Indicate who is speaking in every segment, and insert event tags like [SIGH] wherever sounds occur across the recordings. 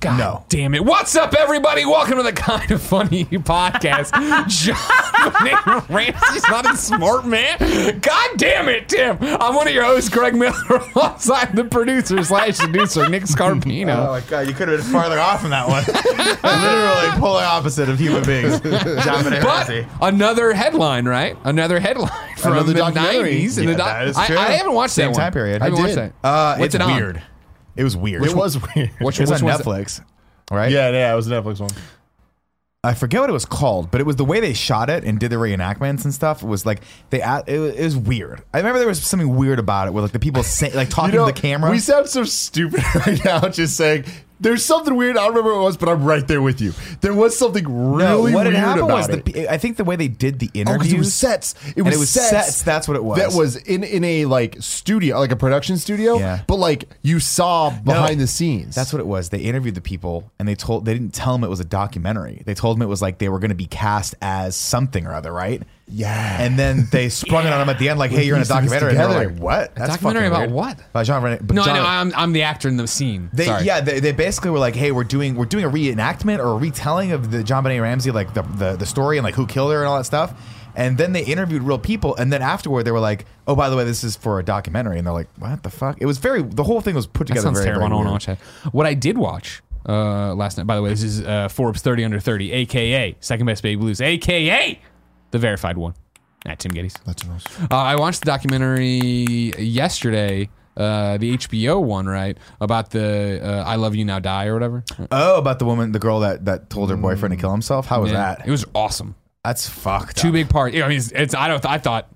Speaker 1: God
Speaker 2: No.
Speaker 1: damn it. What's up, everybody? Welcome to the Kind of Funny
Speaker 2: [LAUGHS]
Speaker 1: podcast. John [LAUGHS] Ramsey's not a smart man. God damn it, Tim. I'm one of your hosts, Greg Miller, [LAUGHS] alongside the producer slash seducer, Nick
Speaker 2: Oh
Speaker 1: Scarpino.
Speaker 2: my god, you could have been farther off from that one. [LAUGHS] Literally polar opposite of human
Speaker 3: [LAUGHS]
Speaker 2: beings. John
Speaker 1: But
Speaker 2: Benet
Speaker 1: another headline, right? Another headline from
Speaker 3: Another
Speaker 1: the
Speaker 3: documentary.
Speaker 1: 90s. and the
Speaker 2: Yeah,
Speaker 1: doc-
Speaker 2: that is
Speaker 1: I-
Speaker 2: true.
Speaker 1: I, haven't watched
Speaker 2: Same
Speaker 1: that
Speaker 2: time
Speaker 1: one.
Speaker 2: period.
Speaker 1: I haven't
Speaker 3: I
Speaker 1: watched
Speaker 3: did.
Speaker 1: that.
Speaker 2: Uh,
Speaker 1: What's
Speaker 2: it's
Speaker 1: it on?
Speaker 2: weird. It was weird.
Speaker 3: Which was weird.
Speaker 1: Which,
Speaker 2: it
Speaker 1: which
Speaker 2: was on
Speaker 1: one's that?
Speaker 2: Netflix, right?
Speaker 3: yeah, yeah, it was a Netflix one.
Speaker 2: I forget what it was called, but it was the way they shot it and did the reenactments and stuff. It was like they a- it was, it was weird. I remember there was something weird about it, where like the people say, like talking to the camera.
Speaker 3: We sound so stupid [LAUGHS] right now, just saying there's something weird. I don't remember what it was, but I'm right there with you. There was something
Speaker 2: No,
Speaker 3: really
Speaker 2: what
Speaker 3: weird
Speaker 2: had happened
Speaker 3: about
Speaker 2: was
Speaker 3: it.
Speaker 2: the, pe- I think the way they did the
Speaker 3: Oh, 'cause
Speaker 2: interviews.
Speaker 3: it was sets. It
Speaker 2: And
Speaker 3: was,
Speaker 2: it was sets, that's what it was.
Speaker 3: That was in in a like studio, like a production studio.
Speaker 2: Yeah.
Speaker 3: But like you saw behind the scenes.
Speaker 2: That's what it was. They interviewed the people and they told they didn't tell them it was a documentary. They told them it was like they were going to be cast as something or other, right?
Speaker 3: Yeah.
Speaker 2: And then they sprung it on them at the
Speaker 1: [LAUGHS]
Speaker 2: end, like, "Hey, you're in a
Speaker 3: pieced these
Speaker 2: documentary." And they were
Speaker 3: together.
Speaker 2: like, "What? That's
Speaker 1: documentary
Speaker 2: fucking
Speaker 1: about
Speaker 2: weird."
Speaker 1: what?
Speaker 2: By John Rene. but
Speaker 1: No, I
Speaker 2: John-
Speaker 1: know. I'm, I'm the actor in the scene.
Speaker 2: They,
Speaker 1: Sorry.
Speaker 2: yeah, they, they basically were like, "Hey, we're doing we're doing a reenactment or a retelling of the John Benet Ramsey like the, the the story and like who killed her and all that stuff." And then they interviewed real people, and then afterward they were like, "Oh, by the way, this is for a documentary," and they're like, "What the fuck?" It was very the whole thing was put
Speaker 1: That
Speaker 2: together.
Speaker 1: sounds
Speaker 2: very,
Speaker 1: terrible. I
Speaker 2: Very
Speaker 1: don't
Speaker 2: weird.
Speaker 1: want to watch that. What I did watch uh, last night, by the way, this is uh, Forbes 30 under 30, aka Second Best Baby Blues, aka the verified one at Tim
Speaker 2: [LAUGHS]
Speaker 1: Geddes.
Speaker 3: That's what it was.
Speaker 1: Uh, I watched the documentary yesterday, uh, the HBO one, right? About the uh, I Love You Now Die or whatever.
Speaker 2: Oh, about the woman, the girl that that told her boyfriend to kill himself. How was that?
Speaker 1: Mm. It was awesome.
Speaker 2: That's fucked.
Speaker 1: Two
Speaker 2: up.
Speaker 1: big parts. I mean, it's, it's I don't. I thought.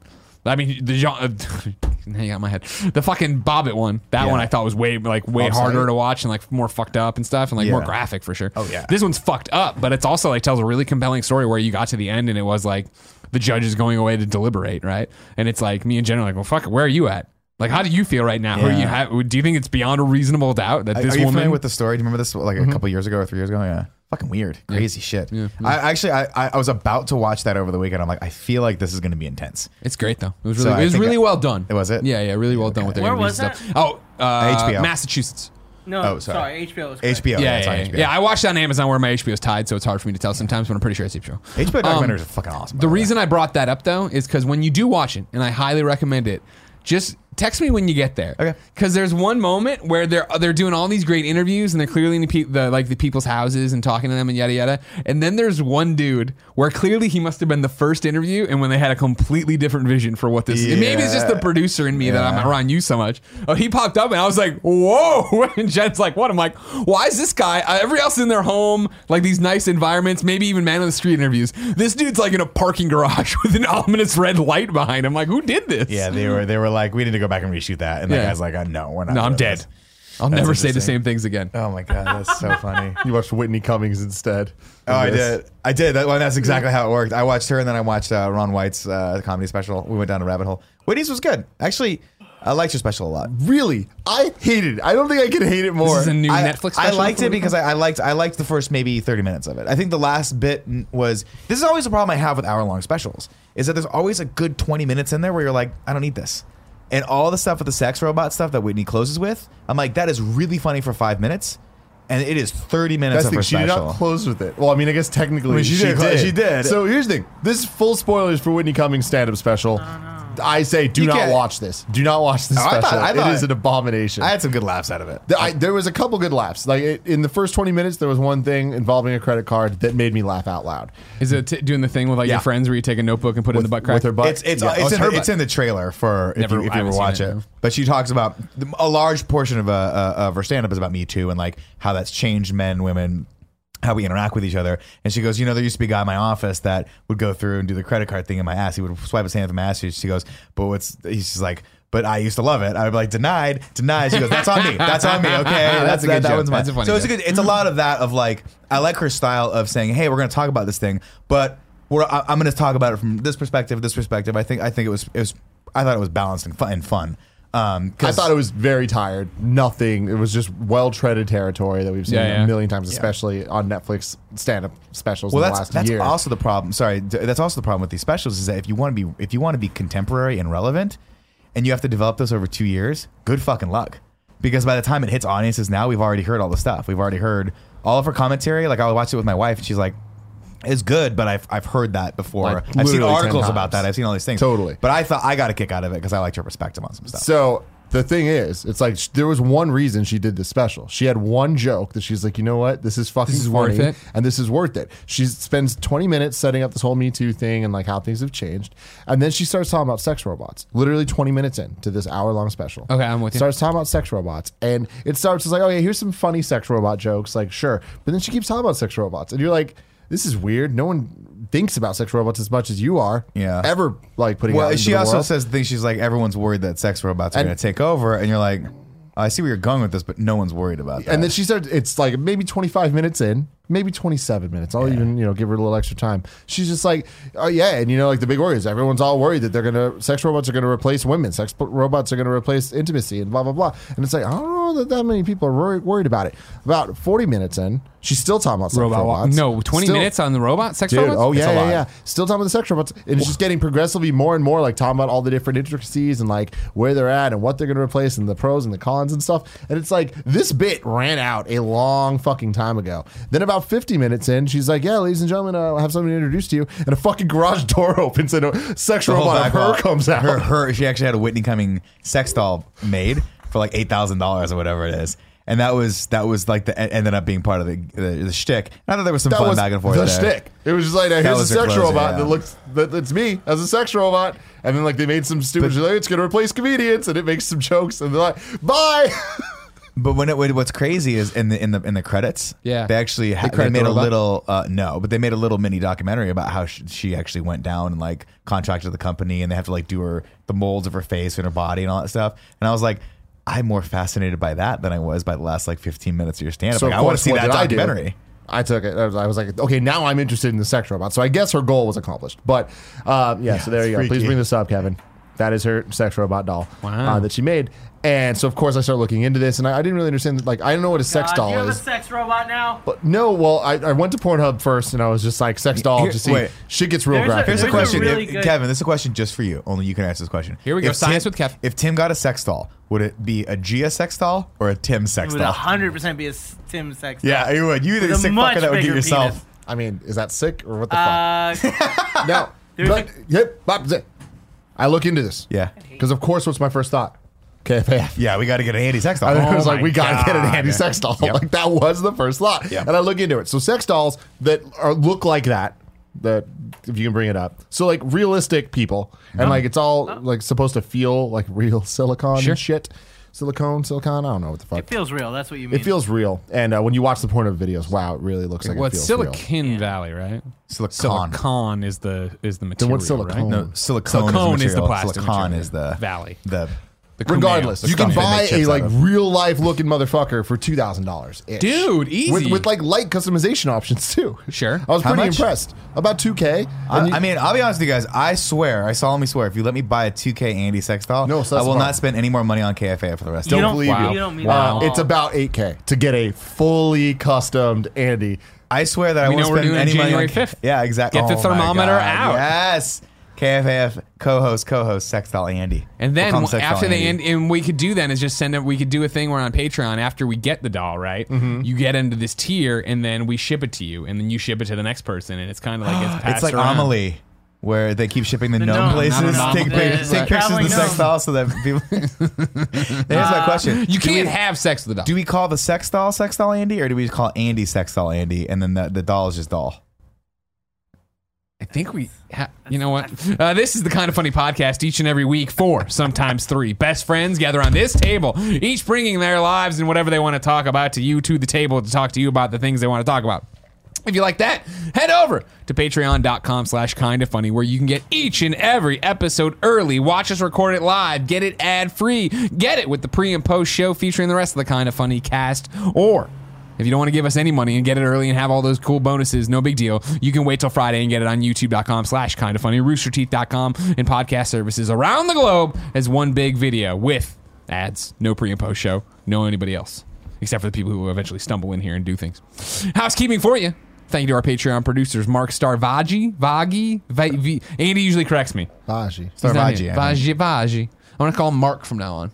Speaker 1: I mean, the John. [LAUGHS] now you got my head. The fucking Bobbit one. That
Speaker 2: Yeah.
Speaker 1: one I thought was way like way
Speaker 2: Offsite.
Speaker 1: harder to watch and like more fucked up and stuff and like more
Speaker 2: Yeah.
Speaker 1: graphic for sure.
Speaker 2: Oh, yeah.
Speaker 1: This one's fucked up, but it's also like tells a really compelling story where you got to the end and it was like the judge is going away to deliberate, right? And it's like me and Jen are like, well, fuck, it, where are you at? Like, how do you feel right now? Who Are you
Speaker 2: Yeah.
Speaker 1: ha- do you think it's beyond a reasonable doubt that
Speaker 2: Are-
Speaker 1: this
Speaker 2: Are you
Speaker 1: woman Mm-hmm.
Speaker 2: familiar with the story? Do you remember this like a couple years ago or three years ago? Yeah. Fucking weird, crazy shit. I actually, I, I- I was about to watch that over the weekend. I'm like, I feel like this is going to be intense.
Speaker 1: It's great though. It was
Speaker 2: So
Speaker 1: really,
Speaker 2: I
Speaker 1: it was
Speaker 2: think
Speaker 1: really
Speaker 2: I-
Speaker 1: well done.
Speaker 2: It was it?
Speaker 1: Yeah, yeah, really well done with their
Speaker 4: Where
Speaker 1: interviews
Speaker 4: was
Speaker 1: and stuff. Oh, uh,
Speaker 2: HBO.
Speaker 1: Massachusetts.
Speaker 4: No,
Speaker 2: Oh, sorry.
Speaker 4: sorry. HBO was correct. Uh,
Speaker 2: HBO. Yeah,
Speaker 1: Yeah,
Speaker 2: it's
Speaker 1: yeah,
Speaker 2: Oh, on
Speaker 1: yeah,
Speaker 2: HBO.
Speaker 1: yeah. I watched it on Amazon where my HBO is tied, so it's hard for me to tell sometimes, but I'm pretty sure it's HBO. Um,
Speaker 2: HBO documentaries are fucking awesome. by
Speaker 1: The
Speaker 2: way.
Speaker 1: reason I brought that up though is because when you do watch it, and I highly recommend it, just text me when you get there.
Speaker 2: Okay.
Speaker 1: Because there's one moment where they're they're doing all these great interviews and they're clearly in the, pe- the like the people's houses and talking to them and yada yada. And then there's one dude where clearly he must have been the first interview, and when they had a completely different vision for what this. is. Maybe it's just the
Speaker 3: Uh,
Speaker 2: Yeah.
Speaker 1: producer in me that I'm
Speaker 2: Yeah.
Speaker 1: around you so much. Oh, he popped up and I was like, whoa. [LAUGHS] And Jen's like, what? I'm like, why is this guy, uh, everybody else in their home, like these nice environments, maybe even man on the street interviews. This dude's like in a parking garage [LAUGHS] with an ominous red light behind him. Like, who did this?
Speaker 2: yeah, they were they were like, we need to go back and reshoot that, and the
Speaker 1: Yeah.
Speaker 2: guy's like, oh, no, we're not.
Speaker 1: No, I'm
Speaker 2: doing this."
Speaker 1: dead. I'll never say the
Speaker 2: interesting.
Speaker 1: same things again.
Speaker 3: Uh,
Speaker 2: Oh my god, that's
Speaker 1: [LAUGHS]
Speaker 2: so funny.
Speaker 3: You watched Whitney Cummings instead.
Speaker 2: Oh, I
Speaker 3: Yes.
Speaker 2: did. I did. That, well, that's exactly how it worked. I watched her, and then I watched uh, Ron White's uh, comedy special. We went down a rabbit hole. Whitney's was good, actually. I liked your special a lot.
Speaker 3: Really? I hated it. I don't think I could hate it more.
Speaker 1: This is a new
Speaker 2: I,
Speaker 1: Netflix
Speaker 2: I
Speaker 1: special
Speaker 2: liked
Speaker 1: for
Speaker 2: it because I, I liked I liked the first maybe thirty minutes of it. I think the last bit n- was this is always a problem I have with hour long specials is that there's always a good twenty minutes in there where you're like I don't need this, and all the stuff with the sex robot stuff that Whitney closes with I'm like that is really funny for five minutes, and it is thirty minutes
Speaker 3: That's
Speaker 2: of
Speaker 3: the
Speaker 2: her
Speaker 3: thing. She did
Speaker 2: special.
Speaker 3: not close with it. Well, I mean, I guess technically
Speaker 2: I mean, she did clo- she did.
Speaker 3: So here's the thing: this is full spoilers for Whitney Cummings stand-up special. I say, do
Speaker 2: You
Speaker 3: not
Speaker 2: can't-
Speaker 3: watch this. Do not watch this
Speaker 2: Oh, I
Speaker 3: special.
Speaker 2: thought- I thought-
Speaker 3: it is an abomination.
Speaker 2: I had some good laughs out of it.
Speaker 3: Th- I- there was a couple good laughs. Like it, in the first 20 minutes, there was one thing involving a credit card that made me laugh out loud.
Speaker 1: Is it t- doing the thing with like your
Speaker 3: Yeah.
Speaker 1: friends where you take a notebook and put it in the butt crack?
Speaker 3: With her butt.
Speaker 2: It's it's
Speaker 3: Yeah.
Speaker 2: it's,
Speaker 3: Oh,
Speaker 2: in,
Speaker 3: her
Speaker 2: the, it's
Speaker 3: butt.
Speaker 2: in the trailer for if
Speaker 1: Never-
Speaker 2: you, if
Speaker 1: I
Speaker 2: you ever
Speaker 1: haven't seen
Speaker 2: watch
Speaker 1: it,
Speaker 2: it.
Speaker 1: no.
Speaker 2: But she talks about a large portion of uh, uh, of her stand up is about Me Too and like how that's changed men, women. How we interact with each other, and she goes, you know, there used to be a guy in my office that would go through and do the credit card thing in my ass. He would swipe his hand with my ass. She she goes, but what's? He's just like, but I used to love it. I would be like, denied, denied. She goes, that's on me. That's on me. Okay, that's,
Speaker 1: a
Speaker 2: that,
Speaker 1: good
Speaker 2: that
Speaker 1: joke.
Speaker 2: one's mine.
Speaker 1: That's a funny
Speaker 2: so it's a
Speaker 1: joke.
Speaker 2: good. It's a lot of that of like I like her style of saying, "Hey, we're going to talk about this thing, but we're I, I'm going to talk about it from this perspective, this perspective." I think I think it was it was I thought it was balanced and fun. And fun. Um,
Speaker 3: I thought it was very tired. Nothing. It was just well treaded territory that we've seen
Speaker 1: Yeah, yeah.
Speaker 3: a million times, especially on Netflix stand up specials
Speaker 2: well,
Speaker 3: in the
Speaker 2: that's
Speaker 3: last
Speaker 2: that's
Speaker 3: year.
Speaker 2: also the problem. Sorry, d- that's also the problem with these specials is that if you want to be if you want to be contemporary and relevant, and you have to develop this over two years, good fucking luck. Because by the time it hits audiences now, we've already heard all the stuff. We've already heard all of her commentary, like I watched it with my wife, and she's like, "It's good," but I've I've heard that before.
Speaker 3: Like,
Speaker 2: I've
Speaker 3: literally
Speaker 2: seen
Speaker 3: 10
Speaker 2: articles
Speaker 3: times.
Speaker 2: about that. I've seen all these things.
Speaker 3: Totally.
Speaker 2: But I thought I got a kick out of it because I liked her perspective on some stuff.
Speaker 3: So the thing is, it's like sh- there was one reason she did this special. She had one joke that she's like, you know what, this is fucking
Speaker 1: is
Speaker 3: funny,
Speaker 1: worth it.
Speaker 3: and this is worth it. She spends 20 minutes setting up this whole Me Too thing and like how things have changed, and then she starts talking about sex robots. Literally 20 minutes in to this hour long special.
Speaker 1: Okay, I'm with you.
Speaker 3: Starts talking about sex robots, and it starts as like, okay, here's some funny sex robot jokes, like sure, but then she keeps talking about sex robots, and you're like, this is weird. No one thinks about sex robots as much as you are.
Speaker 2: Yeah.
Speaker 3: ever like putting. out
Speaker 2: well,
Speaker 3: into
Speaker 2: she
Speaker 3: the
Speaker 2: also
Speaker 3: world.
Speaker 2: says the thing. She's like, everyone's worried that sex robots are
Speaker 3: And-
Speaker 2: going to take over, and you're like, I see where you're going with this, but no one's worried about that.
Speaker 3: And then she starts. It's like maybe 25 minutes in, maybe 27 minutes. I'll even you know give her a little extra time. She's just like, oh yeah, and you know like the big worry is everyone's all worried that they're gonna sex robots are gonna replace women, sex p- robots are gonna replace intimacy, and blah blah blah. And it's like I don't know that that many people are wor- worried about it. About 40 minutes in, she's still talking about sex
Speaker 1: robot.
Speaker 3: robots.
Speaker 1: No, 20
Speaker 3: Still-
Speaker 1: minutes on the robot sex
Speaker 3: Dude,
Speaker 1: robots.
Speaker 3: oh yeah,
Speaker 2: a
Speaker 3: yeah,
Speaker 2: lot.
Speaker 3: yeah. Still talking about the sex robots, and it's just getting progressively more and more like talking about all the different intricacies and like where they're at and what they're going to replace and the pros and the cons and stuff. And it's like this bit ran out a long fucking time ago. Then about fifty minutes in, she's like, "Yeah, ladies and gentlemen, uh, I have something to introduce to you." And a fucking garage [LAUGHS] door opens and a sex
Speaker 2: The whole
Speaker 3: robot of
Speaker 2: back
Speaker 3: her
Speaker 2: lot.
Speaker 3: comes out.
Speaker 2: Oh, Her, her, she actually had a Whitney Cumming sex doll made for like eight thousand dollars or whatever it is, and that was that was like the it ended up being part of the the, the shtick. And I thought there was
Speaker 3: [LAUGHS]
Speaker 2: some
Speaker 3: that
Speaker 2: fun
Speaker 3: was
Speaker 2: back and forth.
Speaker 3: the
Speaker 2: there.
Speaker 3: shtick. It was just like, now, here's a
Speaker 2: was her
Speaker 3: sex
Speaker 2: closing,
Speaker 3: robot
Speaker 2: yeah.
Speaker 3: that looks that, that's me as a sex robot, and then like they made some stupid. she's like, it's going to replace comedians, and it makes some jokes, and they're like, bye. [LAUGHS]
Speaker 2: But when it what's crazy is in the in the in the credits,
Speaker 1: Yeah.
Speaker 2: they actually ha- they
Speaker 1: credit
Speaker 2: made
Speaker 1: the
Speaker 2: a
Speaker 1: robot?
Speaker 2: little uh, no, but they made a little mini documentary about how she, she actually went down and like contracted the company, and they have to like do her the molds of her face and her body and all that stuff. And I was like, I'm more fascinated by that than I was by the last like 15 minutes of your stand up.
Speaker 3: So
Speaker 2: like,
Speaker 3: of
Speaker 2: I want
Speaker 3: course,
Speaker 2: to see
Speaker 3: what
Speaker 2: that
Speaker 3: did I do?
Speaker 2: documentary.
Speaker 3: I took it. I was, I was like, okay, now I'm interested in the sex robot. So I guess her goal was accomplished. But um, yeah, so there you go.
Speaker 2: freaky.
Speaker 3: Please bring this up, Kevin. That is her sex robot doll uh, that she made. And so of course I started looking into this, and I, I didn't really understand. Like I don't know what a sex
Speaker 4: God, do you
Speaker 3: doll
Speaker 4: have
Speaker 3: is.
Speaker 4: a sex robot now?
Speaker 3: But no, well I, I went to Pornhub first, and I was just like sex doll.
Speaker 2: Here-
Speaker 3: just see,
Speaker 2: wait.
Speaker 3: shit gets real
Speaker 4: There's a-
Speaker 3: graphic.
Speaker 2: Here's a
Speaker 4: There's a
Speaker 2: question,
Speaker 4: really
Speaker 2: If-
Speaker 4: good-
Speaker 2: Kevin. This is a question just for you. Only you can answer this question.
Speaker 1: Here we go.
Speaker 2: If
Speaker 1: Science with Kev.
Speaker 2: If Tim got a sex doll, would it be a Gia sex doll or a Tim sex
Speaker 4: It would
Speaker 2: doll?
Speaker 4: 100% be a s- Tim sex doll.
Speaker 2: Yeah, you would. You the
Speaker 4: With a
Speaker 2: sick
Speaker 4: much
Speaker 2: fucker that would get
Speaker 4: bigger
Speaker 2: yourself.
Speaker 4: penis.
Speaker 3: I mean, is that sick or what the
Speaker 4: Uh,
Speaker 2: [LAUGHS]
Speaker 3: fuck? No.
Speaker 4: [LAUGHS] there's
Speaker 3: But-
Speaker 4: a-
Speaker 3: yep, bop, zip. I look into this.
Speaker 2: Yeah.
Speaker 3: Because of course, what's my first thought? KFAF.
Speaker 2: Yeah, we got to get an Andy sex doll.
Speaker 3: And
Speaker 2: [LAUGHS]
Speaker 3: I
Speaker 2: Oh
Speaker 3: was like,
Speaker 2: my
Speaker 3: we gotta get an
Speaker 2: God.
Speaker 3: Andy sex doll.
Speaker 2: Yep.
Speaker 3: Like that was the first thought.
Speaker 2: Yep.
Speaker 3: And I look into it. So sex dolls that are look like that, that if you can bring it up. So like realistic people, and like it's all like supposed to feel like real silicone
Speaker 1: Sure.
Speaker 3: and shit, silicone, silicon. I don't know what the fuck.
Speaker 4: it feels real. That's what you mean.
Speaker 3: It feels real, and uh, when you watch the porno videos, wow, it really looks like
Speaker 1: Well,
Speaker 3: it
Speaker 1: it's
Speaker 3: feels real.
Speaker 1: Silicon Valley, right?
Speaker 2: Silicon.
Speaker 1: Silicon is the is the material.
Speaker 3: what's silicone?
Speaker 1: Right?
Speaker 2: No, silicone,
Speaker 1: Silicone
Speaker 2: is,
Speaker 1: is the
Speaker 2: material.
Speaker 1: plastic
Speaker 2: Silicon
Speaker 1: material.
Speaker 2: is the
Speaker 1: Valley.
Speaker 2: The
Speaker 1: The
Speaker 3: Regardless,
Speaker 1: Kumail.
Speaker 3: you can
Speaker 2: stuff they
Speaker 3: buy
Speaker 2: make
Speaker 3: a
Speaker 2: chips
Speaker 3: like
Speaker 2: out of.
Speaker 3: real life looking motherfucker for two thousand dollars,
Speaker 1: Dude, easy.
Speaker 3: with, with like light customization options too.
Speaker 1: Sure.
Speaker 3: I was
Speaker 2: How
Speaker 3: pretty
Speaker 2: much?
Speaker 3: impressed. About two k.
Speaker 2: I, I mean, I'll be honest with you guys. I swear, I solemnly swear, if you let me buy a 2K Andy sex doll,
Speaker 3: No, so
Speaker 2: I
Speaker 3: that's
Speaker 2: will
Speaker 3: wrong.
Speaker 2: not spend any more money on KFA for the rest.
Speaker 4: You
Speaker 2: of
Speaker 4: don't-
Speaker 3: believe
Speaker 1: Wow.
Speaker 4: you don't mean
Speaker 3: Uh,
Speaker 4: that at
Speaker 3: it's
Speaker 4: all.
Speaker 3: about 8k to get a fully customed Andy.
Speaker 2: I swear that I
Speaker 1: We
Speaker 2: won't
Speaker 1: know we're
Speaker 2: spend
Speaker 1: doing
Speaker 2: any money.
Speaker 1: January
Speaker 2: on K-
Speaker 1: 5th.
Speaker 2: Yeah, exactly. Oh
Speaker 1: Get the
Speaker 2: my
Speaker 1: thermometer
Speaker 2: God,
Speaker 1: out.
Speaker 2: Yes. KFAF co-host, co-host, sex doll Andy.
Speaker 1: And
Speaker 2: We'll
Speaker 1: then
Speaker 2: call him Sex Doll
Speaker 1: after they
Speaker 2: Andy.
Speaker 1: end, and we could do then is just send it. We could do a thing where on Patreon after we get the doll, right?
Speaker 2: Mm-hmm.
Speaker 1: You get into this tier, and then we ship it to you, and then you ship it to the next person, and it's kind of like it's passed
Speaker 2: [GASPS] it's like
Speaker 1: around.
Speaker 2: Amelie, where they keep shipping the, gnome
Speaker 4: gnome.
Speaker 1: Not
Speaker 2: places.
Speaker 1: an
Speaker 2: Take,
Speaker 1: anomaly.
Speaker 2: pic-
Speaker 4: The-
Speaker 2: take
Speaker 4: the
Speaker 2: pictures of the
Speaker 4: traveling
Speaker 2: sex
Speaker 4: gnome.
Speaker 2: doll so that
Speaker 1: [LAUGHS]
Speaker 2: people. Here's my question:
Speaker 1: You
Speaker 2: Do we-
Speaker 1: can't have sex with the doll.
Speaker 2: Do we call the sex doll sex doll Andy, or do we just call Andy sex doll Andy, and then the, the doll is just doll?
Speaker 1: I think we, ha- you know what? Uh, this is the kind of funny podcast each and every week. Four, sometimes three, best friends gather on this table, each bringing their lives and whatever they want to talk about to you to the table to talk to you about the things they want to talk about. If you like that, head over to patreon.com slash kind of funny where you can get each and every episode early, watch us record it live, get it ad free, get it with the pre and post show featuring the rest of the kind of funny cast, or if you don't want to give us any money and get it early and have all those cool bonuses, no big deal. You can wait till Friday and get it on youtube.com slash kind of funny, roosterteeth.com, and podcast services around the globe as one big video with ads, no pre and post show, no anybody else, except for the people who will eventually stumble in here and do things. Housekeeping for you. Thank you to our Patreon producers, Mark Starvagi, Vagi, Va- v- Andy usually corrects me.
Speaker 3: Baji.
Speaker 1: He's not
Speaker 2: Starvagi,
Speaker 1: here.
Speaker 2: I mean.
Speaker 1: Vaji, Vaji. I want to call him Mark from now on.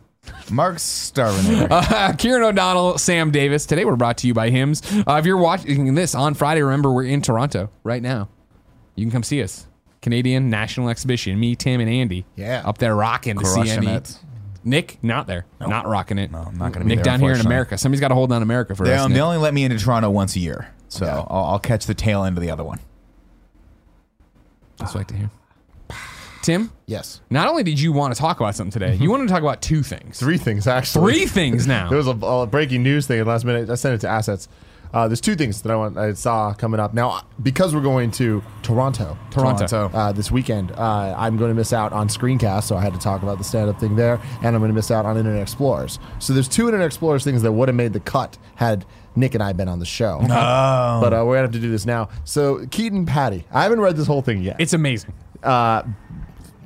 Speaker 1: [LAUGHS]
Speaker 2: Mark Starvin.
Speaker 1: Uh, Kieran O'Donnell, Sam Davis. Today we're brought to you by Hims. Uh, if you're watching this on Friday, remember we're in Toronto right now. You can come see us. Canadian National Exhibition. Me, Tim, and Andy.
Speaker 3: Yeah.
Speaker 1: Up there rocking to see
Speaker 2: Crushing
Speaker 1: Andy.
Speaker 2: it.
Speaker 1: Nick, not there. Not rocking it.
Speaker 2: No, I'm not gonna be
Speaker 1: Nick
Speaker 2: there,
Speaker 1: down here in
Speaker 2: unfortunately.
Speaker 1: America. Somebody's got to hold down America for
Speaker 2: They,
Speaker 1: us.
Speaker 2: um, they
Speaker 1: Nick.
Speaker 2: only let me into Toronto once a year, so I'll, I'll catch the tail end of the other one.
Speaker 1: That's what I like to hear. Tim,
Speaker 3: Yes.
Speaker 1: not only did you want to talk about something
Speaker 3: Mm-hmm.
Speaker 1: today, you wanted to talk about two things.
Speaker 3: Three things, actually.
Speaker 1: Three things now.
Speaker 3: There was a, a breaking news thing at last minute. I sent it to assets. Uh, there's two things that I want I saw coming up now because we're going to Toronto,
Speaker 1: Toronto.
Speaker 3: uh, this weekend. Uh, I'm going to miss out on Screencast, so I had to talk about the stand-up thing there, and I'm going to miss out on Internet Explorers. So there's two Internet Explorers things that would have made the cut had Nick and I been on the show.
Speaker 4: [LAUGHS]
Speaker 1: Um,
Speaker 2: Um,
Speaker 3: But uh, we're gonna have to do this now. So Keaton Patty, I haven't read this whole thing yet.
Speaker 1: it's amazing.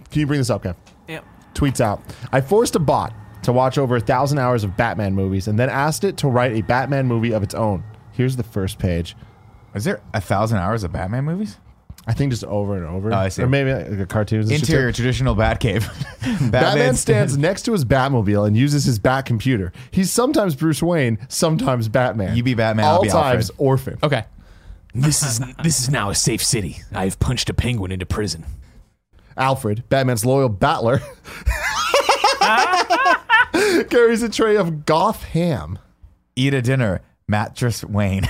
Speaker 3: Can you bring this up, Kev?
Speaker 4: Yep.
Speaker 3: tweets out I forced a bot to watch over a thousand hours of Batman movies and then asked it to write a Batman movie of its own. Here's the first page.
Speaker 2: Is there a thousand hours of Batman movies?
Speaker 3: I think just over and over.
Speaker 2: Oh, I see.
Speaker 3: Or maybe like a cartoons. and shit, too.
Speaker 2: Interior
Speaker 1: [LAUGHS]
Speaker 2: traditional Batcave. Batman,
Speaker 3: Batman stands next to his Batmobile and uses his Bat computer. He's sometimes Bruce Wayne, sometimes Batman.
Speaker 2: You be Batman, I'll
Speaker 3: All
Speaker 2: be
Speaker 3: times
Speaker 2: Alfred.
Speaker 3: orphan.
Speaker 1: Okay.
Speaker 5: This is this is now a safe city. I have punched a penguin into prison.
Speaker 3: Alfred, Batman's loyal
Speaker 2: [LAUGHS]
Speaker 3: battler, [LAUGHS] carries a tray of goth ham.
Speaker 2: Eat a dinner. Mattress Wayne.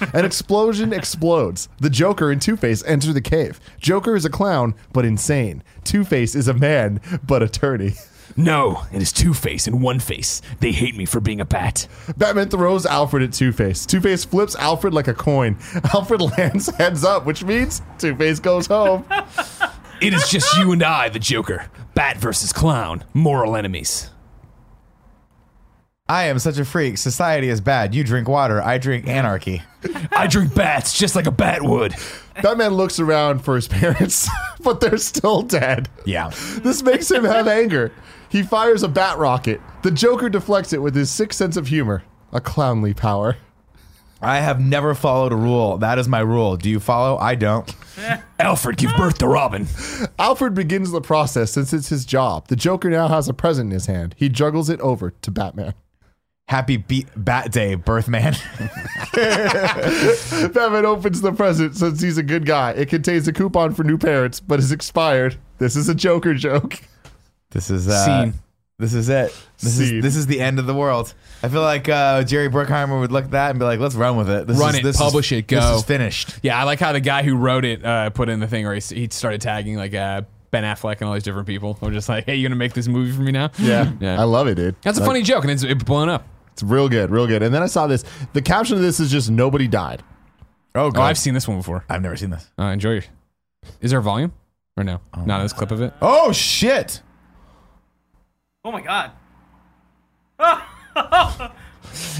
Speaker 2: [LAUGHS]
Speaker 3: An explosion explodes. The Joker and Two Face enter the cave. Joker is a clown, but insane. Two Face is a man, but attorney. [LAUGHS]
Speaker 5: No, it is Two Face and One Face. They hate me for being a bat.
Speaker 3: Batman throws Alfred at Two Face. Two Face flips Alfred like a coin. [LAUGHS] Alfred lands heads up, which means Two Face goes home.
Speaker 5: It is just you and I, the Joker. Bat versus clown, moral enemies.
Speaker 2: I am such a freak. Society is bad. You drink water. I drink anarchy.
Speaker 5: I drink bats just like a bat would.
Speaker 3: Batman looks around for his parents, [LAUGHS] but they're still dead.
Speaker 2: Yeah.
Speaker 3: This makes him have anger. He fires a bat rocket. The Joker deflects it with his sixth sense of humor, a clownly power.
Speaker 2: I have never followed a rule. That is my rule. Do you follow? I don't.
Speaker 5: Alfred, give birth to Robin.
Speaker 3: Alfred begins the process since it's his job. The Joker now has a present in his hand. He juggles it over to Batman. [LAUGHS]
Speaker 2: Happy beat Bat Day, Birthman.
Speaker 3: Batman opens the present since he's a good guy. It contains a coupon for new parents, but is expired. This is a Joker joke.
Speaker 2: [LAUGHS] this is uh,
Speaker 1: Scene.
Speaker 2: This is it. This
Speaker 3: Scene.
Speaker 2: is this is the end of the world. I feel like uh, Jerry Bruckheimer would look at that and be like, "Let's run with it. This
Speaker 1: Run
Speaker 2: is,
Speaker 1: it,
Speaker 2: This
Speaker 1: publish
Speaker 2: is,
Speaker 1: it,
Speaker 2: This
Speaker 1: go."
Speaker 2: is finished."
Speaker 1: Yeah, I like how the guy who wrote it uh, put in the thing where he, s- he started tagging like uh, Ben Affleck and all these different people. I'm just like, hey, you gonna make this movie for me now?
Speaker 3: I love it, dude.
Speaker 1: That's a
Speaker 3: Like,
Speaker 1: funny joke, and it's it blown up.
Speaker 3: It's real good, real good. And then I saw this. The caption of this is just nobody died.
Speaker 2: Oh,
Speaker 1: Oh,
Speaker 2: God.
Speaker 1: I've seen this one before.
Speaker 2: I've never seen this.
Speaker 1: Uh, enjoy your. Is there a volume or no? Not this clip of it.
Speaker 2: Oh shit!
Speaker 4: Oh my god.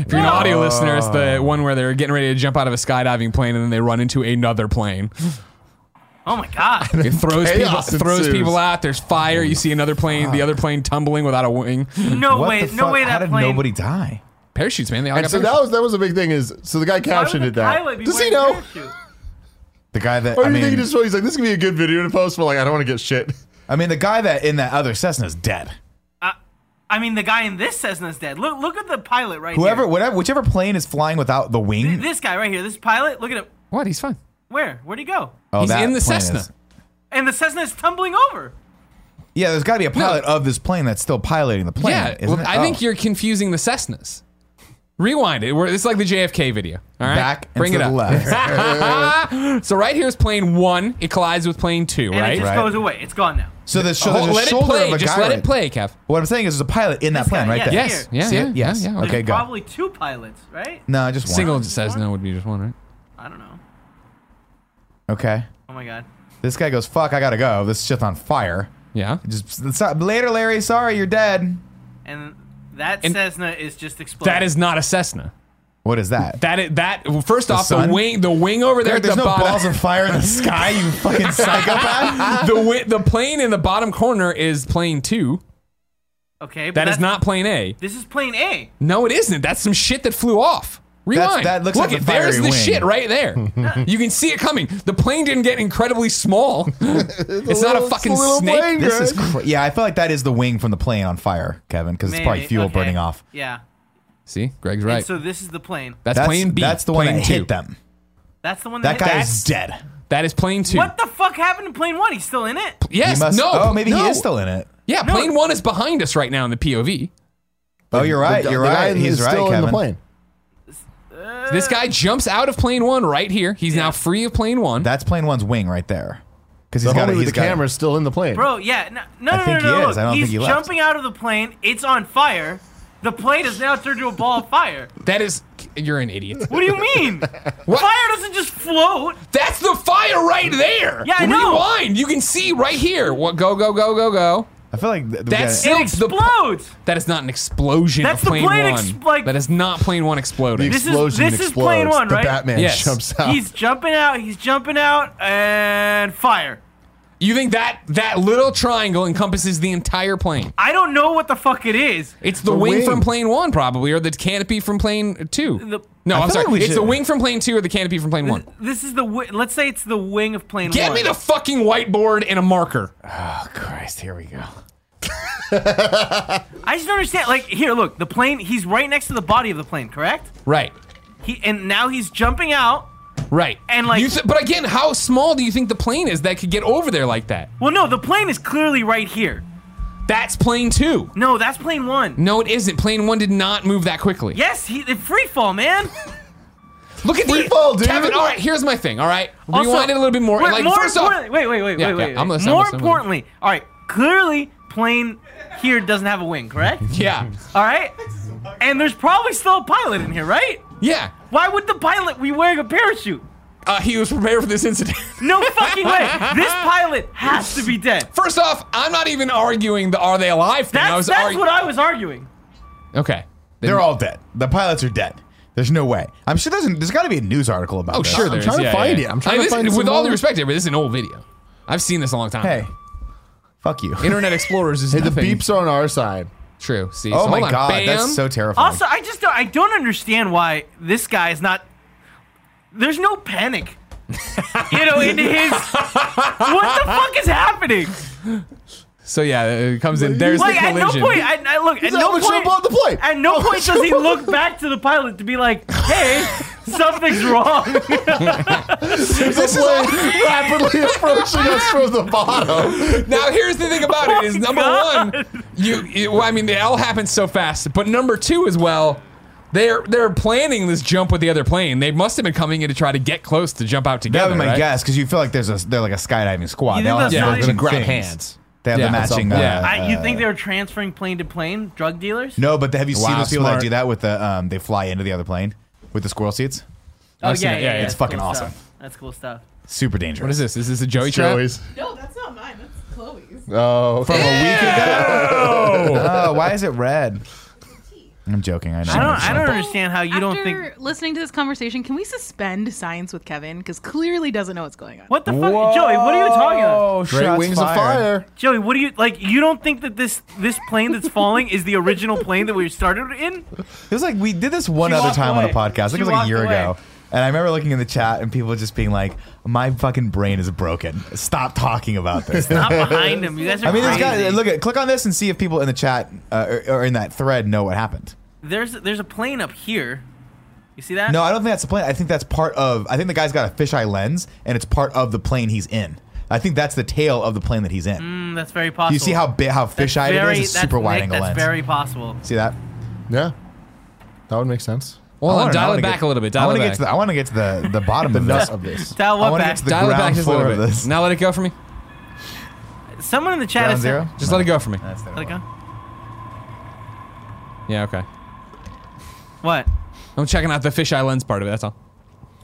Speaker 1: If you're an audio listener, it's the one where they're getting ready to jump out of a skydiving plane and then they run into another plane.
Speaker 4: Oh
Speaker 2: [LAUGHS]
Speaker 4: my god.
Speaker 1: It throws people,
Speaker 3: Chaos
Speaker 1: throws
Speaker 3: ensues. Oh
Speaker 1: people out. There's fire. You see another plane, the other plane tumbling without a wing.
Speaker 4: No
Speaker 2: what
Speaker 4: way.
Speaker 2: the fuck?
Speaker 4: No way
Speaker 2: How
Speaker 4: that
Speaker 2: did
Speaker 4: plane.
Speaker 2: nobody die?
Speaker 1: Parachutes, man. They all
Speaker 3: And
Speaker 1: got
Speaker 3: so that
Speaker 1: parachutes.
Speaker 3: was that was a big thing. Is so the guy
Speaker 4: Why would
Speaker 3: captioned
Speaker 4: the
Speaker 3: it that.
Speaker 4: pilot be
Speaker 3: Does he
Speaker 4: wearing a
Speaker 3: know?
Speaker 4: parachute?
Speaker 2: The guy that
Speaker 3: Or do
Speaker 2: I
Speaker 3: Oh, you think
Speaker 2: mean,
Speaker 3: he just he's like this could be a good video to post, but like I don't want to get
Speaker 2: [LAUGHS]
Speaker 3: shit.
Speaker 2: I mean, the guy that in that other Cessna is dead.
Speaker 4: I, I mean, the guy in this Cessna's dead. Look, look at the pilot right
Speaker 2: Whoever,
Speaker 4: here.
Speaker 2: whatever, whichever plane is flying without the wing.
Speaker 4: This guy right here. This pilot. Look at it.
Speaker 1: what? He's fine.
Speaker 4: Where? Where'd he go?
Speaker 2: oh,
Speaker 1: He's
Speaker 2: that
Speaker 1: in the
Speaker 2: plane
Speaker 1: Cessna.
Speaker 2: is-
Speaker 4: And the Cessna is tumbling over.
Speaker 2: yeah, there's got to be a pilot of this plane that's still piloting the plane.
Speaker 1: Yeah,
Speaker 2: isn't
Speaker 1: well,
Speaker 2: it?
Speaker 1: I
Speaker 2: Oh.
Speaker 1: think you're confusing the Cessnas. Rewind it. We're, it's like the JFK video. All right,
Speaker 2: Back and
Speaker 1: bring
Speaker 2: to
Speaker 1: it
Speaker 2: the
Speaker 1: up. [LAUGHS]
Speaker 2: left.
Speaker 1: so right here is plane one. It collides with plane two.
Speaker 4: And it
Speaker 1: right.
Speaker 4: just
Speaker 2: Right.
Speaker 4: goes away. It's gone now.
Speaker 2: so there's, so
Speaker 1: Oh,
Speaker 2: there's a
Speaker 1: let it
Speaker 2: shoulder
Speaker 1: play.
Speaker 2: of a
Speaker 1: Just
Speaker 2: guy.
Speaker 1: let
Speaker 2: right-
Speaker 1: it play, Kev.
Speaker 2: What I'm saying is, there's a pilot in that
Speaker 4: This
Speaker 2: plane right
Speaker 4: guy, yeah,
Speaker 2: there.
Speaker 4: here.
Speaker 1: Yes. Yeah.
Speaker 2: See
Speaker 1: yeah,
Speaker 2: it? Yes.
Speaker 1: Yeah, yeah.
Speaker 2: Okay,
Speaker 4: There's
Speaker 2: go.
Speaker 4: Probably two pilots, right?
Speaker 2: No, just one.
Speaker 1: Single Cessna would be just one, right?
Speaker 4: I don't know.
Speaker 2: Okay.
Speaker 4: Oh my god.
Speaker 2: This guy goes, "Fuck, I gotta go. This shit's on fire."
Speaker 1: Yeah.
Speaker 2: Just it's not- later, Larry. Sorry, you're dead.
Speaker 4: And that
Speaker 1: And-
Speaker 4: Cessna is just exploding.
Speaker 1: That is not a Cessna.
Speaker 2: What is that?
Speaker 1: That is, that well, first off
Speaker 2: sun?
Speaker 1: the wing the wing over there
Speaker 2: There-
Speaker 1: at
Speaker 2: there's
Speaker 1: the
Speaker 2: no
Speaker 5: [LAUGHS]
Speaker 2: balls
Speaker 1: bottom
Speaker 2: of fire in the sky,
Speaker 1: [LAUGHS]
Speaker 2: you fucking psychopath.
Speaker 1: the wi- the plane in the bottom corner is plane two.
Speaker 4: okay. But
Speaker 1: That is
Speaker 4: that's-
Speaker 1: not plane A.
Speaker 4: This is plane A.
Speaker 1: No, it isn't. That's some shit that flew off.
Speaker 5: Rewind.
Speaker 2: that looks
Speaker 5: Look
Speaker 2: like
Speaker 5: at
Speaker 2: the
Speaker 5: there's the
Speaker 2: fiery wing.
Speaker 5: shit right there. you can see it coming. The plane didn't get incredibly small. [LAUGHS] it's not a
Speaker 3: little-
Speaker 5: fucking
Speaker 3: it's a little
Speaker 5: snake.
Speaker 3: plane,
Speaker 2: This
Speaker 3: guys.
Speaker 2: is cra- yeah. I feel like that is the wing from the plane on fire, Kevin, because it's probably
Speaker 4: Maybe,
Speaker 2: fuel
Speaker 4: okay.
Speaker 2: burning off.
Speaker 4: Yeah.
Speaker 5: See, Greg's
Speaker 4: And
Speaker 5: right.
Speaker 4: so this is the plane.
Speaker 5: that's,
Speaker 2: That's
Speaker 5: plane B.
Speaker 2: That's the one
Speaker 5: plane
Speaker 2: that
Speaker 5: two.
Speaker 2: hit them.
Speaker 4: That's the one
Speaker 2: That
Speaker 4: that,
Speaker 2: guy
Speaker 4: that's-
Speaker 2: is dead.
Speaker 5: That is plane two.
Speaker 4: What the fuck happened to plane one? He's still in it.
Speaker 2: He
Speaker 5: Yes.
Speaker 2: must-
Speaker 5: no.
Speaker 2: Oh, maybe
Speaker 5: no.
Speaker 2: he is still in it.
Speaker 5: Yeah, plane one is behind us right now in the POV.
Speaker 2: Oh, you're right.
Speaker 3: The-
Speaker 2: You're
Speaker 3: the guy
Speaker 2: right.
Speaker 3: is
Speaker 2: He's right,
Speaker 3: still in the
Speaker 2: Kevin.
Speaker 3: plane.
Speaker 5: This guy jumps out of plane one right here. He's now free of plane one.
Speaker 2: That's plane one's wing right there. Because he's
Speaker 3: The
Speaker 2: got
Speaker 3: homie
Speaker 2: it.
Speaker 3: with the camera is still in the plane.
Speaker 4: Bro, yeah. No, no,
Speaker 2: I
Speaker 4: no,
Speaker 2: think
Speaker 4: no,
Speaker 2: he
Speaker 4: no.
Speaker 2: is.
Speaker 4: look.
Speaker 2: I don't think
Speaker 4: He's
Speaker 2: he left.
Speaker 4: jumping out of the plane. It's on fire. The plane is now turned to a ball of fire.
Speaker 5: that is, you're an idiot.
Speaker 4: What do you
Speaker 2: [LAUGHS]
Speaker 4: mean? Fire doesn't just float.
Speaker 5: That's the fire right there.
Speaker 4: Yeah, I know.
Speaker 5: Rewind. You can see right here. What? Go, go, go, go, go.
Speaker 2: I feel like th- we
Speaker 5: That's
Speaker 2: gotta-
Speaker 4: It
Speaker 5: Silks the-
Speaker 4: explodes.
Speaker 5: That is not an explosion
Speaker 4: That's
Speaker 5: of
Speaker 4: the
Speaker 5: plane,
Speaker 4: plane
Speaker 5: one.
Speaker 4: ex- like-
Speaker 5: that is not plane one exploding.
Speaker 4: This is- this is plane one,
Speaker 3: the
Speaker 4: right?
Speaker 3: Batman
Speaker 5: Yes.
Speaker 3: jumps out.
Speaker 4: He's jumping out. He's jumping out and fire.
Speaker 5: you think that that little triangle encompasses the entire plane?
Speaker 4: I don't know what the fuck it is.
Speaker 5: It's the,
Speaker 3: The
Speaker 5: wing,
Speaker 3: wing.
Speaker 5: from plane one, probably, or the canopy from plane two.
Speaker 4: The-
Speaker 5: no,
Speaker 2: I
Speaker 5: I'm
Speaker 2: feel
Speaker 5: sorry.
Speaker 2: like we
Speaker 5: it's the
Speaker 2: should-
Speaker 5: wing from plane two or the canopy from plane one.
Speaker 4: This is the wi- let's say it's the wing of plane
Speaker 5: Get
Speaker 4: one.
Speaker 5: me the fucking whiteboard and a marker.
Speaker 2: Oh, Christ, here we go.
Speaker 4: I just don't understand. Like here, look, the plane. He's right next to the body of the plane, correct?
Speaker 5: Right,
Speaker 4: He and now he's jumping out.
Speaker 5: right.
Speaker 4: And, like-
Speaker 5: you th- but again, how small do you think the plane is that could get over there like that?
Speaker 4: Well, no, the plane is clearly right here.
Speaker 5: That's plane two.
Speaker 4: No, that's plane one.
Speaker 5: No, it isn't. Plane one did not move that quickly.
Speaker 4: Yes, he the free fall,
Speaker 5: [LAUGHS]
Speaker 4: man.
Speaker 5: Look at
Speaker 3: Free
Speaker 5: the
Speaker 3: fall, dude.
Speaker 5: Kevin. All right, here's my thing. All right, rewind
Speaker 4: Also,
Speaker 5: it a little bit more.
Speaker 4: wait,
Speaker 5: Like
Speaker 4: more
Speaker 5: first off,
Speaker 4: importantly- wait, wait, wait,
Speaker 5: Yeah,
Speaker 4: wait,
Speaker 5: yeah,
Speaker 4: wait.
Speaker 5: I'm listening, I'm
Speaker 4: more
Speaker 5: listening, I'm listening.
Speaker 4: importantly, all right, clearly plane here doesn't have a wing,
Speaker 5: [LAUGHS]
Speaker 4: correct?
Speaker 5: yeah,
Speaker 4: All right, and there's probably still a pilot in here, right?
Speaker 5: yeah.
Speaker 4: Why would the pilot be wearing a parachute?
Speaker 5: Uh, he was prepared for this incident. [LAUGHS]
Speaker 4: No fucking way. This pilot has to be dead.
Speaker 5: First off, I'm not even arguing the "Are they alive?" thing. I
Speaker 4: That's,
Speaker 5: was
Speaker 4: that's
Speaker 5: argu-
Speaker 4: what I was arguing.
Speaker 5: Okay. Then-
Speaker 2: They're all dead. The pilots are dead. There's no way. I'm sure there's, there's got to be a news article about
Speaker 5: Oh,
Speaker 2: this.
Speaker 5: sure.
Speaker 3: I'm
Speaker 5: There is.
Speaker 3: trying to
Speaker 5: Yeah,
Speaker 3: find
Speaker 5: yeah, yeah.
Speaker 3: it. I'm trying
Speaker 5: I-
Speaker 3: to
Speaker 5: this-
Speaker 3: find
Speaker 5: With
Speaker 3: some
Speaker 5: all due
Speaker 3: old-
Speaker 5: respect, everybody, this is an old video. I've seen this a long time.
Speaker 2: Hey,
Speaker 5: ago.
Speaker 2: fuck you.
Speaker 5: Internet Explorers is
Speaker 3: Hey, the
Speaker 5: nothing.
Speaker 3: beeps are on our side.
Speaker 5: True. See.
Speaker 2: oh,
Speaker 5: so
Speaker 2: my
Speaker 5: hold on.
Speaker 2: God.
Speaker 5: Bam.
Speaker 2: That's so terrifying.
Speaker 4: Also, I just don't, I don't understand why this guy is not. There's no panic. you know, in his. What the fuck is happening?
Speaker 5: So yeah, it comes in. There's
Speaker 4: Like
Speaker 5: the
Speaker 4: at no
Speaker 5: collision.
Speaker 4: point, I, I look at
Speaker 3: like, "I'm
Speaker 4: no
Speaker 3: gonna
Speaker 4: point.
Speaker 3: blow up the plane."
Speaker 4: At no point does he look back to the pilot to be like, "Hey, something's wrong."
Speaker 3: There's a
Speaker 4: [LAUGHS]
Speaker 3: plane rapidly approaching us from the bottom.
Speaker 5: Now here's the thing about it is
Speaker 4: my
Speaker 5: number
Speaker 4: God. [LAUGHS]
Speaker 5: one, you, you well, I mean they all happen so fast, but number two as well, they're they're planning this jump with the other plane. They must have been coming in to try to get close to jump out
Speaker 2: that
Speaker 5: together.
Speaker 2: would be my
Speaker 5: right?
Speaker 2: guess because you feel like there's a they're like a skydiving squad.
Speaker 4: You
Speaker 2: They
Speaker 4: think
Speaker 2: all have
Speaker 4: that's
Speaker 2: their
Speaker 4: not
Speaker 2: different
Speaker 4: even-
Speaker 2: things. They have
Speaker 5: Yeah.
Speaker 2: the matching. Uh,
Speaker 5: Yeah.
Speaker 4: I, you
Speaker 2: uh,
Speaker 4: think they were transferring plane to plane, drug dealers?
Speaker 2: no, but have you seen
Speaker 5: Wow,
Speaker 2: those people
Speaker 5: smart.
Speaker 2: that do that with the um? They fly into the other plane with the squirrel seats.
Speaker 4: oh
Speaker 5: I've seen
Speaker 4: yeah,
Speaker 5: it.
Speaker 4: yeah,
Speaker 5: Yeah, yeah,
Speaker 4: yeah,
Speaker 5: it's
Speaker 4: cool
Speaker 2: fucking awesome.
Speaker 4: stuff. That's cool stuff.
Speaker 2: Super dangerous.
Speaker 5: What is this? Is this a Joey trap?
Speaker 3: Joey's.
Speaker 6: No, that's not mine. That's Chloe's.
Speaker 3: [LAUGHS] Oh, from
Speaker 5: [LAUGHS]
Speaker 2: Oh, why is it red? I'm joking. I know.
Speaker 4: I don't, I don't
Speaker 6: So,
Speaker 4: understand how you don't think.
Speaker 6: after listening to this conversation, can we suspend science with Kevin? Because clearly doesn't know what's going on.
Speaker 4: What the fuck, Joey? What are you talking about?
Speaker 2: Oh,
Speaker 3: Great Wings of Fire.
Speaker 4: Joey, what do you like? You don't think that this this plane that's falling is the original plane that we started in?
Speaker 2: It was like we did this one
Speaker 4: She
Speaker 2: other
Speaker 4: walked
Speaker 2: time on
Speaker 4: away.
Speaker 2: a podcast. I
Speaker 4: She
Speaker 2: think it was like a
Speaker 4: walked
Speaker 2: year
Speaker 4: away.
Speaker 2: ago. And I remember looking in the chat and people just being like, "My fucking brain is broken. Stop talking about this."
Speaker 4: Not behind him. You guys are
Speaker 2: I mean,
Speaker 4: crazy.
Speaker 2: there's got look at click on this and see if people in the chat uh, or, or in that thread know what happened.
Speaker 4: there's there's a plane up here. You see that?
Speaker 2: No, I don't think that's the plane. I think that's part of. I think the guy's got a fisheye lens and it's part of the plane he's in. I think that's the tail of the plane that he's in.
Speaker 4: Mm, that's very possible.
Speaker 2: you see how big, how
Speaker 4: That's
Speaker 2: fisheye it
Speaker 4: very-
Speaker 2: is? It's super
Speaker 4: that's-
Speaker 2: wide
Speaker 4: Nick,
Speaker 2: angle lens.
Speaker 4: That's very possible.
Speaker 2: see that?
Speaker 3: Yeah, that would make sense.
Speaker 5: Well,
Speaker 2: I wanna- I
Speaker 5: dial
Speaker 2: wanna
Speaker 5: it back
Speaker 2: get-
Speaker 5: a little bit.
Speaker 2: I
Speaker 5: Dial
Speaker 2: wanna
Speaker 5: it
Speaker 2: get
Speaker 5: back.
Speaker 2: to the, I want to get to the, the bottom of this.
Speaker 3: Nut of this.
Speaker 4: [LAUGHS] Dial
Speaker 2: I
Speaker 4: what
Speaker 2: want to
Speaker 4: back?
Speaker 2: get to the
Speaker 5: dial it back
Speaker 2: ground
Speaker 5: just a
Speaker 2: floor
Speaker 5: little
Speaker 2: of
Speaker 5: bit.
Speaker 2: this.
Speaker 5: Now let it go for me.
Speaker 4: Someone in the chat
Speaker 2: Ground
Speaker 4: is
Speaker 2: zero.
Speaker 5: Just let it go for me.
Speaker 2: That's the-
Speaker 4: Let it go.
Speaker 5: Yeah. Okay.
Speaker 4: What?
Speaker 5: I'm checking out the fisheye lens part of it. That's all.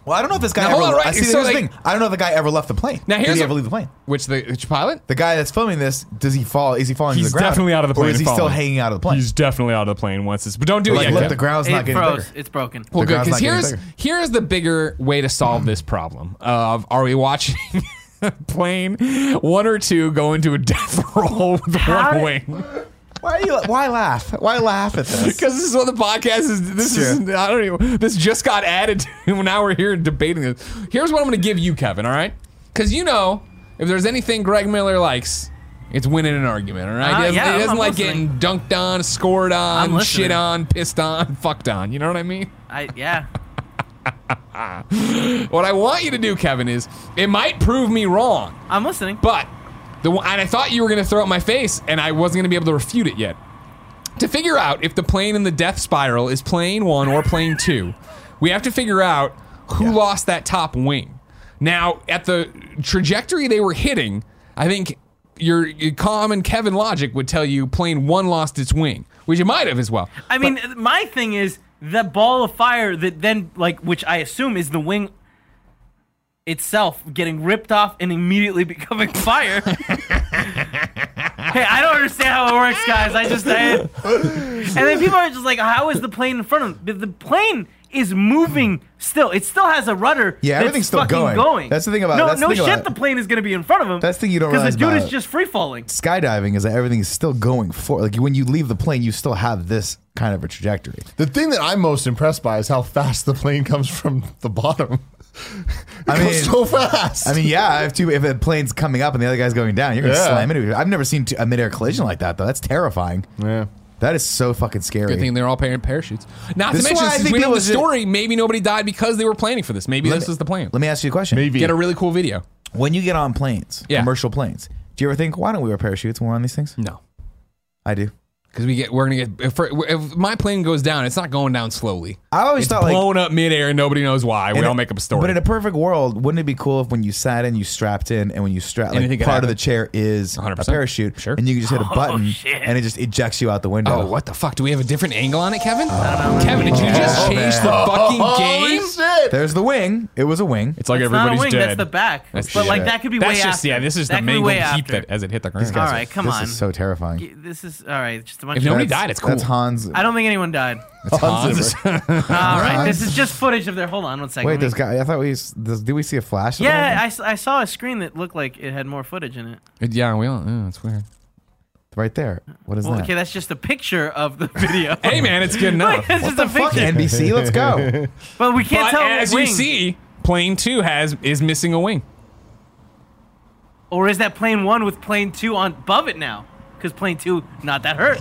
Speaker 2: Well, I don't know if this guy.
Speaker 5: Now,
Speaker 2: ever,
Speaker 5: hold on, right,
Speaker 2: I see,
Speaker 5: so,
Speaker 2: here's
Speaker 5: like-
Speaker 2: the thing. I don't know if the guy ever left the plane.
Speaker 5: Now,
Speaker 2: Did
Speaker 5: here's
Speaker 2: he
Speaker 5: a-
Speaker 2: ever leave the plane?
Speaker 5: Which the which pilot?
Speaker 2: The guy that's filming this, does he fall? Is he falling
Speaker 5: He's
Speaker 2: to the ground?
Speaker 5: definitely out of the
Speaker 2: Or
Speaker 5: plane
Speaker 2: is he
Speaker 5: and
Speaker 2: still
Speaker 5: falling.
Speaker 2: hanging out of the plane?
Speaker 5: definitely out of the plane once it's. But don't do
Speaker 2: like,
Speaker 5: yet,
Speaker 2: look,
Speaker 5: Kev.
Speaker 2: the ground's not
Speaker 4: It
Speaker 2: getting
Speaker 4: froze.
Speaker 2: bigger.
Speaker 4: It's broken.
Speaker 5: Well,
Speaker 2: The
Speaker 5: good
Speaker 2: ground's
Speaker 5: because
Speaker 2: not getting
Speaker 5: here's
Speaker 2: bigger.
Speaker 5: here's the bigger way to solve this problem of are we watching [LAUGHS] a plane one or two go into a [LAUGHS] death roll with
Speaker 4: How
Speaker 5: one
Speaker 4: did-
Speaker 5: wing?
Speaker 2: Why are you? Why laugh? Why laugh at this?
Speaker 5: Because this is what the podcast is. This
Speaker 2: Sure.
Speaker 5: is [LAUGHS] I don't even. This just got added. to Now we're here debating this. Here's what I'm going to give you, Kevin. All right, because you know if there's anything Greg Miller likes, it's winning an argument. All right,
Speaker 4: Ah,
Speaker 5: he doesn't,
Speaker 4: yeah,
Speaker 5: he
Speaker 4: I'm-
Speaker 5: doesn't
Speaker 4: I'm
Speaker 5: like
Speaker 4: listening.
Speaker 5: getting dunked on, scored
Speaker 4: I'm
Speaker 5: on,
Speaker 4: listening.
Speaker 5: shit on, pissed on, [LAUGHS] fucked on. You know what I mean?
Speaker 4: I yeah.
Speaker 5: What I want you to do, Kevin, is it might prove me wrong,
Speaker 4: I'm listening.
Speaker 5: but the one- and I thought you were going to throw it in my face, and I wasn't going to be able to refute it yet. To figure out if the plane in the death spiral is plane one or plane two, we have to figure out who lost that top wing. Now, at the trajectory they were hitting, I think your, your common Kevin logic would tell you plane one lost its wing, which it might have as well.
Speaker 4: I mean, my thing is the ball of fire that then, like, which I assume is the wing itself getting ripped off and immediately [LAUGHS] becoming fire. hey, I don't understand how it works, guys. I just, I, and then people are just like, how is the plane in front of them? The plane is moving still. It still has a rudder.
Speaker 2: Yeah,
Speaker 4: that's
Speaker 2: everything's still
Speaker 4: fucking
Speaker 2: going. That's the thing about-
Speaker 4: no,
Speaker 2: that's the
Speaker 4: no
Speaker 2: thing
Speaker 4: shit.
Speaker 2: about-
Speaker 4: the plane is gonna be in front of him.
Speaker 2: That's the thing you don't
Speaker 4: because
Speaker 2: realize
Speaker 4: the dude
Speaker 2: about-
Speaker 4: is just free
Speaker 2: [LAUGHS]
Speaker 4: falling.
Speaker 2: skydiving is that everything's still going for like when you leave the plane you still have this kind of a trajectory
Speaker 3: The thing that I'm most impressed by is how fast the plane comes from the bottom. [LAUGHS] It
Speaker 2: I
Speaker 3: goes
Speaker 2: mean-
Speaker 3: so fast.
Speaker 2: i mean yeah if two if a plane's coming up and the other guy's going down you're gonna
Speaker 3: Yeah.
Speaker 2: slam into it i've never seen two, a midair collision like that though that's terrifying
Speaker 3: yeah.
Speaker 2: that is so fucking scary
Speaker 5: Good thing they're all pairing parachutes. Not
Speaker 2: This is
Speaker 5: to mention,
Speaker 2: why I
Speaker 5: since
Speaker 2: think
Speaker 5: we know
Speaker 2: people
Speaker 5: the
Speaker 2: should-
Speaker 5: story, maybe nobody died because they were planning for this. Maybe this is the plan.
Speaker 2: let me ask you a question
Speaker 3: Maybe.
Speaker 5: Get a really cool video.
Speaker 2: when you get on planes
Speaker 5: Yeah.
Speaker 2: commercial planes do you ever think why don't we wear parachutes when we're on these
Speaker 1: Mm.
Speaker 2: things
Speaker 5: No.
Speaker 2: i do
Speaker 5: Because we get, we're gonna get. If, if my plane goes down, it's not going down slowly.
Speaker 2: i always
Speaker 5: It's
Speaker 2: thought like
Speaker 5: blown up midair, and nobody knows why. We
Speaker 2: in
Speaker 5: all
Speaker 2: a-
Speaker 5: make up a story.
Speaker 2: But in a perfect world, wouldn't it be cool if when you sat in, you strapped in, and when you strap,
Speaker 5: Anything
Speaker 2: like
Speaker 5: could
Speaker 2: part of
Speaker 5: happen.
Speaker 2: the chair is a
Speaker 5: 100%.
Speaker 2: parachute,
Speaker 5: Sure.
Speaker 2: and you can just hit a button,
Speaker 4: Oh, shit.
Speaker 2: and it just ejects you out the window.
Speaker 5: oh, what the fuck? Do we have a different angle on it, Kevin? Kevin,
Speaker 2: Oh,
Speaker 5: did you just change the fucking
Speaker 3: Holy
Speaker 5: game?
Speaker 3: shit!
Speaker 2: There's the wing. It was a wing.
Speaker 5: It's like
Speaker 4: It's not a
Speaker 5: everybody's
Speaker 4: wing.
Speaker 5: dead.
Speaker 4: That's the back.
Speaker 5: That's
Speaker 4: but like
Speaker 5: shit.
Speaker 4: that could be way
Speaker 5: That's just
Speaker 4: after.
Speaker 5: yeah. This is
Speaker 4: That
Speaker 5: the
Speaker 4: could be
Speaker 5: mangled
Speaker 4: way
Speaker 5: heap
Speaker 4: after.
Speaker 5: that as it hit the ground.
Speaker 4: All right, come
Speaker 2: this
Speaker 4: on.
Speaker 2: is so terrifying.
Speaker 4: This is all right. Just a bunch
Speaker 5: If
Speaker 4: of
Speaker 5: nobody
Speaker 2: That's-
Speaker 5: died, it's cool.
Speaker 2: That's Hans.
Speaker 4: I don't think
Speaker 2: [LAUGHS]
Speaker 4: anyone died.
Speaker 5: Hans.
Speaker 4: all right, this is just footage of their. Hold on, one second.
Speaker 2: Wait,
Speaker 4: Let me-
Speaker 2: this guy. I thought we s- this, did we see a flash? of
Speaker 4: Yeah,
Speaker 2: that?
Speaker 4: I, s- I saw a screen that looked like it had more footage in it.
Speaker 5: yeah, we all. Yeah, it's weird.
Speaker 2: right there. What is
Speaker 4: Well,
Speaker 2: that?
Speaker 4: okay, that's just a picture of the [LAUGHS] video.
Speaker 5: Hey man, it's good enough.
Speaker 4: [LAUGHS] It's just a
Speaker 2: Fuck
Speaker 4: picture,
Speaker 2: NBC. Let's
Speaker 5: [LAUGHS]
Speaker 2: go.
Speaker 4: but we can't
Speaker 5: But
Speaker 4: tell
Speaker 5: as
Speaker 4: what
Speaker 5: you
Speaker 4: wing.
Speaker 5: see, plane two has is missing a wing. [LAUGHS]
Speaker 4: Or is that plane one with plane two on above it now? Because plane two, not that hurt.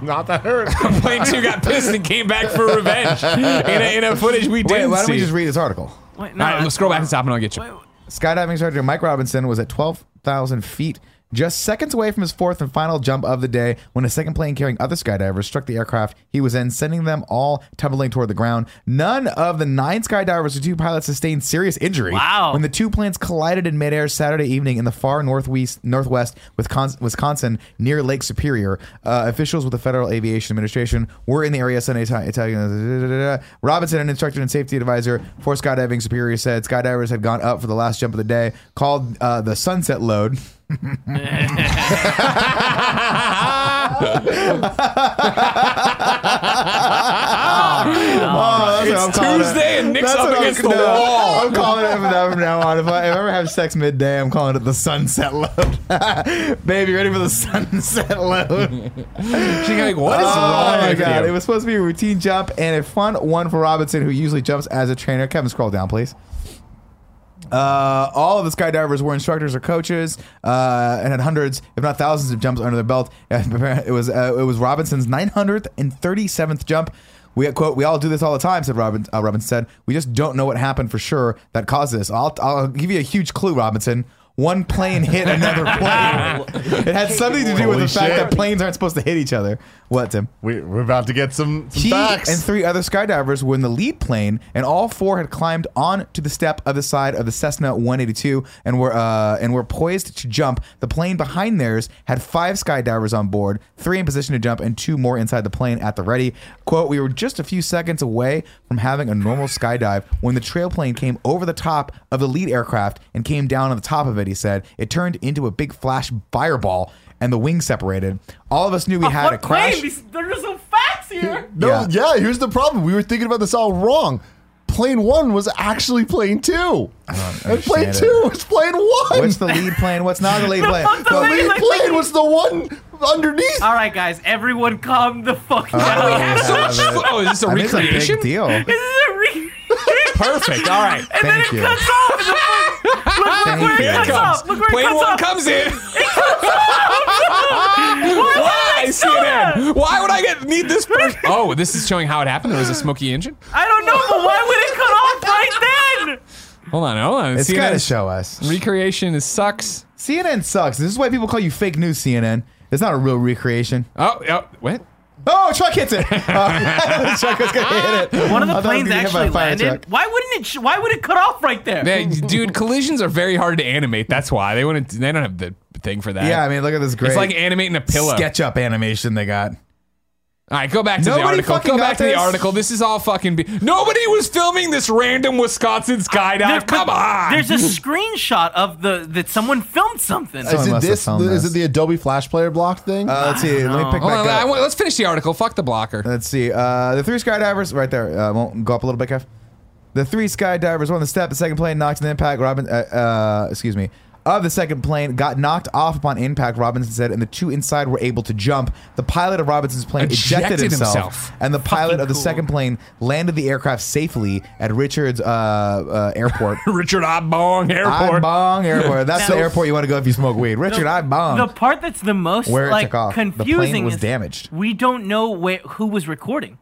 Speaker 3: Not that
Speaker 2: [LAUGHS]
Speaker 3: hurt.
Speaker 5: Plane two got pissed and came back for revenge in a, in a footage we
Speaker 2: Wait,
Speaker 5: didn't
Speaker 2: why don't
Speaker 5: see.
Speaker 2: we just read this article?
Speaker 4: Wait, no,
Speaker 5: All right,
Speaker 4: that's-
Speaker 5: let's scroll back and stop, and I'll get you.
Speaker 4: Wait,
Speaker 2: Skydiving instructor Mike Robinson was at 12,000 feet, just seconds away from his fourth and final jump of the day when a second plane carrying other skydivers struck the aircraft he was in, sending them all tumbling toward the ground. None of the nine skydivers or two pilots sustained serious injury
Speaker 4: Wow.
Speaker 2: when the two planes collided in midair Saturday evening in the far northwest, northwest Wisconsin, Wisconsin near Lake Superior. Uh, officials with the Federal Aviation Administration were in the area Sunday. Ti- Italian Robinson, an instructor and safety advisor for skydiving Superior, said skydivers had gone up for the last jump of the day, called uh, the sunset
Speaker 5: [LAUGHS]
Speaker 2: load. [LAUGHS] Oh, that's what I'm
Speaker 5: It's
Speaker 2: calling it.
Speaker 5: Tuesday and Nick's
Speaker 2: That's
Speaker 5: up
Speaker 2: what I'm-
Speaker 5: against the
Speaker 2: no,
Speaker 5: wall.
Speaker 2: I'm calling it from that from now on. If I, if I ever have sex midday, I'm calling it the sunset load. [LAUGHS] Baby, ready for the sunset load?
Speaker 5: She's like, what is
Speaker 2: oh
Speaker 5: wrong
Speaker 2: my
Speaker 5: with
Speaker 2: god!
Speaker 5: you?
Speaker 2: It was supposed to be a routine jump and a fun one for Robinson, who usually jumps as a trainer. Kevin, scroll down, please. Uh, all of the skydivers were instructors or coaches uh, and had hundreds, if not thousands, of jumps under their belt. [LAUGHS] it was uh, it was Robinson's 937th jump. We quote, we all do this all the time," said Robin. Uh, Robinson said, "We just don't know what happened for sure that caused this. I'll, I'll give you a huge clue, Robinson. One plane hit another plane. it had something to do with
Speaker 3: Holy
Speaker 2: the fact
Speaker 3: shit.
Speaker 2: that planes aren't supposed to hit each other." What, Tim?
Speaker 3: we, we're about to get some, some
Speaker 2: He
Speaker 3: facts.
Speaker 2: and three other skydivers were in the lead plane, and all four had climbed on to the step of the side of the Cessna 182 and were uh, and were poised to jump. The plane behind theirs had five skydivers on board, three in position to jump, and two more inside the plane at the ready. "Quote: We were just a few seconds away from having a normal skydive when the trail plane came over the top of the lead aircraft and came down on the top of it." He said, "It turned into a big flash fireball." And the wing separated. All of us knew we had
Speaker 4: what
Speaker 2: a crash.
Speaker 4: plane? These- There's some facts here.
Speaker 2: [LAUGHS]
Speaker 3: no,
Speaker 2: yeah.
Speaker 3: yeah. here's the problem. We were thinking about this all wrong. Plane one was actually plane two. and plane
Speaker 2: understand it.
Speaker 3: two was plane one.
Speaker 2: What's the lead plane? What's not the lead plane?
Speaker 4: fuck [LAUGHS] the
Speaker 2: Well,
Speaker 4: lead
Speaker 3: lead
Speaker 4: like-
Speaker 3: plane was the one underneath.
Speaker 4: All right, guys, everyone, calm the fuck down. [LAUGHS]
Speaker 2: we have
Speaker 5: So much fl- oh, is this a
Speaker 2: I mean, it's a
Speaker 5: recreation?
Speaker 2: big deal.
Speaker 4: This is a re-
Speaker 5: Perfect. All right.
Speaker 4: and then it
Speaker 2: Thank you.
Speaker 4: cuts off. in the first- Look, look
Speaker 2: Thank
Speaker 4: where
Speaker 2: you. Here
Speaker 4: it cuts
Speaker 2: it
Speaker 4: off. Look where it
Speaker 5: Plane
Speaker 4: cuts
Speaker 5: one
Speaker 4: off.
Speaker 5: comes in. Why CNN? Why would I get need this? Per- oh, this is showing how it happened. There was a smoky engine.
Speaker 4: I don't know, but why would it cut off right then?
Speaker 5: Hold on, hold on.
Speaker 2: It's
Speaker 5: CNN
Speaker 2: got to show us.
Speaker 5: recreation is sucks.
Speaker 2: CNN sucks. This is why people call you fake news CNN. It's not a real recreation.
Speaker 5: Oh, oh what?
Speaker 2: Oh, truck hits
Speaker 5: [LAUGHS]
Speaker 2: it. Uh, [LAUGHS] truck was gonna hit it.
Speaker 4: [LAUGHS] One of
Speaker 2: I thought it
Speaker 4: the
Speaker 2: was gonna get
Speaker 4: planes
Speaker 2: hit by a
Speaker 4: actually
Speaker 2: fire
Speaker 4: landed.
Speaker 2: truck.
Speaker 4: Why wouldn't it? Sh- why would it cut off right there?
Speaker 5: Man, dude, collisions are very hard to animate. That's why they want to. They don't have the thing for that.
Speaker 2: Yeah, I mean, look at this great
Speaker 5: it's like animating a pillow.
Speaker 2: SketchUp animation they got.
Speaker 5: All right, go back to
Speaker 2: Nobody
Speaker 5: the article.
Speaker 2: fucking
Speaker 5: Go
Speaker 2: got
Speaker 5: back to the
Speaker 2: this?
Speaker 5: article. This is all fucking. Be- Nobody was filming this random Wisconsin skydive.
Speaker 4: There-
Speaker 5: Come
Speaker 4: but
Speaker 5: on. [LAUGHS]
Speaker 4: There's a screenshot of the that someone filmed something.
Speaker 2: Someone
Speaker 3: Is it
Speaker 2: must have
Speaker 3: this?
Speaker 2: filmed
Speaker 3: Is
Speaker 2: this.
Speaker 3: it the Adobe Flash Player block thing?
Speaker 2: Uh, let's see. Let me pick
Speaker 5: Hold on,
Speaker 2: back
Speaker 5: I
Speaker 2: up.
Speaker 5: want- let's finish the article. Fuck the blocker.
Speaker 2: Let's see. Uh, the three skydivers, right there. Uh, won't go up a little bit, Kev. The three skydivers were on the step. The second plane knocked on the impact. Robin, uh, uh, excuse me, of the second plane got knocked off upon impact. Robinson said, and the two inside were able to jump. The pilot of Robinson's plane ejected,
Speaker 5: Ejected
Speaker 2: himself,
Speaker 5: himself.
Speaker 2: and the pilot of the
Speaker 4: cool.
Speaker 2: second plane landed the aircraft safely at Richards uh, uh, Airport.
Speaker 5: Richard Obong
Speaker 2: I
Speaker 5: [LAUGHS] Airport.
Speaker 2: bong airport. That's the
Speaker 4: Now-
Speaker 2: airport you want to go if you smoke weed. Richard, I bong.
Speaker 4: the part that's the most
Speaker 2: Where it
Speaker 4: like
Speaker 2: took off. The plane
Speaker 4: confusing
Speaker 2: was
Speaker 4: is
Speaker 2: damaged.
Speaker 4: We don't know where who was recording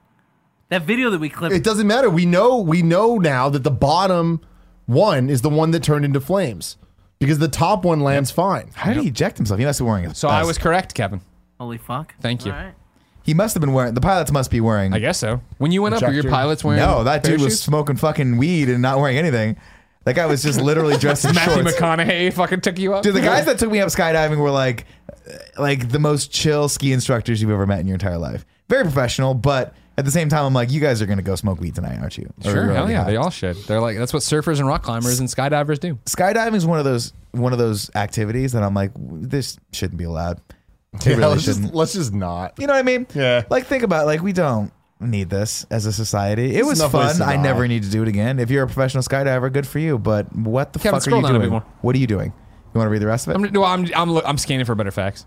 Speaker 4: that video that we clipped.
Speaker 3: it doesn't matter. We know. We know now that the bottom one is the one that turned into flames because the top one lands fine.
Speaker 2: How did he eject himself? He must have wearing a
Speaker 5: So I
Speaker 2: vest.
Speaker 5: was correct, Kevin.
Speaker 4: Holy fuck!
Speaker 5: Thank you.
Speaker 4: All right.
Speaker 2: He must have been wearing. The pilots must be wearing.
Speaker 5: I guess so. When you went up, were your
Speaker 3: Ejector.
Speaker 5: pilots wearing?
Speaker 2: No, that dude was
Speaker 5: parachutes?
Speaker 2: smoking fucking weed and not wearing anything. That guy was just
Speaker 5: [LAUGHS]
Speaker 2: literally dressed in
Speaker 5: Matthew
Speaker 2: shorts.
Speaker 5: McConaughey [LAUGHS] fucking took you up.
Speaker 2: Dude, the guys that took me up skydiving were like, uh, like the most chill ski instructors you've ever met in your entire life. Very professional, but at the same time, I'm like, you guys are gonna go smoke weed tonight, aren't you? Or
Speaker 5: Sure,
Speaker 2: you
Speaker 5: hell
Speaker 2: already
Speaker 5: yeah,
Speaker 2: have.
Speaker 5: they all should. They're like that's what surfers and rock climbers and skydivers do.
Speaker 2: Skydiving is one of those one of those activities that I'm like, this shouldn't be allowed. It [LAUGHS]
Speaker 3: Yeah,
Speaker 2: really
Speaker 3: let's,
Speaker 2: shouldn't.
Speaker 3: just, let's just not.
Speaker 2: You know what I mean?
Speaker 3: Yeah.
Speaker 2: Like think about it, like we don't need this as a society. It was
Speaker 3: enough ways
Speaker 2: fun.
Speaker 3: to
Speaker 2: I
Speaker 3: die.
Speaker 2: never need to do it again. If you're a professional skydiver, good for you. But what the
Speaker 5: Kevin,
Speaker 2: fuck are
Speaker 5: scroll
Speaker 2: you
Speaker 5: down a bit
Speaker 2: doing?
Speaker 5: more.
Speaker 2: What are you doing? You want to read the rest of it?
Speaker 5: I'm no, I'm I'm, look- I'm scanning for better facts.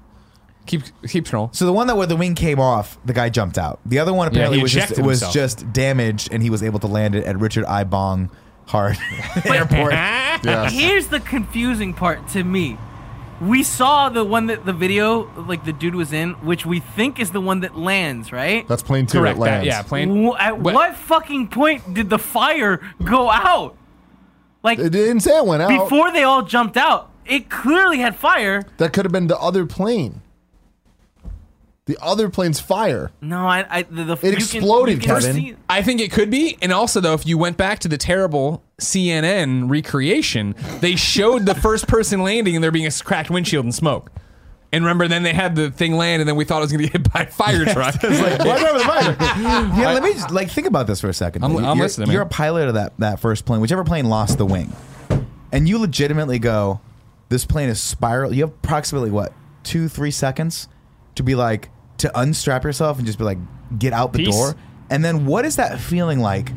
Speaker 5: Keep keep scrolling.
Speaker 2: so the one that where the wing came off, the guy jumped out. The other one apparently
Speaker 5: he
Speaker 2: was just
Speaker 5: ejected
Speaker 2: was
Speaker 5: himself.
Speaker 2: just damaged, and he was able to land it at Richard I Bong
Speaker 5: [LAUGHS]
Speaker 2: Hard Airport. Uh,
Speaker 4: Here's the confusing part to me. We saw the one that the video, like the dude was in, which we think is the one that lands, right?
Speaker 3: That's plane two.
Speaker 5: Correct
Speaker 3: it
Speaker 5: that.
Speaker 3: lands.
Speaker 5: Yeah, plane.
Speaker 4: Wh- At
Speaker 5: What-
Speaker 4: what fucking point did the fire go out? Like
Speaker 3: It didn't say it went out.
Speaker 4: before they all jumped out, it clearly had fire.
Speaker 3: that could have been the other plane. The other plane's fire.
Speaker 4: No, I, I the, the
Speaker 3: It exploded, Kevin.
Speaker 4: see-
Speaker 5: I think it could be, and also though, if you went back to the terrible CNN recreation, they showed the first person landing and there being a cracked windshield and smoke. And remember, then they had the thing land, and then we thought it was going to get hit by a fire
Speaker 2: [LAUGHS]
Speaker 5: truck.
Speaker 2: Why do I have the mic? yeah, let me just, like think about this for a 2nd
Speaker 5: I'm- I'm
Speaker 2: you're,
Speaker 5: listening, man.
Speaker 2: You're a pilot of that that first plane, whichever plane lost the wing, and you legitimately go, "This plane is spiral." You have approximately what two, three seconds to be like to unstrap yourself and just be like, "Get out the
Speaker 5: Peace.
Speaker 2: door." And then what is that feeling like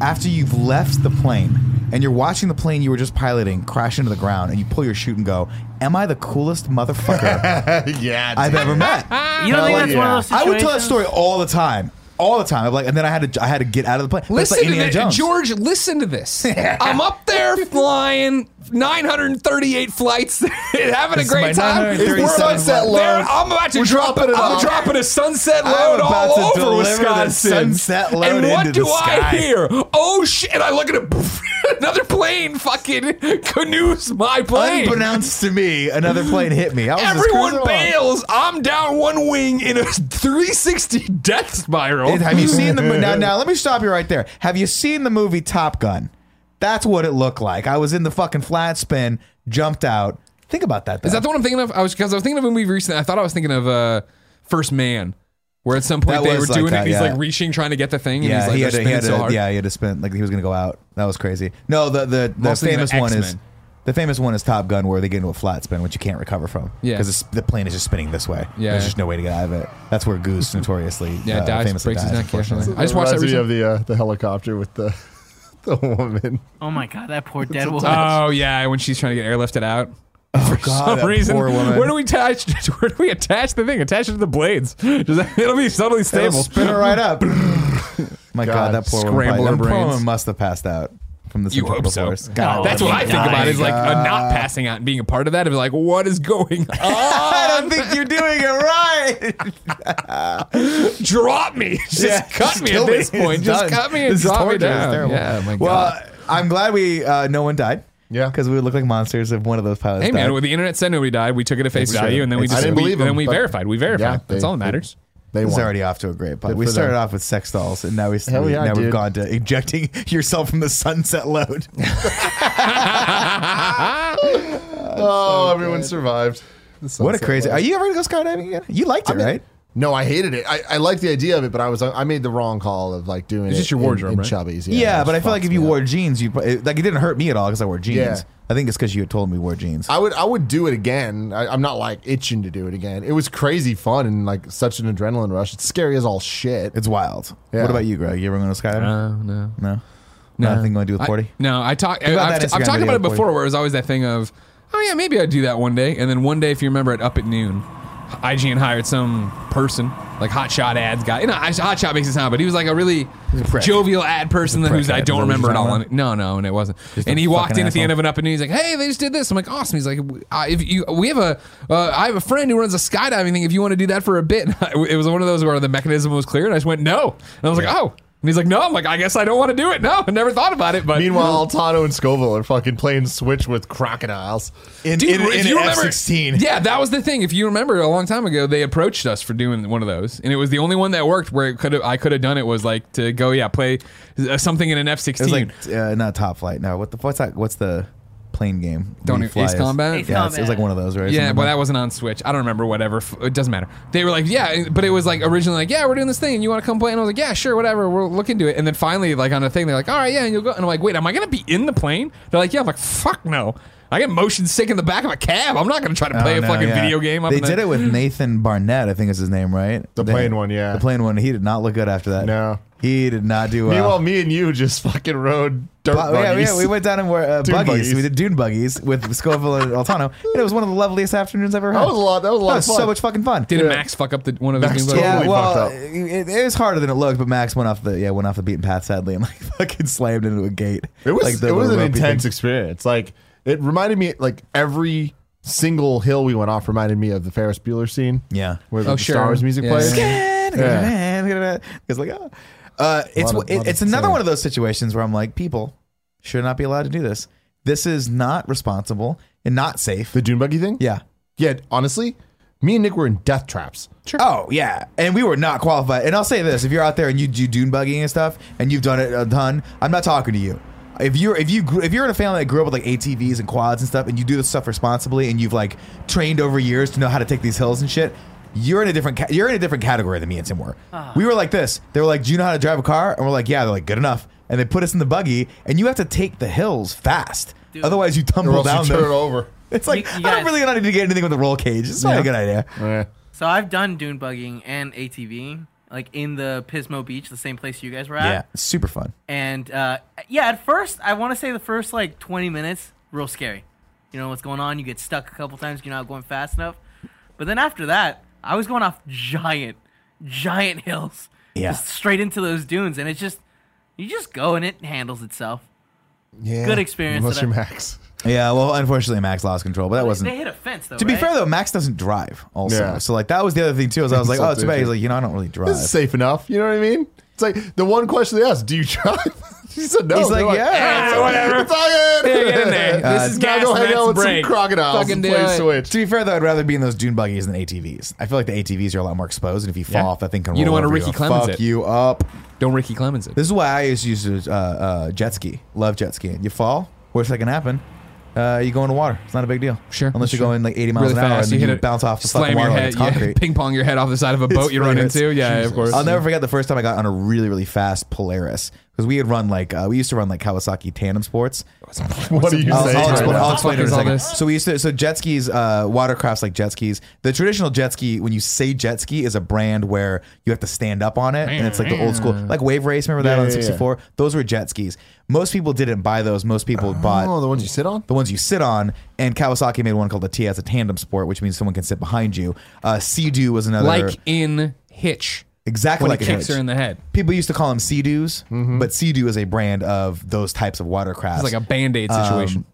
Speaker 2: after you've left the plane? And you're watching the plane you were just piloting crash into the ground, and you pull your chute and go, "Am I the coolest motherfucker
Speaker 5: [LAUGHS]
Speaker 3: Yeah.
Speaker 2: I've ever met?"
Speaker 4: You don't think that's one of
Speaker 3: yeah.
Speaker 4: those
Speaker 2: I
Speaker 4: situations?
Speaker 2: would tell that story all the time, all the time. I'm like, and then I had to, I had to get out of the plane. But it's like
Speaker 5: Listen to
Speaker 2: Indiana
Speaker 5: this,
Speaker 2: Jones.
Speaker 5: George. Listen to
Speaker 2: [LAUGHS]
Speaker 5: this. Uh, I'm up there flying 938 flights, [LAUGHS] having
Speaker 2: This
Speaker 5: a
Speaker 2: is
Speaker 5: great
Speaker 2: my
Speaker 5: time.
Speaker 2: 937
Speaker 5: We're on set
Speaker 2: flight.
Speaker 5: load. I'm about to
Speaker 3: We're
Speaker 5: drop
Speaker 3: dropping it
Speaker 5: I'm
Speaker 3: off.
Speaker 5: dropping a sunset
Speaker 2: I'm
Speaker 5: load
Speaker 2: about
Speaker 5: all
Speaker 2: to
Speaker 5: over
Speaker 2: deliver the
Speaker 5: Wisconsin.
Speaker 2: sunset load
Speaker 5: and what
Speaker 2: into
Speaker 5: do
Speaker 2: the
Speaker 5: I
Speaker 2: sky.
Speaker 5: hear? Oh shit! And I look at a, [LAUGHS] another plane. Fucking canoes my plane.
Speaker 2: Unbeknownst to me, another plane hit me. I was just cruising
Speaker 5: Everyone
Speaker 2: along.
Speaker 5: bails. I'm down one wing in a 360 death spiral.
Speaker 2: Hey, Have you seen the mo- now? Now let me stop you right there. Have you seen the movie Top Gun? That's what it looked like. I was in the fucking flat spin, jumped out. Think about that. Though.
Speaker 5: Is that the one I'm thinking of? I was because I was thinking of a movie recently. I thought I was thinking of uh, First Man, where at some point
Speaker 2: That
Speaker 5: they were
Speaker 2: was like
Speaker 5: doing
Speaker 2: that,
Speaker 5: it. and He's
Speaker 2: yeah.
Speaker 5: like reaching, trying to get the thing, and
Speaker 2: yeah,
Speaker 5: he's like
Speaker 2: he
Speaker 5: they're
Speaker 2: had, to, he
Speaker 5: spinning
Speaker 2: had
Speaker 5: so
Speaker 2: to,
Speaker 5: hard.
Speaker 2: yeah, he had to spin like he was gonna go out. That was crazy. No, the the, the
Speaker 5: Mostly
Speaker 2: famous
Speaker 5: the
Speaker 2: one is
Speaker 5: X-Men.
Speaker 2: the famous one is Top Gun, where they get into a flat spin, which you can't recover from.
Speaker 5: Yeah.
Speaker 2: because the plane is just spinning this way.
Speaker 5: Yeah.
Speaker 2: there's just no way to get out of it. That's where Goose notoriously
Speaker 1: [LAUGHS]
Speaker 5: Yeah,
Speaker 2: uh,
Speaker 5: dies,
Speaker 2: famously
Speaker 5: breaks his neck,
Speaker 2: unfortunately.
Speaker 5: yeah. I just watched that
Speaker 3: Reminds me of the uh, the helicopter with the [LAUGHS] the woman.
Speaker 4: Oh my god, that poor dead woman.
Speaker 5: Oh yeah, when she's trying to get airlifted out.
Speaker 1: for
Speaker 2: God,
Speaker 1: some
Speaker 2: that
Speaker 1: reason.
Speaker 2: poor woman.
Speaker 1: Where do we attach? [LAUGHS] Where do we attach the thing? Attach it to the blades. Does that- [LAUGHS] it'll be subtly
Speaker 2: It'll
Speaker 1: stable.
Speaker 2: spin her
Speaker 3: [LAUGHS]
Speaker 2: right up. My God,
Speaker 3: God,
Speaker 2: that poor
Speaker 1: scramble her
Speaker 2: woman. probably- that poor
Speaker 1: brains.
Speaker 2: woman must have passed out from the
Speaker 1: You hope
Speaker 2: centripetal
Speaker 1: so.
Speaker 2: force. God,
Speaker 1: That's what I think
Speaker 4: Nice.
Speaker 1: about is like uh, not passing out and being a part of that. It's like, what is going on?
Speaker 2: I don't think [LAUGHS] you're doing it right.
Speaker 1: drop
Speaker 5: [LAUGHS]
Speaker 1: me. [LAUGHS] Just
Speaker 2: Yeah,
Speaker 1: cut
Speaker 2: just
Speaker 1: me
Speaker 2: kill
Speaker 1: at this
Speaker 2: me.
Speaker 1: point.
Speaker 2: It's
Speaker 1: Just
Speaker 2: done.
Speaker 1: cut me and
Speaker 2: This is
Speaker 1: drop me
Speaker 2: torture. It's
Speaker 1: down.
Speaker 2: terrible.
Speaker 1: Yeah, my God.
Speaker 2: Well, I'm glad we uh, no one died.
Speaker 3: Yeah.
Speaker 2: because we would look like monsters if one of those pilots
Speaker 1: Hey
Speaker 2: died.
Speaker 1: man, well, the internet said nobody died. We took it at face
Speaker 2: It's
Speaker 1: value,
Speaker 2: true.
Speaker 1: and then we
Speaker 2: It's
Speaker 1: just
Speaker 2: true. I
Speaker 1: we,
Speaker 2: didn't
Speaker 3: believe
Speaker 1: and then
Speaker 3: them,
Speaker 1: we
Speaker 3: but-
Speaker 1: verified. We verified.
Speaker 3: Yeah,
Speaker 1: That's
Speaker 3: they-
Speaker 1: all that
Speaker 3: they-
Speaker 1: matters.
Speaker 3: They
Speaker 2: This is
Speaker 3: won.
Speaker 2: already off to a great
Speaker 3: Good
Speaker 2: point. We
Speaker 3: for
Speaker 2: started
Speaker 3: them.
Speaker 2: off with sex dolls, and now we
Speaker 3: Hell
Speaker 2: we-
Speaker 3: yeah,
Speaker 2: now we've
Speaker 3: dude.
Speaker 2: gone to ejecting [LAUGHS] yourself from the sunset load.
Speaker 3: oh, everyone survived. The
Speaker 2: [LAUGHS] what a
Speaker 3: sunset
Speaker 2: crazy!
Speaker 3: was-
Speaker 2: Are you ever gonna go skydiving again? You liked it, right?
Speaker 3: No, I hated it. I, I liked the idea of it, but I was I made the wrong call of like doing
Speaker 1: It's
Speaker 3: it
Speaker 1: just your
Speaker 3: in-
Speaker 1: wardrobe,
Speaker 3: in,
Speaker 1: right?
Speaker 3: Chubbies. Yeah,
Speaker 2: Yeah,
Speaker 3: it
Speaker 2: but I feel
Speaker 3: fucked
Speaker 2: like if you
Speaker 3: me up.
Speaker 2: wore jeans, you pro- it, like it didn't hurt me at all because I wore jeans.
Speaker 3: Yeah.
Speaker 2: I think it's because you had told me you wore jeans.
Speaker 3: I would I would do it again. I, I'm not like itching to do it again. It was crazy fun and like such an adrenaline rush. It's scary as all shit.
Speaker 2: [LAUGHS] it's wild.
Speaker 3: Yeah.
Speaker 2: What about you, Greg? You ever going to skydiving?
Speaker 1: Oh no.
Speaker 2: no, nothing going to do with forty.
Speaker 1: I, no, I talk,
Speaker 2: about
Speaker 1: I've,
Speaker 2: that
Speaker 1: I've
Speaker 2: Instagram
Speaker 1: talked
Speaker 2: video
Speaker 1: about it
Speaker 2: for you.
Speaker 1: before where it was always that thing of, oh, yeah, maybe I'd do that one day. And then one day, if you remember, at Up at Noon, IGN hired some person, like Hot Shot ads guy. You know, I- Hot Shot makes it sound, but he was like a really
Speaker 2: prick.
Speaker 1: jovial ad person that
Speaker 2: prick
Speaker 1: who's I
Speaker 2: ad.
Speaker 1: don't
Speaker 2: Is that what
Speaker 1: remember at
Speaker 2: you're
Speaker 1: all.
Speaker 2: talking
Speaker 1: And, it- no, no, and it wasn't. and
Speaker 2: a
Speaker 1: he walked in
Speaker 2: fucking
Speaker 1: at the
Speaker 2: asshole.
Speaker 1: end of an Up at Noon. He's like, hey, they just did this. I'm like, awesome. He's like, I, if you, we have a, uh, I have a friend who runs a skydiving thing. If you want to do that for a bit, [LAUGHS] it was one of those where the mechanism was clear, and I just went no, and I was like, oh. And he's like, no. I'm like, I guess I don't want to do it. No, I never thought about it. But
Speaker 3: Meanwhile, Altano and Scoville are fucking playing Switch with crocodiles.
Speaker 2: In,
Speaker 1: Dude, if you remember,
Speaker 2: F-16.
Speaker 1: yeah, that was the thing. If you remember, a long time ago, they approached us for doing one of those, and it was the only one that worked. Where it could have, I could have done it was like to go, yeah, play uh, something in an F
Speaker 2: It was
Speaker 1: sixteen.
Speaker 2: like uh, not Top Flight. No, what the what's that? What's the plane game?
Speaker 1: Don't
Speaker 2: We
Speaker 1: Ace
Speaker 2: fly as-
Speaker 1: Combat?
Speaker 4: Ace
Speaker 2: Yeah, it's- it was like
Speaker 4: Combat.
Speaker 2: one of those, right?
Speaker 1: yeah,
Speaker 2: Something
Speaker 1: but
Speaker 2: like-
Speaker 1: that wasn't on Switch. I don't remember. Whatever. F- It doesn't matter. They were like, yeah, but it was like originally like, yeah, we're doing this thing, and you want to come play? And I was like, yeah, sure, whatever. We'll look into it. And then finally, like on a thing, they're like, all right, yeah, and you'll go. And I'm like, wait, am I gonna be in the plane? They're like, yeah. I'm like, fuck no. I get motion sick in the back of a cab. I'm not gonna try to play
Speaker 2: Oh,
Speaker 1: a
Speaker 2: no,
Speaker 1: fucking
Speaker 2: yeah.
Speaker 1: video game. Up
Speaker 2: They
Speaker 1: in the-
Speaker 2: did
Speaker 1: [LAUGHS]
Speaker 2: it with Nathan Barnett, I think is his name, right?
Speaker 3: The
Speaker 2: They-
Speaker 3: plane one, yeah.
Speaker 2: The plane one. He did not look good after that.
Speaker 3: No.
Speaker 2: he did not do well.
Speaker 3: Meanwhile, me and you just fucking rode dirt
Speaker 2: But- yeah,
Speaker 3: buggies.
Speaker 2: yeah, we went down and were uh,
Speaker 3: Dune
Speaker 2: buggies.
Speaker 3: buggies.
Speaker 2: We did dune buggies with Scoville and Altano, and it was one of the loveliest afternoons I've ever had.
Speaker 3: That was a lot- that was a lot of
Speaker 2: so
Speaker 3: fun.
Speaker 2: much fucking fun.
Speaker 1: Didn't
Speaker 3: Yeah.
Speaker 1: Max fuck up the one of his
Speaker 3: Max
Speaker 1: new
Speaker 3: totally-
Speaker 1: logos?
Speaker 2: yeah, well,
Speaker 3: fucked up.
Speaker 2: it, it was harder than it looked, but Max went off the yeah went off the beaten path sadly and like [LAUGHS] fucking slammed into a gate.
Speaker 3: It was
Speaker 2: like
Speaker 3: it was an
Speaker 2: little ropey
Speaker 3: intense
Speaker 2: thing.
Speaker 3: experience. Like it reminded me like every single hill we went off reminded me of the Ferris Bueller scene.
Speaker 2: Yeah.
Speaker 3: Where the
Speaker 1: Oh,
Speaker 3: the
Speaker 1: sure.
Speaker 3: Star Wars music
Speaker 1: Yeah.
Speaker 3: plays.
Speaker 2: It's like, oh. Uh, it's
Speaker 3: Lot of- lot of
Speaker 2: it's another
Speaker 3: sand.
Speaker 2: one of those situations where I'm like, people should not be allowed to do this. This is not responsible and not safe.
Speaker 3: The Dune Buggy thing?
Speaker 2: Yeah.
Speaker 3: Yeah, honestly, me and Nick were in death traps.
Speaker 2: Oh yeah, and we were not qualified. And I'll say this: if you're out there and you do dune bugging and stuff, and you've done it a ton, I'm not talking to you. If you're if you grew- if you're in a family that grew up with like ATVs and quads and stuff, and you do this stuff responsibly, and you've like trained over years to know how to take these hills and shit, you're in a different ca- you're in a different category than me and Tim were.
Speaker 4: Ah.
Speaker 2: We were like this. They were like, "Do you know how to drive a car?" And we're like, "Yeah." They're like, "Good enough." And they put us in the buggy, and you have to take the hills fast. Otherwise, you
Speaker 3: Or
Speaker 2: tumble
Speaker 3: else
Speaker 2: down
Speaker 3: you turn it
Speaker 2: them.
Speaker 3: over.
Speaker 2: [LAUGHS] It's like
Speaker 4: You- you
Speaker 2: I
Speaker 4: guys-
Speaker 2: don't really know how to do anything with a roll cage. It's not a good idea.
Speaker 4: So I've done dune bugging and ATVing, like in the Pismo Beach, the same place you guys were at.
Speaker 2: Yeah, it's super fun.
Speaker 4: And uh, yeah, at first, I want to say the first like 20 minutes, real scary. You know what's going on. You get stuck a couple times. You're not going fast enough. But then after that, I was going off giant, giant hills.
Speaker 2: Yeah.
Speaker 4: Just straight into those dunes, and it's just you just go and it handles itself.
Speaker 3: Yeah.
Speaker 4: Good experience
Speaker 3: Unless
Speaker 4: that
Speaker 3: you're
Speaker 4: I-
Speaker 3: Max.
Speaker 2: Yeah, well, unfortunately, Max lost control, but that wasn't.
Speaker 4: They hit a fence though.
Speaker 2: to be
Speaker 4: right?
Speaker 2: fair, though, Max doesn't drive. Also,
Speaker 3: Yeah.
Speaker 2: so like that was the other thing too. Is I was like, oh, it's too bad. He's like, you know, I don't really drive.
Speaker 3: This is safe enough. You know what I mean? It's like the one question they asked, do you drive? [LAUGHS] He said no.
Speaker 2: He's
Speaker 3: They're
Speaker 2: like, yeah,
Speaker 3: "Ah,
Speaker 1: whatever."
Speaker 3: It's all good.
Speaker 1: Yeah, get
Speaker 3: [LAUGHS]
Speaker 1: in there.
Speaker 2: Uh,
Speaker 1: this is
Speaker 3: Now
Speaker 1: gas.
Speaker 3: go hang
Speaker 1: that's
Speaker 3: out with
Speaker 1: break.
Speaker 3: some crocodiles
Speaker 1: Fucking
Speaker 3: and
Speaker 1: do
Speaker 3: play
Speaker 1: it.
Speaker 3: Switch.
Speaker 2: to be fair, though, I'd rather be in those dune buggies than ATVs. I feel like the ATVs are a lot more exposed, and if you fall
Speaker 1: Yeah.
Speaker 2: off, that thing can
Speaker 1: You don't
Speaker 2: roll
Speaker 1: wanna
Speaker 2: over
Speaker 1: Ricky
Speaker 2: and
Speaker 1: Clemens
Speaker 2: fuck
Speaker 1: it.
Speaker 2: you up.
Speaker 1: Don't Ricky Clemens it.
Speaker 2: This is why I used to use uh, uh, jet ski. Love jet skiing. You fall, worst that can happen. Uh, you go into water. It's not a big deal.
Speaker 1: Sure,
Speaker 2: Unless you're
Speaker 1: sure.
Speaker 2: going like 80 miles an hour and then you, bounce off the fucking
Speaker 1: slam
Speaker 2: water
Speaker 1: your
Speaker 2: like
Speaker 1: head,
Speaker 2: it's
Speaker 1: yeah, [LAUGHS]
Speaker 2: concrete.
Speaker 1: ping pong your head off the side of a boat you run
Speaker 2: hilarious.
Speaker 1: into. Yeah, of course.
Speaker 2: I'll never forget the first time I got on a really, really fast Polaris. because we had run like uh, we used to run like Kawasaki tandem sports.
Speaker 3: What do you
Speaker 2: I'll,
Speaker 3: say?
Speaker 2: I'll
Speaker 3: Tyler?
Speaker 2: explain, I'll
Speaker 5: What the
Speaker 2: explain
Speaker 5: fuck
Speaker 2: it in a
Speaker 5: is all
Speaker 2: second.
Speaker 5: this?
Speaker 2: So we used to so jet skis, uh, watercrafts like jet skis. The traditional jet ski, when you say jet ski, is a brand where you have to stand up on it, and it's like the old school, like wave race. Remember that
Speaker 3: Yeah,
Speaker 2: on the
Speaker 3: yeah, yeah.
Speaker 2: sixty four? Those were jet skis. Most people didn't buy those. Most people bought
Speaker 3: Oh, the ones you sit on?
Speaker 2: the ones you sit on, and Kawasaki made one called the TS, a tandem sport, which means someone can sit behind you. Uh, Sea-Doo was another,
Speaker 1: Like in Hitch.
Speaker 2: exactly
Speaker 1: When
Speaker 2: like
Speaker 1: he
Speaker 2: a
Speaker 1: kicks
Speaker 2: hitch.
Speaker 1: her in the head.
Speaker 2: People used to call them Sea-Doos, but Sea-Doo is a brand of those types of watercrafts.
Speaker 1: Mm-hmm. It's like a band aid situation.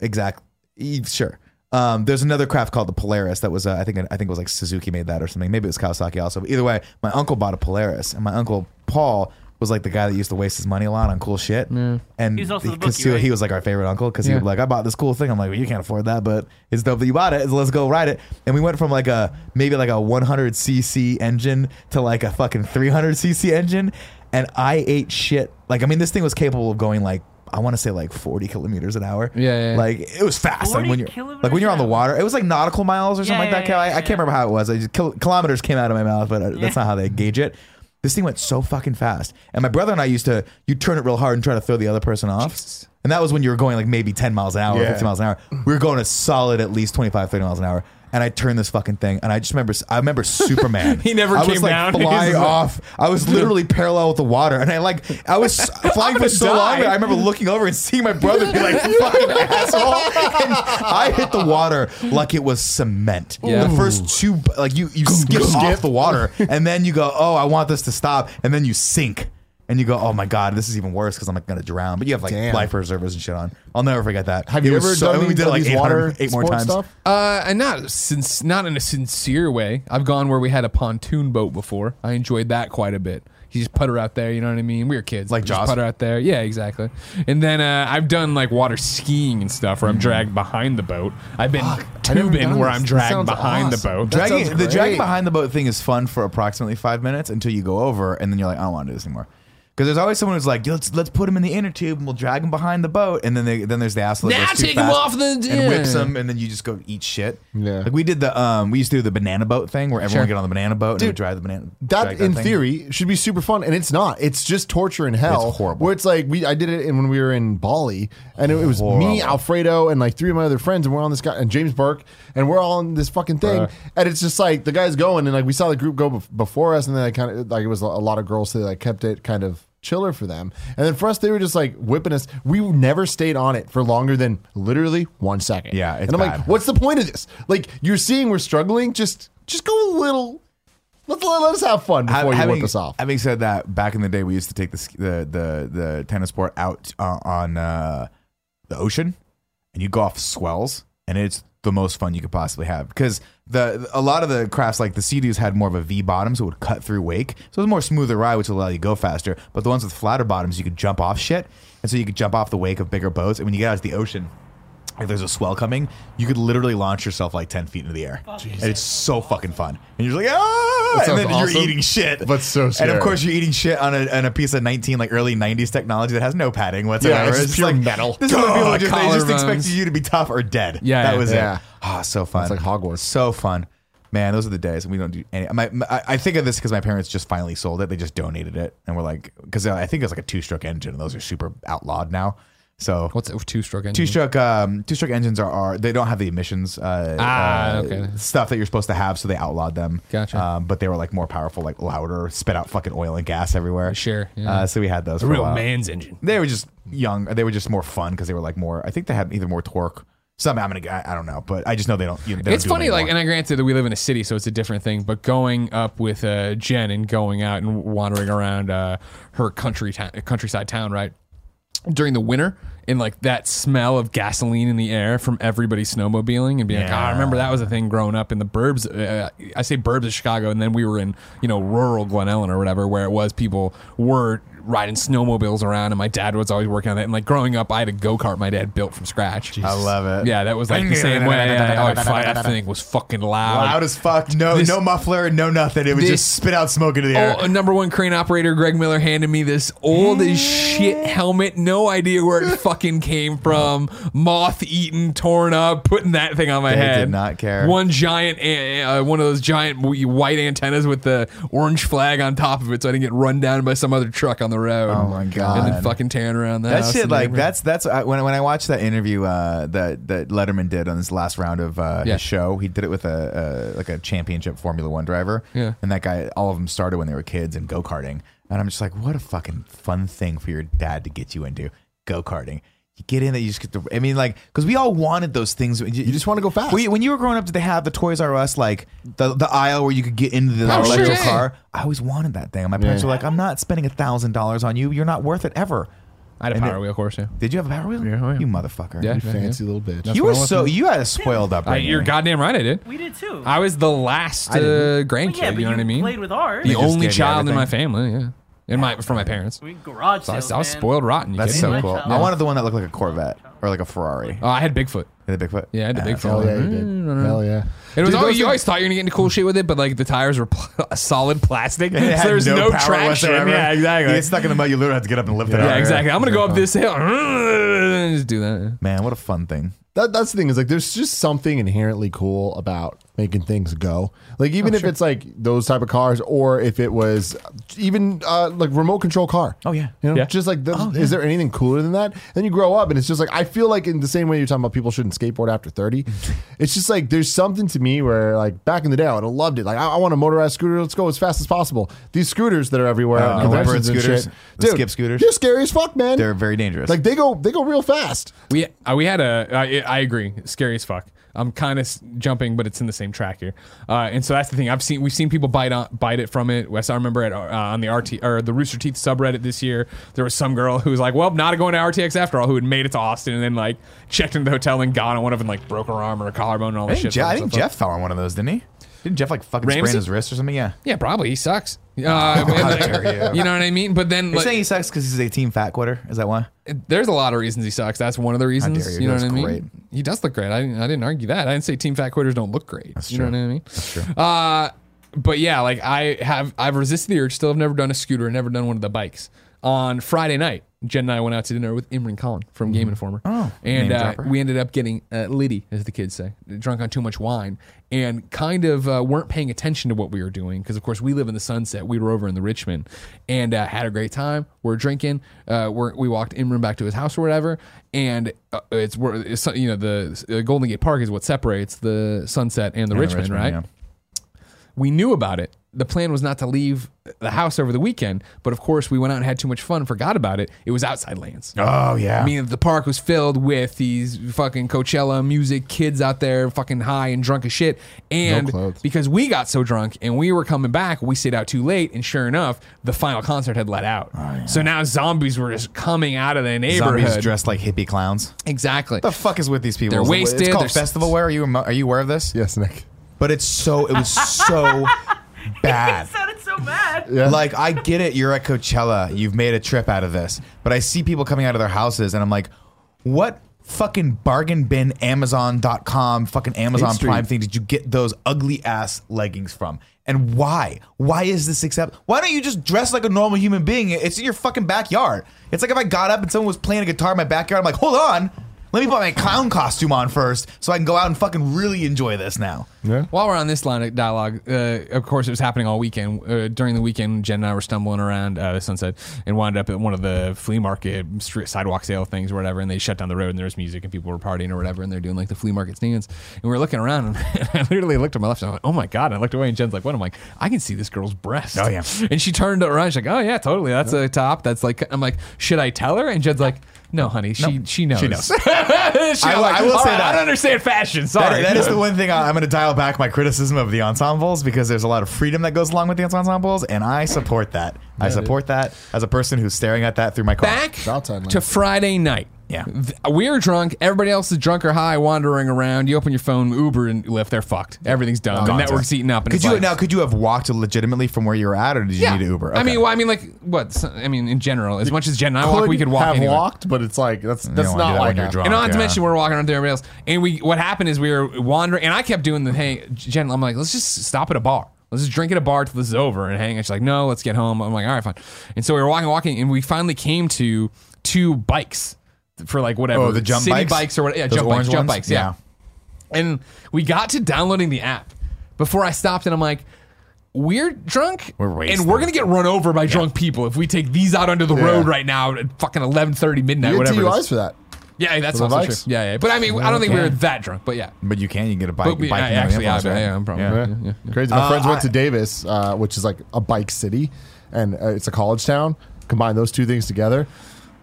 Speaker 2: Exactly. Sure. Um, there's another craft called the Polaris that was uh, I think I think it was like Suzuki made that or something. Maybe it was Kawasaki also. But either way, my uncle bought a Polaris, and my uncle Paul was like the guy that used to waste his money a lot on cool shit. And
Speaker 4: He's also the
Speaker 2: because
Speaker 4: bookie,
Speaker 2: he,
Speaker 4: right?
Speaker 2: he was like our favorite uncle because he was like, I bought this cool thing. I'm like, well, you can't afford that, but it's dope that you bought it. So let's go ride it. And we went from like a maybe like a 100 cc engine to like a fucking 300 cc engine. And I ate shit. Like I mean, this thing was capable of going like. I want to say like 40 kilometers an hour.
Speaker 1: Yeah, yeah.
Speaker 2: Like like it was fast. Like
Speaker 4: 40
Speaker 2: when you're
Speaker 4: kilometers
Speaker 2: like when you're on the
Speaker 4: an hour.
Speaker 2: water, it was like nautical miles or something
Speaker 4: Yeah,
Speaker 2: like that.
Speaker 4: yeah,
Speaker 2: Cal. I,
Speaker 4: yeah,
Speaker 2: I can't remember how it was. I just, kil- kilometers came out of my mouth, but uh that's not how they gauge it. This thing went so fucking fast, and my brother and I used to you turn it real hard and try to throw the other person off. And that was when you were going like maybe 10 miles an hour,
Speaker 3: Yeah.
Speaker 2: 15 miles an hour. We were going a solid at least 25, 30 miles an hour. And I turned this fucking thing, and I just remember I remember Superman.
Speaker 5: [LAUGHS] He never
Speaker 2: I was
Speaker 5: came
Speaker 2: like
Speaker 5: down.
Speaker 2: Flying
Speaker 5: He's like-
Speaker 2: off, I was literally parallel with the water, and I like I
Speaker 5: [LAUGHS]
Speaker 2: was flying for
Speaker 5: gonna
Speaker 2: so long
Speaker 5: die.
Speaker 2: that I remember looking over and seeing my
Speaker 5: [LAUGHS]
Speaker 2: brother be like fucking asshole. And I hit the water like it was cement.
Speaker 1: Yeah.
Speaker 2: The first two, like you you skip off the water, and then you go, oh, I want this to stop, and then you sink. And you go, oh my god, this is even worse because I'm like gonna drown. But you have like
Speaker 3: Damn.
Speaker 2: life preservers and shit on. I'll never forget that.
Speaker 3: Have
Speaker 2: It
Speaker 3: you
Speaker 2: was
Speaker 3: ever
Speaker 2: so-
Speaker 3: done
Speaker 2: and
Speaker 3: any
Speaker 2: We did it like
Speaker 3: of these
Speaker 2: 800
Speaker 3: water
Speaker 2: eight more
Speaker 3: sport
Speaker 2: times.
Speaker 3: Stuff?
Speaker 1: Uh, and not since not in a sincere way. I've gone where we had a pontoon boat before. I enjoyed that quite a bit. You just putter out there, you know what I mean? We were kids,
Speaker 2: Like
Speaker 1: just
Speaker 2: Jaws?
Speaker 1: putter out there. Yeah, exactly. And then uh, I've done like water skiing and stuff, where I'm dragged behind the boat. Mm. I've been tubing
Speaker 3: done
Speaker 1: where
Speaker 3: this.
Speaker 1: I'm
Speaker 3: That
Speaker 1: dragged
Speaker 3: sounds
Speaker 1: behind the
Speaker 3: awesome.
Speaker 1: boat.
Speaker 3: That
Speaker 2: Dragging-
Speaker 3: sounds
Speaker 2: the drag
Speaker 3: great.
Speaker 2: behind the boat thing is fun for approximately five minutes until you go over, and then you're like, I don't want to do this anymore. Because there's always someone who's like, let's let's put him in the inner tube and we'll drag him behind the boat, and then they, then there's the asshole. that
Speaker 1: Now
Speaker 2: goes too
Speaker 1: take him
Speaker 2: fast
Speaker 1: off the-
Speaker 2: and whips
Speaker 1: yeah.
Speaker 2: him, and then you just go eat shit.
Speaker 3: Yeah.
Speaker 2: like we did the um we used to do the banana boat thing where everyone
Speaker 1: Sure.
Speaker 2: get on the banana boat and
Speaker 3: Dude,
Speaker 2: we drive the banana. drag
Speaker 3: That, in
Speaker 2: thing.
Speaker 3: theory, should be super fun, and it's not. It's just torture and hell.
Speaker 2: It's horrible.
Speaker 3: Where it's like we, I did it in, when we were in Bali, and it, it was
Speaker 2: Horrible.
Speaker 3: me, Alfredo, and like three of my other friends, and we're on this guy and James Burke, and we're all on this fucking thing, and it's just like the guys going, and like we saw the group go bef- before us, and then I kind of like it was a lot of girls, so they like kept it kind of chiller for them, and then for us, they were just like whipping us. We never stayed on it for longer than literally one second.
Speaker 2: Yeah, it's
Speaker 3: and I'm
Speaker 2: bad.
Speaker 3: like, what's the point of this? Like you're seeing we're struggling, just just go a little. Let's let, let us have fun
Speaker 2: Ha-
Speaker 3: before you
Speaker 2: having,
Speaker 3: whip us off.
Speaker 2: having said that, back in the day, we used to take the sk- the the, the tennis sport out uh, on uh, the ocean, and you go off swells, and it's the most fun you could possibly have because the a lot of the crafts like the Sea-Doos had more of a V bottom, so it would cut through wake, so it was a more smoother ride, which would allow you to go faster. But the ones with flatter bottoms, you could jump off shit, and so you could jump off the wake of bigger boats, and when you get out to the ocean. If there's a swell coming, you could literally launch yourself like ten feet into the air, and it's so fucking fun. And you're just like, ah!
Speaker 3: That
Speaker 2: and then
Speaker 3: sounds awesome.
Speaker 2: you're eating shit,
Speaker 3: But so
Speaker 2: And
Speaker 3: scary.
Speaker 2: of course, you're eating shit on a, on a piece of 19 like early 90s technology that has no padding whatsoever.
Speaker 3: Yeah, it's just
Speaker 2: just
Speaker 3: pure
Speaker 2: like,
Speaker 3: metal.
Speaker 2: This is
Speaker 3: [LAUGHS]
Speaker 2: what people just, they just
Speaker 1: collarbones.
Speaker 2: expected you to be tough or dead.
Speaker 1: Yeah,
Speaker 2: that
Speaker 1: yeah,
Speaker 2: was
Speaker 3: yeah.
Speaker 2: it. Ah, so fun.
Speaker 3: It's like Hogwarts.
Speaker 2: So fun. Man, those are the days we don't do any. My, my, I I think of this because my parents just finally sold it. They just donated it, and we're like, because I think it was like a two-stroke engine, and those are super outlawed now. So
Speaker 1: What's it? Two stroke engine.
Speaker 2: Two stroke um, two stroke engines are, are they don't have the emissions uh,
Speaker 1: Ah,
Speaker 2: uh,
Speaker 1: okay.
Speaker 2: stuff that you're supposed to have, so they outlawed them.
Speaker 1: Gotcha.
Speaker 2: Um, but they were like more powerful, like louder, spit out fucking oil and gas everywhere.
Speaker 1: Sure, yeah.
Speaker 2: Uh, so we had those.
Speaker 1: a
Speaker 2: for a
Speaker 1: real
Speaker 2: while.
Speaker 1: man's engine.
Speaker 2: They were just young. They were just more fun because they were like more. I think they had either more torque. Some I'm gonna. I, I don't know, but I just know they don't. You know, they
Speaker 1: It's
Speaker 2: don't do
Speaker 1: funny,
Speaker 2: them
Speaker 1: like,
Speaker 2: anymore.
Speaker 1: and I granted that we live in a city, so it's a different thing. But going up with uh, Jen and going out and wandering around uh, her country town, countryside town, right during the winter, and like that smell of gasoline in the air from everybody snowmobiling, and being like, "Ah, I remember that was a thing growing up in the burbs. Uh, I say burbs of Chicago, and then we were in you know rural Glen Ellen or whatever, where it was people were riding snowmobiles around, and my dad was always working on it. And like growing up, I had a go kart my dad built from scratch.
Speaker 2: I love it.
Speaker 1: Yeah, that was like the same way. Yeah,
Speaker 2: [LAUGHS]
Speaker 1: oh, fuck, that thing was fucking loud.
Speaker 2: Loud as fuck. No,
Speaker 1: This-
Speaker 2: no muffler. No nothing. It would
Speaker 1: this-
Speaker 2: just spit out smoke into the air.
Speaker 1: Oh, a number one crane operator Greg Miller handed me this old as shit helmet. No idea where
Speaker 2: [LAUGHS]
Speaker 1: it fucking came from. Moth eaten, torn up. Putting that thing on my
Speaker 2: They
Speaker 1: head.
Speaker 2: did not care.
Speaker 1: One giant, an- uh, one of those giant w- white antennas with the orange flag on top of it, so I didn't get run down by some other truck on the road.
Speaker 2: Oh my God.
Speaker 1: And then fucking tearing around the
Speaker 2: That
Speaker 1: house
Speaker 2: shit,
Speaker 1: and
Speaker 2: like
Speaker 1: everything.
Speaker 2: that's that's I, when when I watched that interview uh, that that Letterman did on his last round of uh,
Speaker 1: Yeah.
Speaker 2: his show, he did it with a, a like a championship Formula One driver.
Speaker 1: Yeah.
Speaker 2: and that guy, all of them started when they were kids in go karting, and I'm just like, what a fucking fun thing for your dad to get you into go karting. You get in that you just get the. I mean, like, because we all wanted those things. You, you
Speaker 3: just wanna go fast.
Speaker 2: Well, you- when you were growing up, did they have the Toys R Us like the the aisle where you could get into the
Speaker 1: Oh, sure,
Speaker 2: electric
Speaker 1: yeah.
Speaker 2: car? I always wanted that thing. And my parents
Speaker 3: Yeah.
Speaker 2: were like, "I'm not spending a thousand dollars on you. You're not worth it ever."
Speaker 1: I had a
Speaker 2: and
Speaker 1: power
Speaker 2: it-
Speaker 1: wheel, of course. Yeah.
Speaker 2: Did you have a power wheel?
Speaker 1: Yeah, oh, yeah.
Speaker 2: You motherfucker.
Speaker 1: Yeah.
Speaker 3: You fancy little bitch.
Speaker 2: You
Speaker 1: what
Speaker 2: were
Speaker 1: I was
Speaker 2: so
Speaker 1: gonna-
Speaker 2: you had a spoiled up.
Speaker 1: I, you're goddamn right. I did.
Speaker 4: We did too.
Speaker 1: I was the last uh,
Speaker 2: didn't.
Speaker 1: grandkid.
Speaker 4: yeah, but
Speaker 1: you know what I mean?
Speaker 4: played with ours.
Speaker 1: the
Speaker 2: just
Speaker 1: only
Speaker 2: gave you
Speaker 1: child in my
Speaker 2: everything.
Speaker 1: family. Yeah. And my from my parents.
Speaker 4: we garage
Speaker 1: I
Speaker 4: sales.
Speaker 1: was, I was
Speaker 4: man. [LAUGHS]
Speaker 1: spoiled rotten. You
Speaker 2: That's
Speaker 1: kidding
Speaker 2: so
Speaker 1: me?
Speaker 2: cool. I wanted the one that looked like a Corvette or like a Ferrari.
Speaker 1: Oh, I had Bigfoot.
Speaker 2: The Bigfoot. Uh,
Speaker 1: Yeah, I had the [LAUGHS] Bigfoot.
Speaker 3: Hell yeah, you did. Hell yeah.
Speaker 1: It was
Speaker 3: Dude,
Speaker 1: always,
Speaker 3: those
Speaker 1: you
Speaker 3: are-
Speaker 1: always thought you were gonna get into cool shit with it, but like the tires were pl- [LAUGHS] solid plastic, so
Speaker 2: It
Speaker 1: [LAUGHS]
Speaker 2: had
Speaker 1: there's no,
Speaker 2: power
Speaker 1: traction.
Speaker 2: whatsoever.
Speaker 1: Yeah,
Speaker 2: You
Speaker 1: exactly.
Speaker 2: get stuck in the mud. You literally have to get up and lift it up.
Speaker 1: Yeah, exactly. I'm gonna go up this hill [LAUGHS] and just do that.
Speaker 2: Man, what a fun thing.
Speaker 3: that, that's the thing is like there's just something inherently cool about making things go like
Speaker 2: Oh,
Speaker 3: even if it's like those type of cars or if it was even uh, like remote control car
Speaker 2: Oh, yeah. Oh,
Speaker 3: you know
Speaker 1: Yeah.
Speaker 3: just like the, is there anything cooler than that then you grow up and it's just like i feel like in the same way you're talking about people shouldn't skateboard after
Speaker 2: [LAUGHS]
Speaker 3: 30 it's just like there's something to me where like back in the day i would have loved it like i, I want a motorized scooter let's go as fast as possible these scooters that are everywhere
Speaker 2: Oh,
Speaker 3: at
Speaker 2: the
Speaker 3: conventions
Speaker 2: bird
Speaker 3: and
Speaker 2: scooters,
Speaker 3: shit,
Speaker 2: the skip scooters.
Speaker 3: they're scary as fuck man
Speaker 2: They're very dangerous.
Speaker 3: like they go they go real fast
Speaker 1: We uh, we had a I, I agree scary as fuck. I'm kind of jumping, but it's in the same track here, uh, and so that's the thing. I've seen we've seen people bite on, bite it from it. Wes, I remember at, uh, on the RT or the Rooster Teeth subreddit this year, there was some girl who was like, "Well, not going to RTX after all," who had made it to Austin and then like checked into the hotel and gone, and one of them like broke her arm or a collarbone and all
Speaker 2: I
Speaker 1: this shit.
Speaker 2: think, Je-
Speaker 1: So
Speaker 2: I
Speaker 1: it's
Speaker 2: think
Speaker 1: like,
Speaker 2: Jeff fell on one of those, didn't he? Didn't Jeff like fucking sprain
Speaker 1: Ramsey?
Speaker 2: his wrist or something? Yeah.
Speaker 1: Yeah, probably he sucks.
Speaker 2: [LAUGHS]
Speaker 1: Uh, and- you know what I mean? But then
Speaker 2: You're
Speaker 1: like,
Speaker 2: saying he sucks because he's a team fat quitter? Is that why?
Speaker 1: there's a lot of reasons he sucks. That's one of the reasons.
Speaker 2: dare you.
Speaker 1: you, know
Speaker 2: That's
Speaker 1: what I mean?
Speaker 2: great.
Speaker 1: He does look great. I didn't, I didn't argue that. I didn't say team fat quitters don't look great. you know
Speaker 2: true.
Speaker 1: what I mean? Uh, but yeah, like I have, I've resisted the urge. Still, have never done a scooter. Never done one of the bikes. On Friday night, Jen and I went out to dinner with Imran Khan from Game Informer. Oh, and
Speaker 2: Mm-hmm. name
Speaker 1: uh,
Speaker 2: dropper.
Speaker 1: we ended up getting uh, litty, as the kids say, drunk on too much wine, and kind of uh, weren't paying attention to what we were doing because, of course, we live in the Sunset. We were over in the Richmond, and uh, had a great time. We're drinking. Uh, we're, we walked Imran back to his house or whatever, and uh, it's where it's, you know the uh, Golden Gate Park is what separates the Sunset and the, Richmond,
Speaker 2: Richmond,
Speaker 1: right?
Speaker 2: yeah.
Speaker 1: we knew about it. The plan was not to leave the house over the weekend, but of course we went out and had too much fun, forgot about it. It was outside lands.
Speaker 2: Oh, yeah.
Speaker 1: I mean, the park was filled with these fucking Coachella music kids out there, fucking high and drunk as shit. And
Speaker 3: clothes.
Speaker 1: because we got so drunk and we were coming back, we stayed out too late. And sure enough, the final concert had let out. So now zombies were just coming out of the neighborhood.
Speaker 2: Oh, Zombies dressed like hippie clowns.
Speaker 1: exactly.
Speaker 2: The fuck is with these people?
Speaker 1: They're
Speaker 2: It's-
Speaker 1: wasted,
Speaker 2: It's called
Speaker 1: they're s-
Speaker 2: festival wear. Are you emo- are you aware of this?
Speaker 3: yes nick
Speaker 2: But it's so it was so bad.
Speaker 4: It sounded so bad.
Speaker 2: Like I get it, you're at Coachella, you've made a trip out of this, but I see people coming out of their houses, and I'm like, what fucking bargain bin Amazon.com fucking Amazon
Speaker 1: Street.
Speaker 2: Prime thing did you get those ugly ass leggings from? And why? Why is this accept? Why don't you just dress like a normal human being? It's in your fucking backyard. It's like if I got up and someone was playing a guitar in my backyard, I'm like, hold on, let me put my clown costume on first, so I can go out and fucking really enjoy this now.
Speaker 1: While we're on this line of dialogue, uh, of course, it was happening all weekend. Uh, during the weekend, Jen and I were stumbling around uh, the sunset and wound up at one of the flea market street, sidewalk sale things or whatever. And they shut down the road and there was music and people were partying or whatever. And they're doing like the flea market stands. And we were looking around and [LAUGHS] I literally looked at my left and I went, oh my God. And I looked away and Jen's like, what? I'm like, I can see this girl's breast.
Speaker 2: Oh, yeah.
Speaker 1: And she turned around. She's like, oh yeah, totally. That's a top. That's like, I'm like, should I tell her? And Jen's like, no, honey. She, she knows.
Speaker 2: She knows.
Speaker 1: She- I'm like,
Speaker 2: I will
Speaker 1: "All
Speaker 2: say
Speaker 1: right,
Speaker 2: that.
Speaker 1: I don't understand fashion.
Speaker 2: That-
Speaker 1: [LAUGHS] Sorry.
Speaker 2: that is the one thing I, am going to dial back my criticism of the ensembles because there's a lot of freedom that goes along with the ensembles, and I support that. I support that as a person who's staring at that through my car.
Speaker 1: back
Speaker 3: outside land.
Speaker 1: to Friday night.
Speaker 2: Yeah.
Speaker 1: Th- We're drunk. Everybody else is drunk or high, wandering around. You open your phone, Uber and Lyft. They're fucked. Everything's done. the
Speaker 2: Gone.
Speaker 1: network's eaten up. And
Speaker 2: Could
Speaker 1: it's
Speaker 2: you
Speaker 1: like-
Speaker 2: now? Could you have walked legitimately from where you were at, or did you
Speaker 1: Yeah.
Speaker 2: need an Uber?
Speaker 1: I
Speaker 2: Okay.
Speaker 1: mean, well, I mean, like what? so- I mean, in general, as much as Jen and I walk, we could walk
Speaker 3: have
Speaker 1: anywhere.
Speaker 3: walked, but it's like that's
Speaker 2: You don't
Speaker 3: that's
Speaker 2: wanna do
Speaker 3: not
Speaker 2: that when
Speaker 3: like
Speaker 2: you're
Speaker 3: a-
Speaker 2: drunk,
Speaker 1: And not to
Speaker 2: yeah.
Speaker 1: mention, we're walking around through everybody else. And we, what happened is we were wandering, and I kept doing the hey, Jen. I'm like, let's just stop at a bar. Let's just drink at a bar till this is over and hang. And she's like, no, let's get home. I'm like, all right, fine. And so we were walking, walking, and we finally came to two bikes for like whatever.
Speaker 2: oh, the jump
Speaker 1: city
Speaker 2: bikes,
Speaker 1: or whatever. Yeah,
Speaker 2: Those
Speaker 1: jump bikes,
Speaker 2: orange
Speaker 1: jump
Speaker 2: ones?
Speaker 1: bikes. yeah. And we got to downloading the app before I stopped and I'm like, we're drunk,
Speaker 2: We're wasted.
Speaker 1: and we're gonna get run over by drunk people if we take these out onto the road right now at fucking eleven thirty midnight,
Speaker 3: You get
Speaker 1: whatever. it
Speaker 3: DUIs
Speaker 1: is.
Speaker 3: for that.
Speaker 1: Yeah, that's
Speaker 3: the
Speaker 1: also true.
Speaker 3: bikes?
Speaker 1: Yeah, yeah. But I mean, I don't think we were that drunk, but yeah.
Speaker 2: But you can. You can get a bike.
Speaker 1: But we,
Speaker 2: bike
Speaker 1: I,
Speaker 2: and
Speaker 1: actually,
Speaker 2: everything
Speaker 1: yeah,
Speaker 2: else,
Speaker 1: yeah,
Speaker 2: right?
Speaker 1: yeah, I'm probably.
Speaker 2: Yeah.
Speaker 1: Yeah. yeah.
Speaker 3: Crazy. My friends went to Davis, uh, which is like a bike city, and uh, it's a college town. Combine those two things together.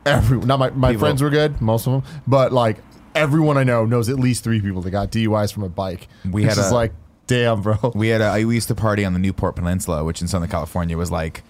Speaker 3: Every not my, my
Speaker 2: People-
Speaker 3: friends were good, most of them, but like everyone I know knows at least three people that got DUIs from a bike.
Speaker 2: We
Speaker 3: which
Speaker 2: had
Speaker 3: is
Speaker 2: a-
Speaker 3: like, damn, bro.
Speaker 2: [LAUGHS] We had a, we used to party on the Newport Peninsula, which in Southern California was like.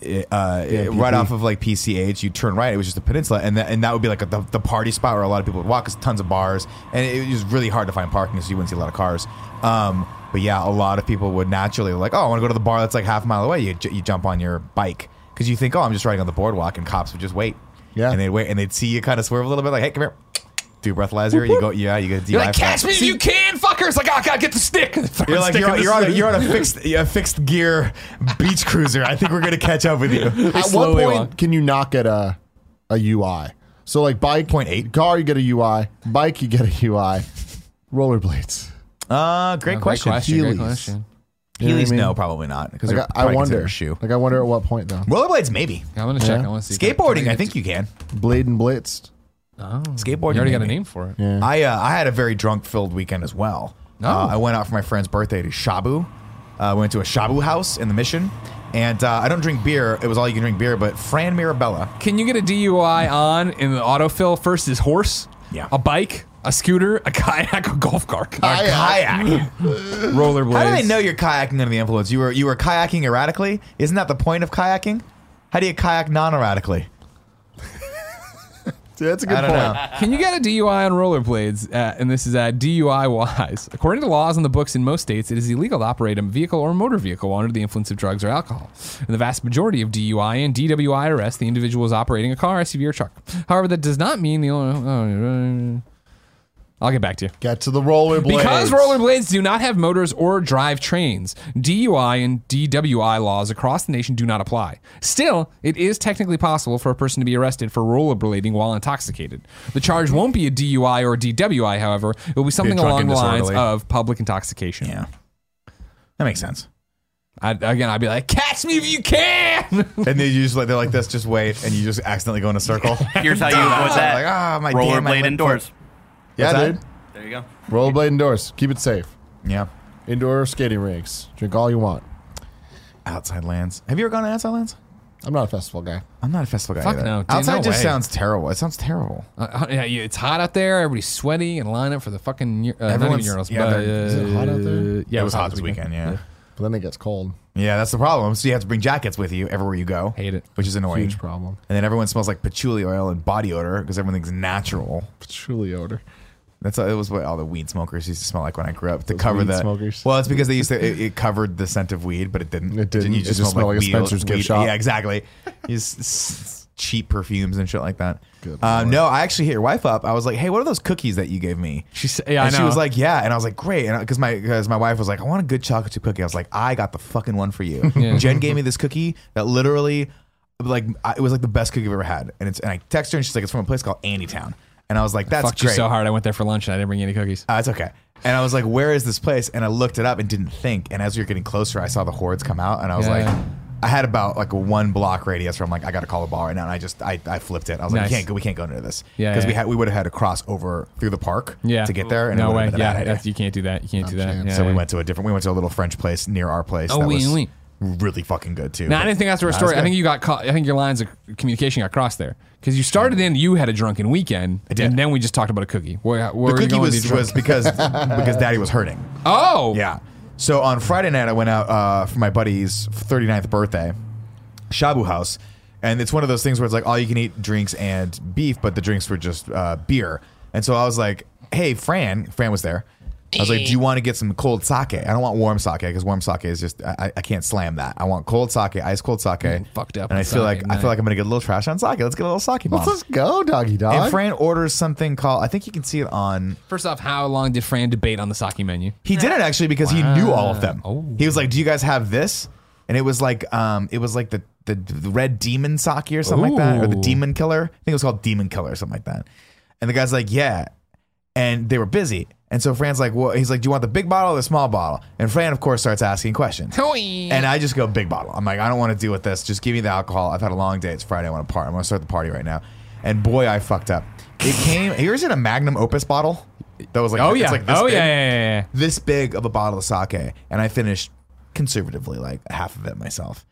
Speaker 2: it, Uh, it-
Speaker 3: PP.
Speaker 2: right off of like PCH, you turn right. It was just a peninsula, and that and that would be like a, the, the party spot where a lot of people would walk. Cause tons of bars, and it was really hard to find parking, so you wouldn't see a lot of cars. Um, but yeah, a lot of people would naturally like, oh, I want to go to the bar that's like half a mile away. You j- you jump on your bike because you think, oh, I'm just riding on the boardwalk, and cops would just wait.
Speaker 3: Yeah.
Speaker 2: and they'd wait, and they'd see you kind of swerve a little bit, like, hey, come here, do your breathalyzer. you go, yeah, you get a DUI.
Speaker 1: You're like,
Speaker 2: for that."
Speaker 1: catch me if you can, fuckers! Like, oh, I gotta get the stick. [LAUGHS] Throw
Speaker 2: You're
Speaker 1: the
Speaker 2: like
Speaker 1: stick
Speaker 2: you're,
Speaker 1: in the
Speaker 2: you're on, a-
Speaker 1: stick.
Speaker 2: you're on a fixed a fixed gear beach cruiser. I think we're gonna catch up with you.
Speaker 3: at what
Speaker 1: slowly
Speaker 3: point
Speaker 1: walk.
Speaker 3: can you not get a a UI? So like bike
Speaker 2: Point eight.
Speaker 3: car, you get a UI. Bike, you get a UI. Rollerblades.
Speaker 2: Uh, great question.
Speaker 1: question, great
Speaker 3: Heelys.
Speaker 1: question.
Speaker 3: You know what I
Speaker 2: Heelys,
Speaker 3: mean?
Speaker 2: no, probably not. Because
Speaker 3: Like, I, I wonder.
Speaker 2: Shoe.
Speaker 3: Like I wonder at what point though.
Speaker 2: Rollerblades, maybe.
Speaker 1: Yeah, I'm gonna check.
Speaker 3: Yeah.
Speaker 1: I want to see. if I-
Speaker 2: Skateboarding, I think you can.
Speaker 3: Blade and blitzed.
Speaker 1: Oh.
Speaker 2: Skateboarding,
Speaker 1: You already got a
Speaker 2: maybe.
Speaker 1: name for it.
Speaker 2: I uh, I had a very drunk filled weekend as well.
Speaker 1: Oh.
Speaker 2: Uh, I went out for my friend's birthday to Shabu. I went to a Shabu house in the Mission, and uh, I don't drink beer. It was all you can drink beer, but Fran Mirabella.
Speaker 1: Can you get a DUI on in the autofill? First is horse,
Speaker 2: Yeah.
Speaker 1: a bike, a scooter, a [LAUGHS] kayak, a golf cart,
Speaker 2: A kayak.
Speaker 1: rollerblades.
Speaker 2: How do they know you're kayaking under the influence? You were you were kayaking erratically. Isn't that the point of kayaking? How do you kayak non-erratically?
Speaker 3: Dude, that's a good
Speaker 2: I don't
Speaker 3: point.
Speaker 2: know.
Speaker 1: Can you get a DUI on rollerblades? At, and this is uh, at DUI wise. According to laws on the books in most states, it is illegal to operate a vehicle or motor vehicle under the influence of drugs or alcohol. In the vast majority of DUI and DWI arrests, the individual is operating a car, SUV, or truck. However, that does not mean the oh, only. I'll get back to you.
Speaker 3: Get to the rollerblades.
Speaker 1: Because rollerblades do not have motors or drive trains, DUI and DWI laws across the nation do not apply. Still, it is technically possible for a person to be arrested for rollerblading while intoxicated. The charge won't be a DUI or DWI, however, it will be something
Speaker 2: drunk
Speaker 1: along
Speaker 2: and
Speaker 1: the lines
Speaker 2: disorderly.
Speaker 1: of public intoxication.
Speaker 2: Yeah, that makes sense.
Speaker 1: I, again, I'd be like, catch me if you can! [LAUGHS]
Speaker 2: And they usually they're like this. Just wait, and you just accidentally go in a
Speaker 4: [LAUGHS]
Speaker 2: circle.
Speaker 4: Here's how you avoid
Speaker 2: So like,
Speaker 4: that.
Speaker 2: ah, my damn, my
Speaker 4: Rollerblade
Speaker 2: lip
Speaker 4: indoors.
Speaker 3: Yeah,
Speaker 2: What's that?
Speaker 3: dude.
Speaker 4: There you go.
Speaker 3: Rollerblade indoors. Keep it safe.
Speaker 2: foot. Yeah,
Speaker 3: Indoor skating rinks. Drink all you want.
Speaker 2: outside lands. Have you ever gone to outside lands?
Speaker 3: I'm not a festival guy.
Speaker 2: I'm not a festival guy.
Speaker 1: Fuck
Speaker 2: either.
Speaker 1: no, dude,
Speaker 2: outside
Speaker 1: no
Speaker 2: just
Speaker 1: way.
Speaker 2: sounds terrible. It sounds terrible.
Speaker 1: Uh, yeah, yeah, it's hot out there, everybody's sweaty and line up for the fucking. Uh,
Speaker 2: Everyone's-
Speaker 1: not even urinals,
Speaker 2: yeah,
Speaker 1: but,
Speaker 2: they're-
Speaker 1: uh,
Speaker 3: Is it hot out there?
Speaker 1: Yeah,
Speaker 2: it was hot this weekend. Yeah. yeah,
Speaker 3: But then it gets cold.
Speaker 2: that's the problem. So you have to bring jackets with you everywhere you go.
Speaker 1: Hate it.
Speaker 2: which is annoying.
Speaker 3: Huge problem.
Speaker 2: And then everyone smells like patchouli oil and body odor because everything's natural.
Speaker 3: Patchouli odor.
Speaker 2: That's it was what all the weed smokers used to smell like when I grew up to cover
Speaker 3: weed
Speaker 2: the
Speaker 3: smokers.
Speaker 2: Well, it's because they used to it, it covered the scent of weed, but it didn't.
Speaker 3: It didn't.
Speaker 2: You
Speaker 3: It just smelled like a
Speaker 2: weed-
Speaker 3: Spencer's gift
Speaker 2: weed-
Speaker 3: shop.
Speaker 2: Yeah, exactly. [LAUGHS] You just s- cheap perfumes and shit like that.
Speaker 3: Good
Speaker 2: Uh,
Speaker 3: lord.
Speaker 2: no, I actually hit your wife up. I was like, "Hey, what are those cookies that you gave me?"
Speaker 1: She said- yeah, I
Speaker 2: and she
Speaker 1: know.
Speaker 2: was like, "Yeah," and I was like, "Great," and because my because my wife was like, "I want a good chocolate chip cookie." I was like, "I got the fucking one for you."
Speaker 1: [LAUGHS] Yeah.
Speaker 2: Jen gave me this cookie that literally, like, I, it was like the best cookie I've ever had. And it's and I text her and she's like, "It's from a place called Andytown," and I was like, "That's
Speaker 1: Fucked you
Speaker 2: great."
Speaker 1: so hard, I went there for lunch and I didn't bring any cookies.
Speaker 2: Uh, it's okay. And I was like, where is this place? And I looked it up and didn't think. And as we were getting closer, I saw the hordes come out. And I was
Speaker 1: Yeah.
Speaker 2: like, I had about like a one block radius where I'm like, I got to call the ball right now. And I just, I, I flipped it. I was like,
Speaker 1: Nice.
Speaker 2: we can't go, we can't go into this.
Speaker 1: Yeah,
Speaker 2: Because
Speaker 1: yeah.
Speaker 2: we had, we would have had to cross over through the park
Speaker 1: yeah.
Speaker 2: to get there. And
Speaker 1: no
Speaker 2: it
Speaker 1: way.
Speaker 2: would've been a
Speaker 1: Yeah,
Speaker 2: bad idea.
Speaker 1: that's- you can't do that. You can't do that.
Speaker 3: chance.
Speaker 1: Yeah,
Speaker 2: so we
Speaker 1: yeah.
Speaker 2: went to a different, we went to a little French place near our place.
Speaker 1: Oh,
Speaker 2: that
Speaker 1: oui,
Speaker 2: was
Speaker 1: oui.
Speaker 2: really fucking good too.
Speaker 1: No, I
Speaker 2: That
Speaker 1: didn't think that's the right
Speaker 2: that was
Speaker 1: story. I
Speaker 2: good.
Speaker 1: think you got caught. I think your lines of communication got crossed there because you started in. You had a drunken weekend,
Speaker 2: did.
Speaker 1: and then we just talked about a cookie. Where, where
Speaker 2: the
Speaker 1: were you
Speaker 2: cookie
Speaker 1: going with
Speaker 2: was,
Speaker 1: your drunk-
Speaker 2: was because,
Speaker 1: [LAUGHS]
Speaker 2: because daddy was hurting.
Speaker 1: oh
Speaker 2: Yeah. So on Friday night, I went out uh, for my buddy's 39th birthday, Shabu House. And it's one of those things where it's like all you can eat drinks and beef, but the drinks were just uh, beer. And so I was like, hey, Fran, Fran was there. I was like, do you want to get some cold sake? I don't want warm sake because warm sake is just, I, I can't slam that. I want cold sake, ice cold sake.
Speaker 1: fucked up
Speaker 2: And I
Speaker 1: with
Speaker 2: feel
Speaker 1: sake,
Speaker 2: like, I
Speaker 1: man.
Speaker 2: feel like I'm going to get a little trash on sake. Let's get a little sake bomb.
Speaker 3: Let's, let's go, doggy dog.
Speaker 2: and Fran orders something called, I think you can see it on
Speaker 1: First off, how long did Fran debate on the sake menu?
Speaker 2: he did it actually because he knew all of them.
Speaker 1: Oh.
Speaker 2: He was like, "Do you guys have this?" And it was like, um, it was like the the, the red demon sake or something like that, or the
Speaker 1: Ooh.
Speaker 2: demon killer. I think it was called demon killer or something like that. And the guy's like, "Yeah," and they were busy. And so Fran's like, well, he's like, do you want the big bottle or the small bottle? And Fran, of course, starts asking questions. And I just go big bottle. I'm like, I don't want to deal with this. Just give me the alcohol. I've had a long day. It's Friday. I want to party. I want to start the party right now. And boy, I fucked up. It came. Here's in a Magnum Opus bottle that was like,
Speaker 1: Oh
Speaker 2: it's
Speaker 1: yeah.
Speaker 2: like this
Speaker 1: oh yeah,
Speaker 2: big.
Speaker 1: yeah, yeah, yeah.
Speaker 2: this big of a bottle of sake, and I finished conservatively like half of it myself.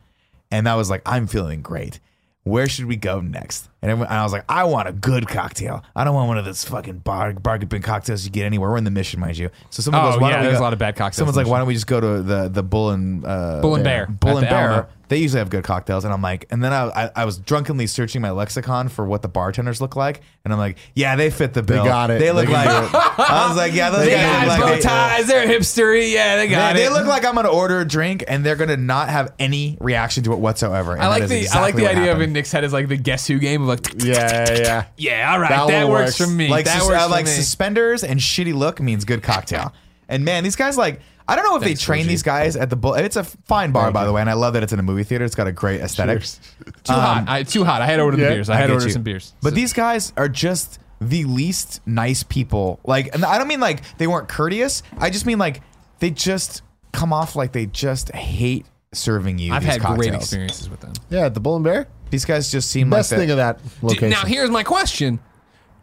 Speaker 2: And that was like, I'm feeling great. Where should we go next? And, everyone, and I was like, I want a good cocktail. I don't want one of those fucking bar bargain bin cocktails you get anywhere. We're in the mission, mind you. So someone
Speaker 1: Oh,
Speaker 2: goes, Why
Speaker 1: yeah,
Speaker 2: don't we
Speaker 1: there's a
Speaker 2: go-
Speaker 1: lot of bad cocktails
Speaker 2: Someone's
Speaker 1: in
Speaker 2: like,
Speaker 1: the
Speaker 2: Why don't we just go to the the Bull and uh,
Speaker 1: Bull and Bear at
Speaker 2: Bull and
Speaker 1: the
Speaker 2: Bear?
Speaker 1: Alamo.
Speaker 2: They usually have good cocktails, and I'm like, and then I, I I was drunkenly searching my lexicon for what the bartenders look like, and I'm like, yeah, they fit the bill.
Speaker 3: got it.
Speaker 2: They look
Speaker 3: They
Speaker 2: like.
Speaker 3: got
Speaker 2: I was like, yeah, those
Speaker 5: They
Speaker 2: guys
Speaker 5: got
Speaker 2: look
Speaker 5: bow
Speaker 2: like.
Speaker 5: ties. They're hipstery. Yeah, they
Speaker 2: Yeah,
Speaker 5: got
Speaker 2: they
Speaker 5: it.
Speaker 2: look like I'm gonna order a drink, and they're gonna not have any reaction to it whatsoever. and
Speaker 5: I
Speaker 2: that
Speaker 5: like
Speaker 2: is
Speaker 5: the I like
Speaker 2: exactly
Speaker 5: the
Speaker 2: what
Speaker 5: idea of
Speaker 2: happened.
Speaker 5: in Nick's head is like the guess who game of like
Speaker 3: Yeah, yeah, yeah.
Speaker 5: yeah all right
Speaker 3: That
Speaker 5: that,
Speaker 3: one
Speaker 5: works,
Speaker 3: works.
Speaker 5: for me
Speaker 2: like
Speaker 5: that
Speaker 2: sus-
Speaker 5: works
Speaker 2: I
Speaker 5: for
Speaker 2: like
Speaker 5: me.
Speaker 2: suspenders and shitty look means good
Speaker 5: [LAUGHS]
Speaker 2: cocktail. And man, these guys like I don't know if
Speaker 1: Thanks,
Speaker 2: they train
Speaker 1: Koji.
Speaker 2: these guys at the bull. It's a fine bar by the way, and I love that it's in a movie theater. It's got a great aesthetic.
Speaker 1: Too hot. I, too hot. I had ordered
Speaker 3: yeah,
Speaker 1: the beers. Um, I had
Speaker 2: get
Speaker 1: ordered
Speaker 2: you.
Speaker 1: some beers.
Speaker 2: But these guys are just the least nice people. Like, and I don't mean like they weren't courteous. I just mean like they just come off like they just hate serving you.
Speaker 1: I've
Speaker 2: these
Speaker 1: had
Speaker 2: cocktails.
Speaker 1: great experiences with them.
Speaker 3: Yeah, the Bull and Bear.
Speaker 2: These guys just seem
Speaker 3: Best
Speaker 2: like the-
Speaker 3: thing of that
Speaker 5: Did-
Speaker 3: location.
Speaker 5: now here's my question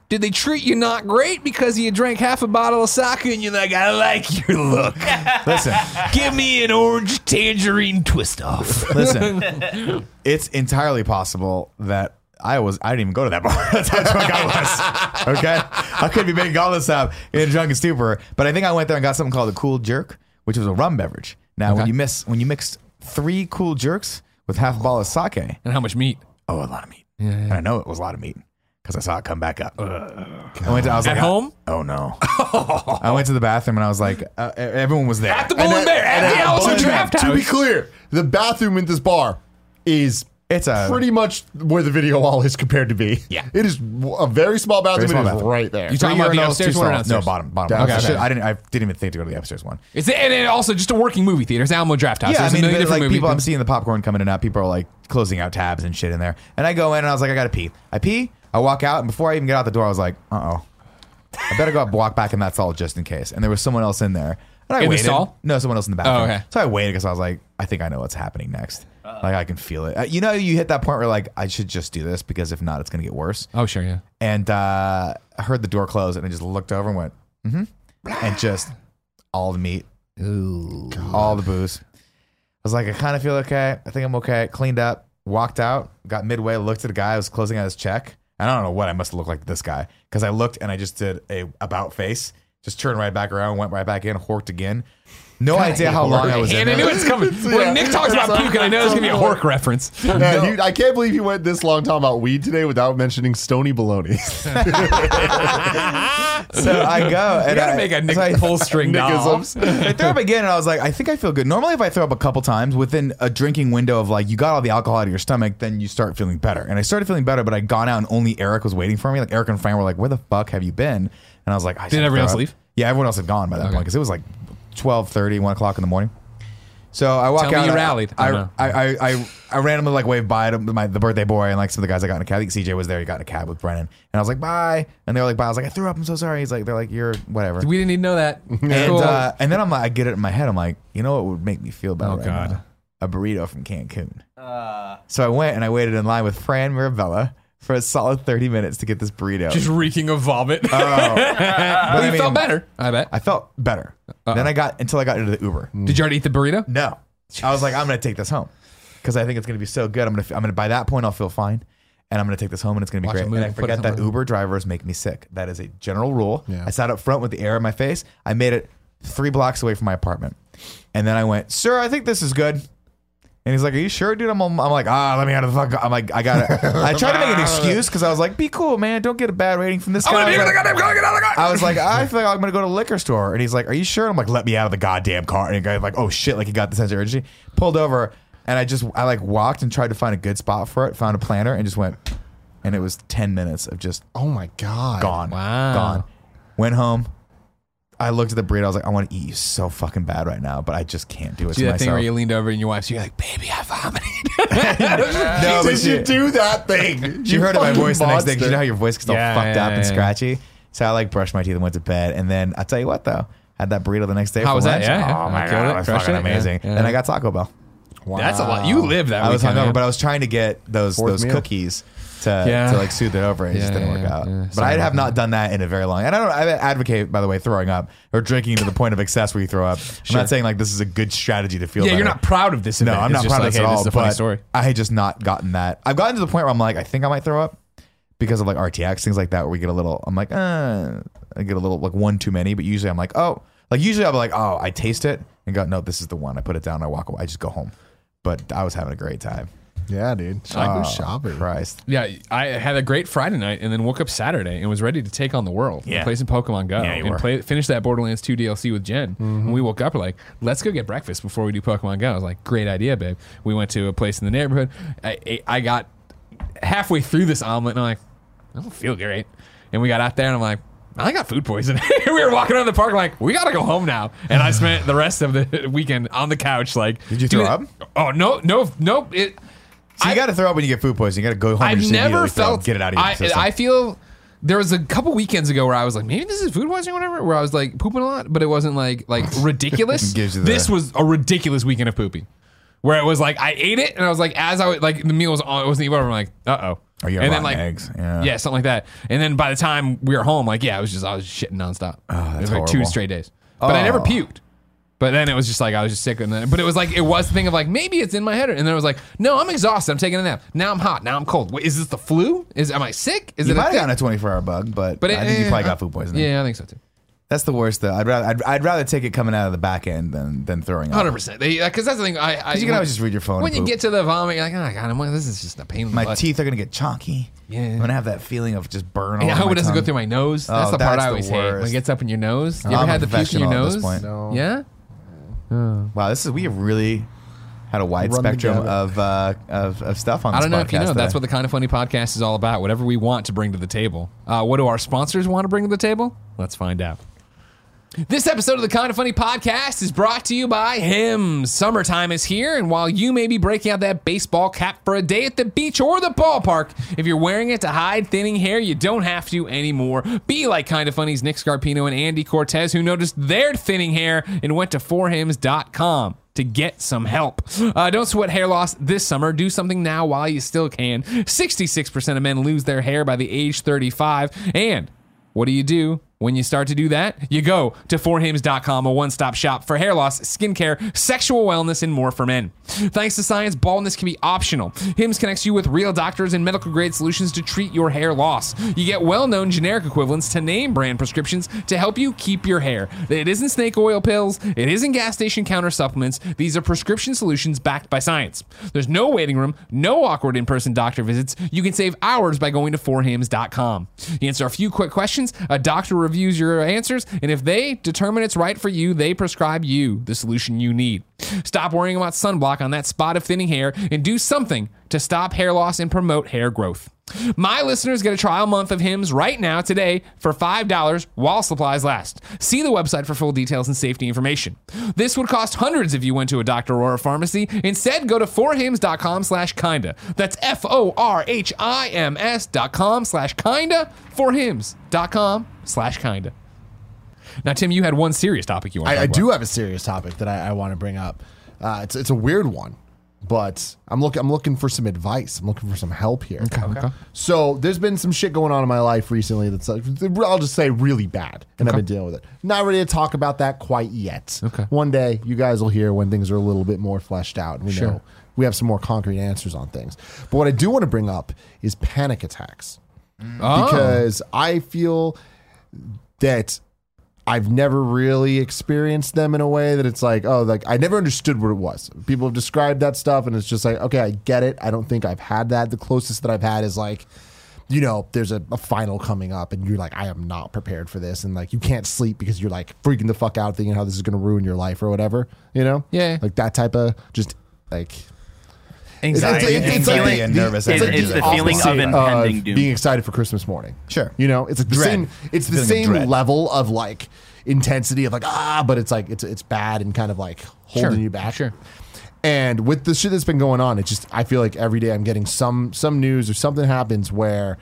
Speaker 5: did they treat you not great because you drank half a bottle of sake and you're like I like your look
Speaker 2: Listen,
Speaker 5: give me an orange tangerine twist
Speaker 2: [LAUGHS]
Speaker 5: off
Speaker 2: listen.
Speaker 5: [LAUGHS]
Speaker 2: it's entirely possible that I was I didn't even go to that bar. [LAUGHS] That's how drunk I was. Okay? I could be making all this up in a drunken stupor. But I think I went there and got something called a cool jerk, which was a rum beverage. Now when
Speaker 1: Okay.
Speaker 2: you miss when you mixed three cool jerks with half a ball of
Speaker 1: [LAUGHS]
Speaker 2: sake,
Speaker 1: And how much meat?
Speaker 2: oh a lot of meat. And I know it was a lot of meat. Because I saw it come back up. I went to, I was
Speaker 1: At
Speaker 2: like,
Speaker 1: home?
Speaker 2: Oh
Speaker 5: [LAUGHS]
Speaker 2: no! I went to the bathroom and I was like, uh, everyone was there.
Speaker 5: at the bull and, bear at the
Speaker 2: Bull
Speaker 5: Allison
Speaker 2: and Bear.
Speaker 5: draft
Speaker 3: to
Speaker 5: house
Speaker 3: be clear, the bathroom in this bar is
Speaker 2: It's a-
Speaker 3: pretty much where the video wall is compared to be.
Speaker 5: Yeah.
Speaker 3: it is w- a very small bathroom.
Speaker 2: Very small
Speaker 3: it is
Speaker 2: bathroom.
Speaker 3: right there.
Speaker 1: You talking
Speaker 2: Three
Speaker 1: about the
Speaker 2: urinals,
Speaker 1: upstairs
Speaker 2: two
Speaker 1: one or
Speaker 2: stalls.
Speaker 1: downstairs?
Speaker 2: No, bottom, bottom.
Speaker 3: Downstairs.
Speaker 2: I, should- I didn't. I didn't even think to go to the upstairs one.
Speaker 1: It's and then also just a working movie theater. It's Alamo Draft House.
Speaker 2: Yeah,
Speaker 1: There's
Speaker 2: I mean,
Speaker 1: a million
Speaker 2: but,
Speaker 1: different
Speaker 2: like
Speaker 1: movies.
Speaker 2: people, I'm seeing the popcorn coming in and out. People are like closing out tabs and shit in there. And I go in and I was like, I gotta pee. I pee. I walk out, and before I even get out the door, I was like, uh oh, I better go up, walk back, and that's all just in case. And there was someone else in there. And I
Speaker 1: In the
Speaker 2: waited.
Speaker 1: stall?
Speaker 2: No, someone else in the bathroom.
Speaker 1: Oh, okay.
Speaker 2: So I waited because I was like, I think I know what's happening next. Like I can feel it. Uh, You know, you hit that point where like I should just do this because if not, it's gonna get worse.
Speaker 1: oh sure, [LAUGHS] yeah.
Speaker 2: and uh, I heard the door close, and I just looked over and went, mm-hmm, and just all the meat, all the booze. I was like, I kind of feel okay. I think I'm okay. Cleaned up, walked out, got midway, looked at a guy who was closing out his check, and I don't know what I must look like to this guy because I looked and I just did a about face, just turned right back around, went right back in, horked again. No idea how long I was in
Speaker 1: And I
Speaker 2: there.
Speaker 1: knew it's coming. When Nick talks about puke, and I know it's gonna be a hork reference.
Speaker 3: [LAUGHS] Yeah, you- I can't believe you went this long talking about weed today without mentioning Stony Baloney. [LAUGHS]
Speaker 2: So I go
Speaker 1: I
Speaker 2: and
Speaker 1: gotta
Speaker 2: I
Speaker 1: make a [LAUGHS] Nick
Speaker 2: so I-
Speaker 1: pull string doll.
Speaker 3: Nickisms.
Speaker 2: I threw up again, and I was like, I think I feel good. Normally, if I throw up a couple times within a drinking window of like you got all the alcohol out of your stomach, then you start feeling better. And I started feeling better, but I'd gone out and only Eric was waiting for me. Like Eric and Fran were like, "Where the fuck have you been?" And I was like, I "Did
Speaker 1: everyone else leave?
Speaker 2: Yeah, everyone else had gone by that point because it was like 12, 1 o'clock in the morning. So I walk
Speaker 1: Tell me
Speaker 2: out.
Speaker 1: you
Speaker 2: I-
Speaker 1: rallied.
Speaker 2: I,
Speaker 1: Oh, no.
Speaker 2: I, I, I, I randomly like waved bye to my the birthday boy and like some of the guys I got in a cab. I think CJ was there. He got in a cab with Brennan, and I was like bye, and they were like bye. I was like I threw up. I'm so sorry. He's like they're like you're whatever.
Speaker 1: We didn't even know [LAUGHS] that.
Speaker 2: And
Speaker 1: Cool.
Speaker 2: uh, and then I'm like, I get it in my head. I'm like, you know what would make me feel better?
Speaker 1: Oh,
Speaker 2: right
Speaker 1: God.
Speaker 2: now? a burrito from Cancun. so I went and I waited in line with Fran Mirabella for a solid 30 minutes to get this burrito.
Speaker 1: just reeking of vomit. [LAUGHS]
Speaker 2: But
Speaker 1: you
Speaker 2: I mean,
Speaker 1: felt better. Uh, Uh-uh. I bet.
Speaker 2: I felt better. Then I got until I got into the Uber.
Speaker 1: Did you already eat the burrito?
Speaker 2: No, I was like, I'm gonna take this home because I think it's gonna be so good. I'm gonna, I'm gonna by that point I'll feel fine. And I'm gonna take this home, and it's gonna be
Speaker 1: Watch a
Speaker 2: great.
Speaker 1: movie
Speaker 2: And I
Speaker 1: and put it
Speaker 2: forget that
Speaker 1: somewhere.
Speaker 2: Uber drivers make me sick. That is a general rule.
Speaker 3: Yeah.
Speaker 2: I sat up front with the air in my face. I made it three blocks away from my apartment, and then I went, "Sir, I think this is good." And he's like, "Are you sure, dude?" I'm, I'm like, "Ah, let me out of the fuck." I'm like, "I got
Speaker 1: [LAUGHS]
Speaker 2: it." I tried to make an excuse because I was like, "Be cool, man. Don't get a bad rating from this guy." I was like- I was like, I feel like I'm gonna go to the liquor store. And he's like, Are you sure? And I'm like, let me out of the goddamn car. And the guy's like, Oh shit, like he got the sense of urgency. Pulled over and I just I like walked and tried to find a good spot for it, found a planter and just went and it was ten minutes of just
Speaker 3: oh my god!
Speaker 2: gone.
Speaker 1: Wow.
Speaker 2: Gone. Went home. I looked at the burrito, I was like, I want to eat you so fucking bad right now, but I just can't do
Speaker 1: Do
Speaker 2: it to
Speaker 1: that
Speaker 2: myself.
Speaker 1: thing where you leaned over and your wife's, you're like, baby, I vomited. [LAUGHS]
Speaker 2: no, but
Speaker 3: Did
Speaker 2: she-
Speaker 3: you do that thing?
Speaker 2: She
Speaker 3: You [LAUGHS]
Speaker 2: heard it in my
Speaker 3: fucking
Speaker 2: voice the next day. 'cause
Speaker 3: monster.
Speaker 2: You know how your voice gets all
Speaker 1: Yeah,
Speaker 2: fucked
Speaker 1: yeah,
Speaker 2: up
Speaker 1: yeah,
Speaker 2: and
Speaker 1: yeah.
Speaker 2: scratchy. So I like brushed my teeth and went to bed. And then I tell you what though, had that burrito the next day.
Speaker 1: How
Speaker 2: for
Speaker 1: was that?
Speaker 2: lunch.
Speaker 1: Yeah, yeah.
Speaker 2: Oh my
Speaker 1: I
Speaker 2: god,
Speaker 1: killed
Speaker 2: it
Speaker 1: it,
Speaker 2: was
Speaker 1: crushed
Speaker 2: fucking
Speaker 1: it, yeah,
Speaker 2: amazing.
Speaker 1: yeah.
Speaker 2: And I got Taco Bell.
Speaker 1: That's a lot. You live that
Speaker 2: I was
Speaker 1: weekend,
Speaker 2: hungover,
Speaker 1: man.
Speaker 2: but I was trying to get those
Speaker 3: Fourth
Speaker 2: those
Speaker 3: meal.
Speaker 2: cookies to,
Speaker 1: Yeah.
Speaker 2: to like soothe it over. It just
Speaker 1: Yeah,
Speaker 2: didn't
Speaker 1: yeah,
Speaker 2: work
Speaker 1: yeah,
Speaker 2: out.
Speaker 1: yeah.
Speaker 2: But
Speaker 1: Sorry
Speaker 2: I have
Speaker 1: about
Speaker 2: not done that in a very long. And I don't. I advocate, by the way, throwing up or drinking to the point of excess where you throw up. I'm not saying like this is a good strategy to feel.
Speaker 1: yeah, you're
Speaker 2: better.
Speaker 1: not proud of this.
Speaker 2: No,
Speaker 1: Event.
Speaker 2: I'm
Speaker 1: It's
Speaker 2: not
Speaker 1: just
Speaker 2: proud
Speaker 1: like,
Speaker 2: of this
Speaker 1: hey,
Speaker 2: at all.
Speaker 1: This is a funny
Speaker 2: but
Speaker 1: story.
Speaker 2: I had just not gotten that. I've gotten to the point where I'm like, I think I might throw up because of like RTX things like that, where we get a little. I'm like, uh, I get a little like one too many. But usually I'm like, oh, like usually I'm like, oh, I taste it and go, no, this is the one. I put it down. I walk away. I just go home. But I was having a great time.
Speaker 3: Yeah, dude. Uh, Should I go shopping?
Speaker 2: Christ.
Speaker 1: Yeah, I had a great Friday night and then woke up Saturday and was ready to take on the world.
Speaker 2: Yeah.
Speaker 1: Play some Pokemon Go
Speaker 2: Yeah, you
Speaker 1: and
Speaker 2: were.
Speaker 1: play finish that Borderlands 2 DLC with Jen.
Speaker 2: Mm-hmm.
Speaker 1: And we woke up we're like, let's go get breakfast before we do Pokemon Go. I was like, great idea, babe. We went to a place in the neighborhood. I, I- I got halfway through this omelet and I'm like, I don't feel great. And we got out there and I'm like, I got food poisoning. [LAUGHS] we were walking around the park like, we gotta go home now. And I spent the rest of the [LAUGHS] weekend on the couch like,
Speaker 2: Did you throw
Speaker 1: doing-
Speaker 2: up?
Speaker 1: Oh no, no, no! It,
Speaker 2: So you got to throw up when you get food poisoning. You got to go home. and
Speaker 1: I've
Speaker 2: just
Speaker 1: never
Speaker 2: immediately throw up,
Speaker 1: felt
Speaker 2: get it out of your
Speaker 1: I,
Speaker 2: system.
Speaker 1: I feel there was a couple weekends ago where I was like, maybe this is food poisoning, or whatever. Where I was like pooping a lot, but it wasn't like
Speaker 2: [LAUGHS]
Speaker 1: like ridiculous.
Speaker 2: Gives you the-
Speaker 1: this was a ridiculous weekend of pooping, where it was like I ate it and I was like, as I was like the meal was on, it wasn't even over. I'm like, uh oh.
Speaker 2: Are you
Speaker 1: and then like
Speaker 2: rotten eggs? Yeah.
Speaker 1: something like that. And then by the time we were home, like yeah, I was just I was shitting nonstop.
Speaker 2: Oh, that's
Speaker 1: it was like two
Speaker 2: horrible.
Speaker 1: straight days, but I never
Speaker 2: Oh.
Speaker 1: puked. But then it was just like I was just sick, and then but it was like it was the thing of like maybe it's in my head, and then it was like no, I'm exhausted, I'm taking a nap. Now I'm hot, now I'm cold. Wait, is this the flu? Is am I sick? Is
Speaker 2: you
Speaker 1: it?
Speaker 2: might
Speaker 1: a
Speaker 2: have
Speaker 1: thing?
Speaker 2: gotten a 24 hour bug, but,
Speaker 1: But it-
Speaker 2: I think you probably
Speaker 1: eh,
Speaker 2: got food poisoning.
Speaker 1: yeah, I think so too.
Speaker 2: That's the worst though. I'd rather I'd, I'd rather take it coming out of the back end than than throwing up.
Speaker 1: Hundred percent. Because that's the thing. I, I
Speaker 2: 'Cause you can always just read your phone
Speaker 1: When
Speaker 2: and
Speaker 1: you
Speaker 2: poop.
Speaker 1: get to the vomit, you're like, oh god, I'm like, this is just a pain. In the
Speaker 2: My
Speaker 1: butt."
Speaker 2: teeth are gonna get chonky.
Speaker 1: Yeah.
Speaker 2: I'm gonna have that feeling of just burn.
Speaker 1: And [LAUGHS] I
Speaker 2: all over
Speaker 1: hope
Speaker 2: my
Speaker 1: it doesn't
Speaker 2: tongue.
Speaker 1: go through my nose.
Speaker 2: Oh,
Speaker 1: That's the part
Speaker 2: that's
Speaker 1: I
Speaker 2: the
Speaker 1: always hate. When
Speaker 2: worst.
Speaker 1: it gets up in your nose. You
Speaker 2: I'm
Speaker 1: ever
Speaker 2: a
Speaker 1: had the puke in your
Speaker 2: professional at
Speaker 1: nose?
Speaker 2: this point.
Speaker 3: No.
Speaker 1: Yeah.
Speaker 2: Wow, this is we have really had a wide
Speaker 3: Run the
Speaker 2: spectrum
Speaker 3: gamut.
Speaker 2: of, uh, of of stuff on.
Speaker 1: I
Speaker 2: This
Speaker 1: don't know if you
Speaker 2: podcast uh,
Speaker 1: know. That's
Speaker 2: today.
Speaker 1: what the kind of funny podcast is all about. Whatever we want to bring to the table. Uh, what do our sponsors want to bring to the table? Let's find out. This episode of the Kind of Funny podcast is brought to you by Hims. Summertime is here, and while you may be breaking out that baseball cap for a day at the beach or the ballpark, if you're wearing it to hide thinning hair, you don't have to anymore. Be like Kind of Funny's Nick Scarpino and Andy Cortez, who noticed their thinning hair and went to 4hims.com to get some help. Uh, don't sweat hair loss this summer. Do something now while you still can. 66% of men lose their hair by the age 35, and what do you do when you start to do that? You go to 4hims.com, a one stop shop for hair loss, skincare, sexual wellness, and more for men. Thanks to science, baldness can be optional. Hims connects you with real doctors and medical grade solutions to treat your hair loss. You get well known generic equivalents to name brand prescriptions to help you keep your hair. It isn't snake oil pills, it isn't gas station counter supplements. These are prescription solutions backed by science. There's no waiting room, no awkward in person doctor visits. You can save hours by going to 4hims.com. You answer a few quick questions, a doctor reviews your answers, and if they determine it's right for you, they prescribe you the solution you need. Stop worrying about sunblock on that spot of thinning hair and do something to stop hair loss and promote hair growth. My listeners get a trial month of Hims right now today for $5 while supplies last. See the website for full details and safety information. This would cost hundreds if you went to a doctor or a pharmacy. Instead, go to forhims.com slash kinda. That's F-O-R-H-I-M-S dot com slash kinda. Forhims.com slash kinda. Now, Tim, you had one serious topic you want to
Speaker 3: I, I
Speaker 1: talk
Speaker 3: do have a serious topic that I, I want to bring up. Uh, it's it's a weird one, but I'm looking I'm looking for some advice. I'm looking for some help here.
Speaker 1: about. Okay.
Speaker 3: So there's been some shit going on in my life recently that's like, I'll just say really bad, and I've been dealing with it. Not ready to talk about that quite yet.
Speaker 1: Okay.
Speaker 3: One day you guys will hear when things are a little bit more fleshed out, and we know we have some more concrete answers on things. But what I do want to bring up is panic attacks
Speaker 1: Oh.
Speaker 3: because I feel that I've never really experienced them in a way that it's like, oh, like I never understood what it was. People have described that stuff, and it's just like, okay, I get it. I don't think I've had that. The closest that I've had is like, you know, there's a, a final coming up, and you're like, I am not prepared for this, and like you can't sleep because you're like freaking the fuck out, thinking how this is gonna ruin your life or whatever. You know,
Speaker 1: Yeah.
Speaker 3: like that type of just like
Speaker 2: anxiety,
Speaker 3: it's- it's- it's like
Speaker 2: anxiety
Speaker 3: the-
Speaker 2: and
Speaker 3: the-
Speaker 2: nervous
Speaker 3: it's
Speaker 2: energy.
Speaker 3: like
Speaker 4: It's the
Speaker 2: levels.
Speaker 4: feeling of impending
Speaker 3: of
Speaker 4: doom.
Speaker 3: being excited for Christmas morning.
Speaker 2: Sure.
Speaker 3: you know, it's like the
Speaker 2: Dread.
Speaker 3: same. It's the
Speaker 2: Feeling of
Speaker 3: same
Speaker 2: dread.
Speaker 3: level of like intensity of like ah, but it's like it's it's bad and kind of like holding
Speaker 1: Sure,
Speaker 3: you back.
Speaker 1: sure.
Speaker 3: And with the shit that's been going on, it's just I feel like every day I'm getting some some news or something happens where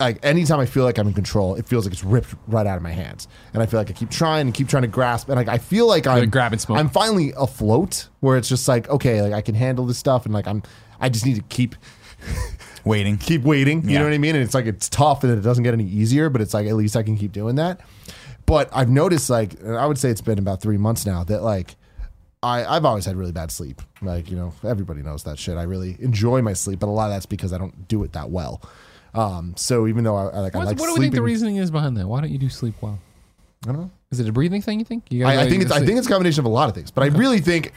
Speaker 3: like anytime I feel like I'm in control, it feels like it's ripped right out of my hands, and I feel like I keep trying and keep trying to grasp, and like I feel like I'm
Speaker 1: grabbing smoke.
Speaker 3: I'm finally afloat, where it's just like okay, like I can handle this stuff, and like I'm I just need to keep
Speaker 2: Waiting. [LAUGHS]
Speaker 3: keep waiting. You
Speaker 2: Yeah.
Speaker 3: know what I mean? And it's like it's tough and it doesn't get any easier, but it's like at least I can keep doing that. But I've noticed like and I would say it's been about three months now that like I, I've always had really bad sleep. Like, you know, everybody knows that shit. I really enjoy my sleep, but a lot of that's because I don't do it that well. Um, so even though I, I like I
Speaker 1: What's-
Speaker 3: like
Speaker 1: what do we
Speaker 3: sleeping,
Speaker 1: think the reasoning is behind that? Why don't you do sleep well?
Speaker 3: I don't know.
Speaker 1: Is it a breathing thing? You think? You gotta
Speaker 3: I, I
Speaker 1: really
Speaker 3: think it's
Speaker 1: get
Speaker 3: I
Speaker 1: sleep.
Speaker 3: think it's a combination of a lot of things, but I really think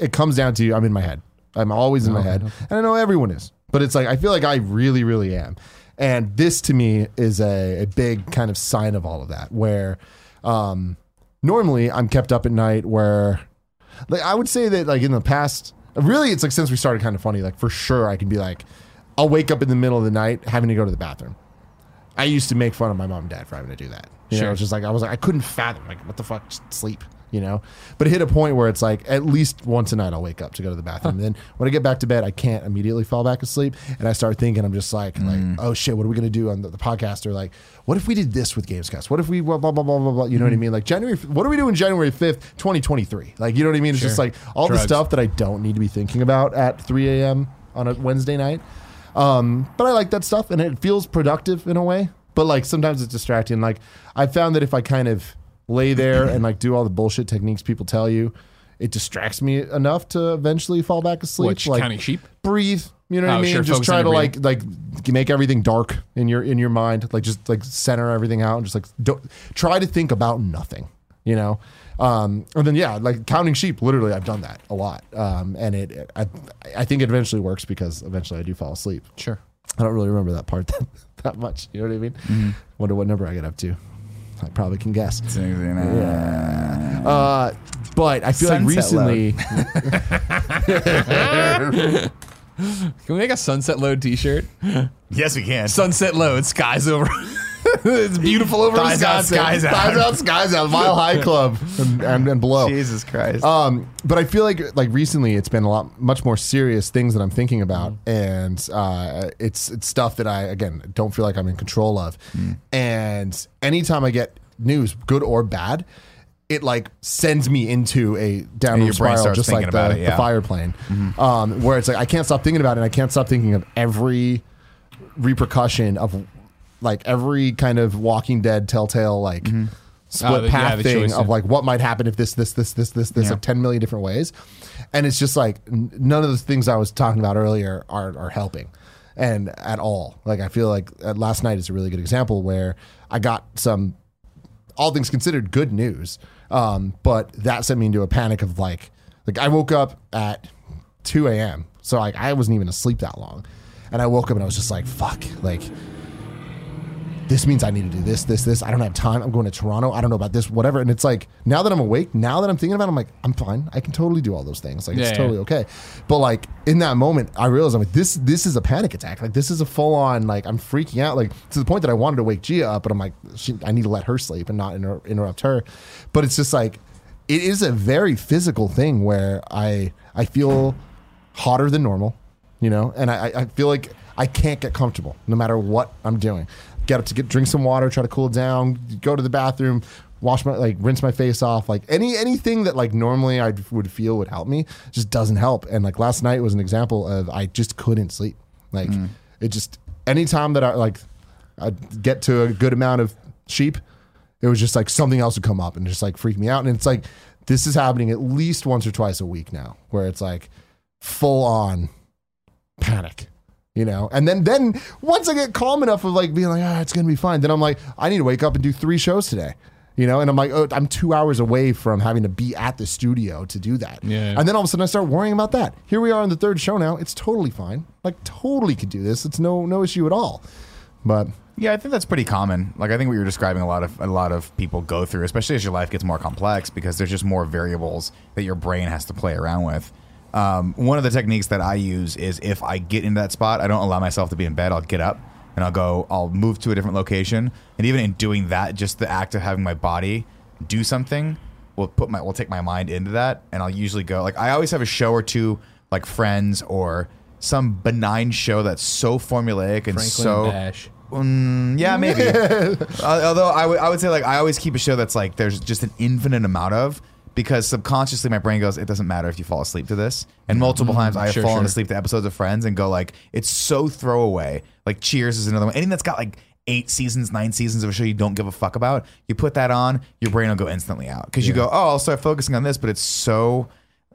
Speaker 3: it comes down to I'm in my head. I'm always in my head, and I know everyone is, but it's like I feel like I really, really am, and this to me is a, a big kind of sign of all of that. Where um, normally I'm kept up at night, where like I would say that like in the past, really it's like since we started kind of funny, like for sure I can be like I'll wake up in the middle of the night having to go to the bathroom. I used to make fun of my mom and dad for having to do that. You know,
Speaker 1: Sure.
Speaker 3: it's just like I was like I couldn't fathom like what the fuck just sleep, you know. But it hit a point where it's like at least once a night I'll wake up to go to the bathroom. And then when I get back to bed, I can't immediately fall back asleep, and I start thinking I'm just like
Speaker 1: Mm.
Speaker 3: like oh shit, what are we gonna do on the, the podcast? Or like what if we did this with Gamescast? What if we blah blah blah blah blah blah? You
Speaker 1: Mm-hmm.
Speaker 3: know what I mean? Like January, what are we doing January fifth, 2023? Like you know what I mean? It's just like all the
Speaker 1: Drugs.
Speaker 3: stuff that I don't need to be thinking about at 3 a.m. on a Wednesday night. Um, but I like that stuff, and it feels productive in a way. But like sometimes it's distracting. Like I found that if I kind of lay there and like do all the bullshit techniques people tell you, it distracts me enough to eventually fall back asleep.
Speaker 1: Which,
Speaker 3: like
Speaker 1: counting sheep?
Speaker 3: breathe. You know what I
Speaker 1: Oh,
Speaker 3: mean?
Speaker 1: sure,
Speaker 3: just
Speaker 1: focus
Speaker 3: try
Speaker 1: on
Speaker 3: to
Speaker 1: your
Speaker 3: like like make everything dark in your in your mind. Like just like center everything out and just like don't, try to think about nothing. You know. Um, and then yeah, like counting sheep. Literally, I've done that a lot, um, and it, it I, I think it eventually works because eventually I do fall asleep.
Speaker 1: Sure.
Speaker 3: I don't really remember that part [LAUGHS] that, that much. You know what I mean?
Speaker 1: Mm-hmm.
Speaker 3: Wonder what number I get up to. I probably can guess. Uh, but I feel
Speaker 2: Sunset
Speaker 1: [LAUGHS]
Speaker 3: like recently,
Speaker 5: Can we make a sunset load
Speaker 1: [LAUGHS]
Speaker 5: T-shirt?
Speaker 2: Yes, we can.
Speaker 5: Sunset load, skies over. it's beautiful over
Speaker 2: Thighs out,
Speaker 5: Wisconsin.
Speaker 2: skies out.
Speaker 3: Thighs out, skies out, mile high club, and, and,
Speaker 1: [LAUGHS]
Speaker 3: and below.
Speaker 2: Jesus
Speaker 1: Oh,
Speaker 2: Christ.
Speaker 3: Um, but I feel like like recently it's been a lot much more serious things that I'm thinking
Speaker 2: Mm.
Speaker 3: about, and uh, it's it's stuff that I again don't feel like I'm in control of.
Speaker 2: Mm.
Speaker 3: And anytime I get news, good or bad, it like sends me into a downward
Speaker 2: your brain
Speaker 3: spiral,
Speaker 2: starts
Speaker 3: just
Speaker 2: thinking
Speaker 3: like
Speaker 2: about
Speaker 3: the,
Speaker 2: it, yeah. Mm-hmm.
Speaker 3: the fire plane, um, where it's like I can't stop thinking about it, and I can't stop thinking of every repercussion of like every kind of Walking Dead telltale like split
Speaker 1: Oh, the- yeah,
Speaker 3: path
Speaker 1: the
Speaker 3: thing
Speaker 1: choice,
Speaker 3: of
Speaker 1: yeah.
Speaker 3: like what might happen if this this this this this this like ten million different ways, and it's just like n- none of the things I was talking about earlier are are helping, and at all. Like I feel like uh, last night is a really good example where I got some all things considered, good news. Um, but that sent me into a panic of like, like I woke up at 2 a.m. So like I wasn't even asleep that long, and I woke up and I was just like, fuck, like this means I need to do this, this, this. I don't have time. I'm going to Toronto. I don't know about this, whatever. And it's like now that I'm awake, now that I'm thinking about, it, I'm like, I'm fine. I can totally do all those things. Like
Speaker 1: Yeah,
Speaker 3: it's
Speaker 1: yeah.
Speaker 3: totally okay. But like in that moment, I realized I'm like, this, this is a panic attack. Like this is a full on. Like I'm freaking out. Like to the point that I wanted to wake Gia up, but I'm like, she, I need to let her sleep and not inter- interrupt her. But it's just like, it is a very physical thing where I I feel hotter than normal, you know, and I, I- I feel like I can't get comfortable no matter what I'm doing. Get up to get drink some water, try to cool down, go to the bathroom, wash my like rinse my face off, like any anything that like normally I would feel would help me just doesn't help. And like last night was an example of I just couldn't sleep. Like it just anytime that I like I get to a good amount of sheep, it was just like something else would come up and just like freak me out. And it's like this is happening at least once or twice a week now, where it's like full on panic. You know, and then then once I get calm enough of like being like, ah, it's gonna be fine, then I'm like, I need to wake up and do three shows today. You know, and I'm like, oh, I'm two hours away from having to be at the studio to do that.
Speaker 1: Yeah.
Speaker 3: And then all of a sudden I start worrying about that. Here we are on the third show now. It's totally fine. Like totally could do this. It's no no issue at all. But
Speaker 2: Yeah, I think that's pretty common. Like I think what you're describing a lot of a lot of people go through, especially as your life gets more complex because there's just more variables that your brain has to play around with. Um, one of the techniques that I use is if I get into that spot, I don't allow myself to be in bed. I'll get up and I'll go. I'll move to a different location, and even in doing that, just the act of having my body do something will put my will take my mind into that, and I'll usually go. Like I always have a show or two, like Friends or some benign show that's so formulaic and
Speaker 1: Franklin
Speaker 2: so
Speaker 1: Bash.
Speaker 2: Mm, yeah, maybe. Uh, although I would- I would say like I always keep a show that's like there's just an infinite amount of because subconsciously my brain goes it doesn't matter if you fall asleep to this. And
Speaker 3: Mm-hmm.
Speaker 2: multiple times I have
Speaker 1: sure,
Speaker 2: fallen
Speaker 1: sure.
Speaker 2: asleep to episodes of Friends and go like it's so throwaway. Like Cheers is another one. Anything that's got like eight seasons, nine seasons of a show you don't give a fuck about, you put that on, your brain will go instantly out because you go oh I'll start focusing on this, but it's so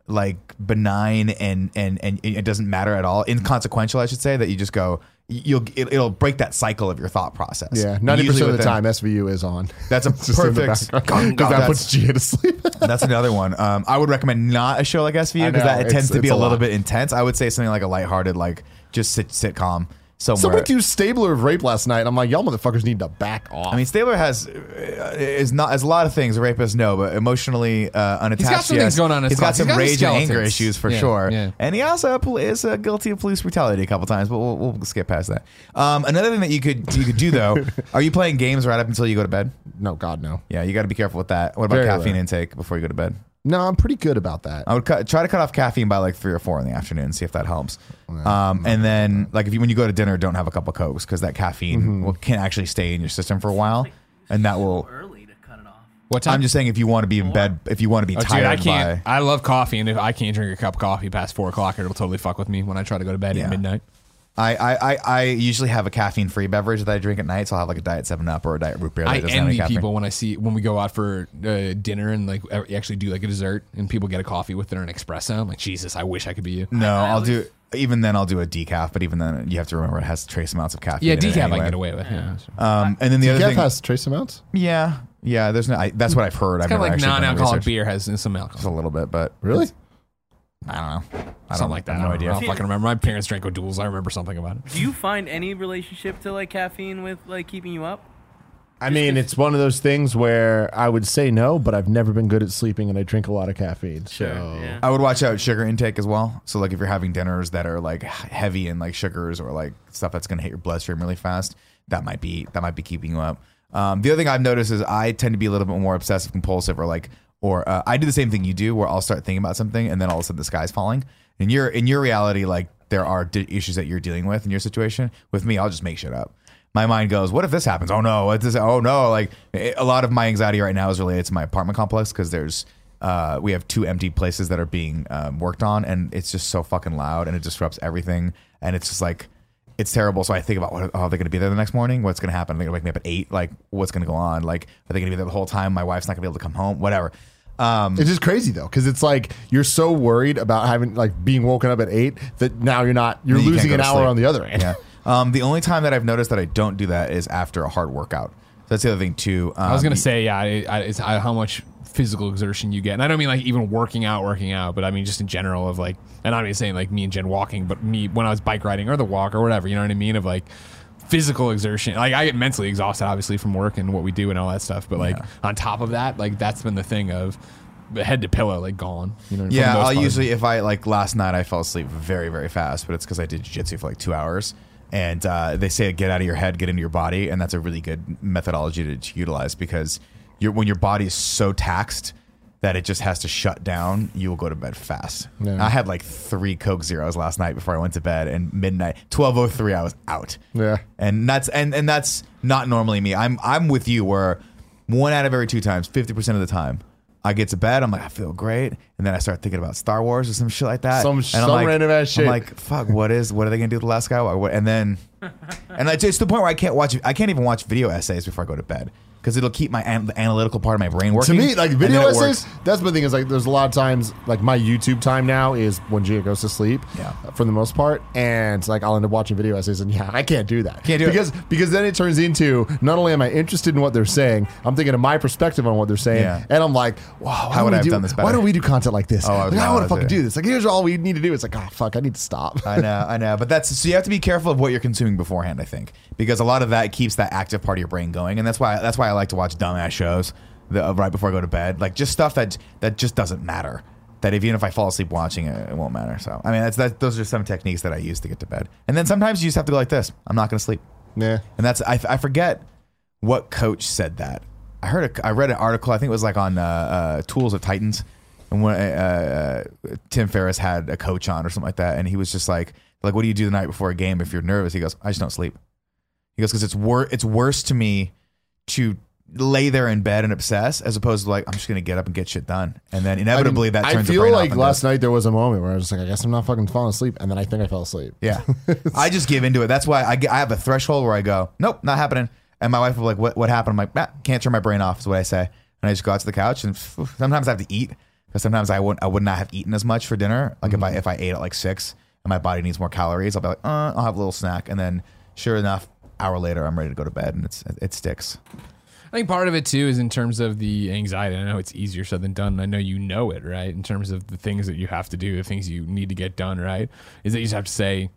Speaker 2: like benign and and and it doesn't matter at all inconsequential i should say that you just go you'll it, it'll break that cycle of your thought process
Speaker 3: Yeah,
Speaker 2: And
Speaker 3: ninety
Speaker 2: usually
Speaker 3: percent of the
Speaker 2: within-
Speaker 3: time, SVU is on.
Speaker 2: that's [LAUGHS]
Speaker 3: [LAUGHS]
Speaker 2: a
Speaker 3: Just in the
Speaker 2: perfect [LAUGHS]
Speaker 3: background. 'Cause that
Speaker 2: that's,
Speaker 3: puts Gia to sleep. [LAUGHS]
Speaker 2: that's another one um i would recommend not a show like svu
Speaker 3: I
Speaker 2: because
Speaker 3: know,
Speaker 2: that it tends
Speaker 3: it's-
Speaker 2: to be
Speaker 3: it's
Speaker 2: a
Speaker 3: a
Speaker 2: little
Speaker 3: lot.
Speaker 2: bit intense i would say something like a lighthearted like just sit, sitcom somewhere
Speaker 3: Someone accused Stabler of rape last night. I'm like, y'all motherfuckers need to back off.
Speaker 2: I mean, Stabler has uh, is not as a lot of things. Rapists, no, but emotionally uh, unattached.
Speaker 1: some
Speaker 2: yes.
Speaker 1: things going on in his
Speaker 2: He's got
Speaker 1: thoughts.
Speaker 2: some
Speaker 1: He's got his
Speaker 2: rage and anger
Speaker 1: skeletons.
Speaker 2: issues for
Speaker 1: Yeah,
Speaker 2: sure.
Speaker 1: yeah.
Speaker 2: And he also pol- is uh, guilty of police brutality a couple times, but we'll, we'll skip past that. Um, another thing that you could you could do though, are you playing games right up until you go to bed?
Speaker 3: no, God, no.
Speaker 2: Yeah, you got to be careful with that. What about
Speaker 3: Very
Speaker 2: caffeine
Speaker 3: rare.
Speaker 2: intake before you go to bed?
Speaker 3: No, I'm pretty good about that.
Speaker 2: I would cut, try to cut off caffeine by like three or four in the afternoon, see if that helps. Um, and then, like, if you when you go to dinner, don't have a couple cokes because that caffeine will, can actually stay in your system for a while, and that will.
Speaker 4: Early to cut it off.
Speaker 1: What time?
Speaker 2: I'm just saying, if you want to be in bed, if you want to be
Speaker 1: Oh,
Speaker 2: tired,
Speaker 1: dude, I can't.
Speaker 2: by-
Speaker 1: I love coffee, and if I can't drink a cup of coffee past four o'clock, it'll totally fuck with me when I try to go to bed
Speaker 2: Yeah.
Speaker 1: at midnight.
Speaker 2: I, I, I, I usually have a caffeine-free beverage that I drink at night, so I'll have like a diet Seven Up or a diet root beer. That
Speaker 1: I
Speaker 2: doesn't have any
Speaker 1: envy
Speaker 2: caffeine.
Speaker 1: people when I see when we go out for uh, dinner and like uh, actually do like a dessert, and people get a coffee with their an espresso. I'm like, Jesus, I wish I could be you.
Speaker 2: No, I'll do. Even then, I'll do a decaf, but even then, you have to remember it has trace amounts of caffeine.
Speaker 1: Yeah,
Speaker 2: in it
Speaker 1: decaf I
Speaker 2: anyway.
Speaker 1: can get away with. Yeah.
Speaker 2: Um, and then the other
Speaker 3: Gaff
Speaker 2: thing,
Speaker 3: has trace amounts.
Speaker 2: yeah, yeah. There's no. I, that's what I've heard. I've
Speaker 1: Kind
Speaker 2: never
Speaker 1: of like
Speaker 2: actually done the
Speaker 1: non-alcoholic
Speaker 2: research.
Speaker 1: beer has some alcohol.
Speaker 2: Just a little bit, but
Speaker 3: Really?
Speaker 2: I don't know. I don't
Speaker 1: something like that.
Speaker 2: I
Speaker 1: I don't,
Speaker 2: have no
Speaker 1: know. I
Speaker 2: idea.
Speaker 1: don't fucking remember. My parents drank O'Doul's. I remember something about it.
Speaker 4: Do you find any relationship to like caffeine with like keeping you up?
Speaker 3: I mean, it's one of those things where I would say no, but I've never been good at sleeping, and I drink a lot of caffeine. So
Speaker 4: Yeah.
Speaker 2: I would watch out sugar intake as well. So like if you're having dinners that are like heavy in like sugars or like stuff that's gonna hit your bloodstream really fast, that might be that might be keeping you up. Um, the other thing I've noticed is I tend to be a little bit more obsessive compulsive or like or uh, I do the same thing you do where I'll start thinking about something and then all of a sudden the sky's falling. In your in your reality, like there are di- issues that you're dealing with in your situation. With me, I'll just make shit up. my mind goes, "What if this happens? Oh no! What this? Oh no!" Like it- a lot of my anxiety right now is related to my apartment complex because there's uh, we have two empty places that are being um, worked on, and it's just so fucking loud, and it disrupts everything, and it's just like it's terrible. So I think about, what, oh, they're going to be there the next morning. What's going to happen? They're going to wake me up at eight. Like, what's going to go on? Like, are they going to be there the whole time? My wife's not going to be able to come home. Whatever. Um,
Speaker 3: it's just crazy though, because it's like you're so worried about having like being woken up at eight that now you're not you're
Speaker 2: Then you can't
Speaker 3: losing
Speaker 2: go
Speaker 3: an
Speaker 2: to
Speaker 3: hour
Speaker 2: sleep.
Speaker 3: on the other end.
Speaker 2: yeah. Um, the only time that I've noticed that I don't do that is after a hard workout. So that's the other thing too. Um,
Speaker 1: I was gonna say, yeah, I, I, it's I, how much physical exertion you get, and I don't mean like even working out, working out, but I mean just in general of like, and I'm not even saying like me and Jen walking, but me when I was bike riding or the walk or whatever, you know what I mean? Of like physical exertion, like I get mentally exhausted obviously from work and what we do and all that stuff, but like on top of that, like that's been the thing of head to pillow, like gone. You know, for the
Speaker 2: Yeah,
Speaker 1: most
Speaker 2: I'll
Speaker 1: part.
Speaker 2: usually if I like last night I fell asleep very very fast, but it's because I did jujitsu for like two hours. And uh, they say get out of your head, get into your body, and that's a really good methodology to, to utilize because you're, when your body is so taxed that it just has to shut down, you will go to bed fast.
Speaker 3: Yeah.
Speaker 2: I had like three Coke Zeros last night before I went to bed, and midnight twelve oh three I was out.
Speaker 3: [LAUGHS] Yeah.
Speaker 2: and that's and and that's not normally me. I'm I'm with you where one out of every two times, fifty percent of the time, I get to bed, I'm like I feel great, and then I start thinking about Star Wars or some shit like that.
Speaker 3: Some-
Speaker 2: and
Speaker 3: some
Speaker 2: like,
Speaker 3: random ass shit.
Speaker 2: I'm like, fuck, what is what are they gonna do with the last guy? What, and then and it's it's to the point where I can't watch I can't even watch video essays before I go to bed because it'll keep my an- the analytical part of my brain
Speaker 3: To
Speaker 2: working.
Speaker 3: me, like
Speaker 2: and then
Speaker 3: video
Speaker 2: it
Speaker 3: essays,
Speaker 2: works.
Speaker 3: that's my thing. Is like there's a lot of times, like my YouTube time now is when Gia goes to sleep, uh,
Speaker 2: Yeah.
Speaker 3: for the most part, and like I'll end up watching video essays, and yeah, I can't do that,
Speaker 2: Can't do it.
Speaker 3: because because then it turns into not only am I interested in what they're saying, I'm thinking of my perspective on what they're saying,
Speaker 2: Yeah.
Speaker 3: and I'm like, wow, why
Speaker 2: How
Speaker 3: don't
Speaker 2: would
Speaker 3: we
Speaker 2: I have
Speaker 3: do-
Speaker 2: done this
Speaker 3: Why
Speaker 2: better?
Speaker 3: don't we do content like this?
Speaker 2: Oh, I
Speaker 3: I,
Speaker 2: was
Speaker 3: like, I
Speaker 2: not
Speaker 3: want
Speaker 2: allowed
Speaker 3: to fucking
Speaker 2: to.
Speaker 3: do this. Like here's all we need to do. It's like, oh fuck, I need to
Speaker 2: [LAUGHS]
Speaker 3: stop.
Speaker 2: I know, I know, but that's so you have to be careful of what you're consuming beforehand. I think because a lot of that keeps that active part of your brain going, and that's why that's why I like to watch dumbass shows the, uh, right before I go to bed, like just stuff that that just doesn't matter. That if, even if I fall asleep watching it, it won't matter. So I mean, that's that. Those are some techniques that I use to get to bed, and then sometimes you just have to go like this: I'm not going to sleep,
Speaker 3: Yeah.
Speaker 2: and that's I, I forget what coach said that. I heard a, I read an article. I think it was like on uh, uh, Tools of Titans, and when uh, uh, Tim Ferriss had a coach on or something like that, and he was just like, like, what do you do the night before a game if you're nervous? He goes, I just don't sleep. He goes, because it's wor- it's worse to me to lay there in bed and obsess as opposed to like I'm just gonna get up and get shit done, and then inevitably that
Speaker 3: I
Speaker 2: turns. your
Speaker 3: feel
Speaker 2: brain
Speaker 3: like
Speaker 2: off and
Speaker 3: last
Speaker 2: goes-
Speaker 3: night there was a moment where I was just like, I guess I'm not fucking falling asleep, and then I think I fell asleep.
Speaker 2: Yeah, [LAUGHS] I just give into it. That's why I, g- I have a threshold where I go, nope, not happening. And my wife will be like, what what happened? I'm like, nah, can't turn my brain off is what I say, and I just go out to the couch and sometimes I have to eat because sometimes I would I would not have eaten as much for dinner. Like if I if I ate at like six and my body needs more calories, I'll be like, uh, I'll have a little snack, and then sure enough, hour later I'm ready to go to bed, and it's it sticks.
Speaker 1: I think part of it too is in terms of the anxiety. I know it's easier said than done. and I know you know it, right? In terms of the things that you have to do, the things you need to get done, right? Is that you just have to say,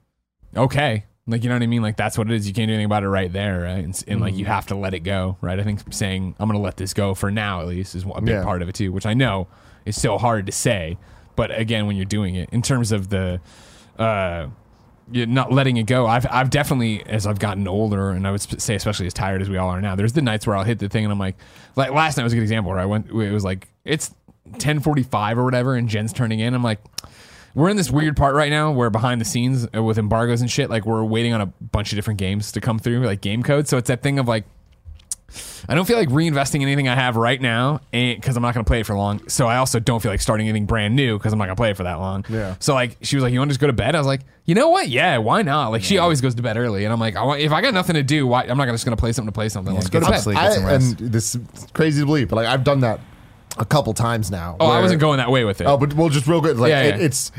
Speaker 1: okay. Like, you know what I mean? Like, that's what it is. You can't do anything about it right there, right? And, s- and like, you have to let it go, right? I think saying, I'm going to let this go for now, at least, is a big
Speaker 3: Yeah.
Speaker 1: part of it too, which I know is so hard to say. But again, when you're doing it, in terms of the, uh, you not letting it go. I've I've definitely as I've gotten older, and I would sp- say especially as tired as we all are now. There's the nights where I'll hit the thing, and I'm like, like last night was a good example where I went. It was like it's 10:45 or whatever, and Jen's turning in. I'm like. We're in this weird part right now where behind the scenes uh, with embargoes and shit, like we're waiting on a bunch of different games to come through, like game codes. So it's that thing of like, I don't feel like reinvesting anything I have right now because I'm not going to play it for long. So I also don't feel like starting anything brand new because I'm not going to play it for that long.
Speaker 3: Yeah.
Speaker 1: So like she was like, "You want to just go to bed?" I was like, "You know what? Yeah, why not?" Like she always goes to bed early, and I'm like, I want, "If I got nothing to do, why, I'm not gonna- just going to play something to play something. Let's go to
Speaker 2: get
Speaker 1: bed."
Speaker 2: some sleep,
Speaker 3: I,
Speaker 2: get some
Speaker 3: and
Speaker 2: rest.
Speaker 3: this is crazy to believe, but like I've done that a couple times now.
Speaker 1: Oh, I
Speaker 3: where-
Speaker 1: wasn't going that way with it.
Speaker 3: Oh, but well, just real good. Like
Speaker 1: Yeah,
Speaker 3: it,
Speaker 1: yeah.
Speaker 3: it's,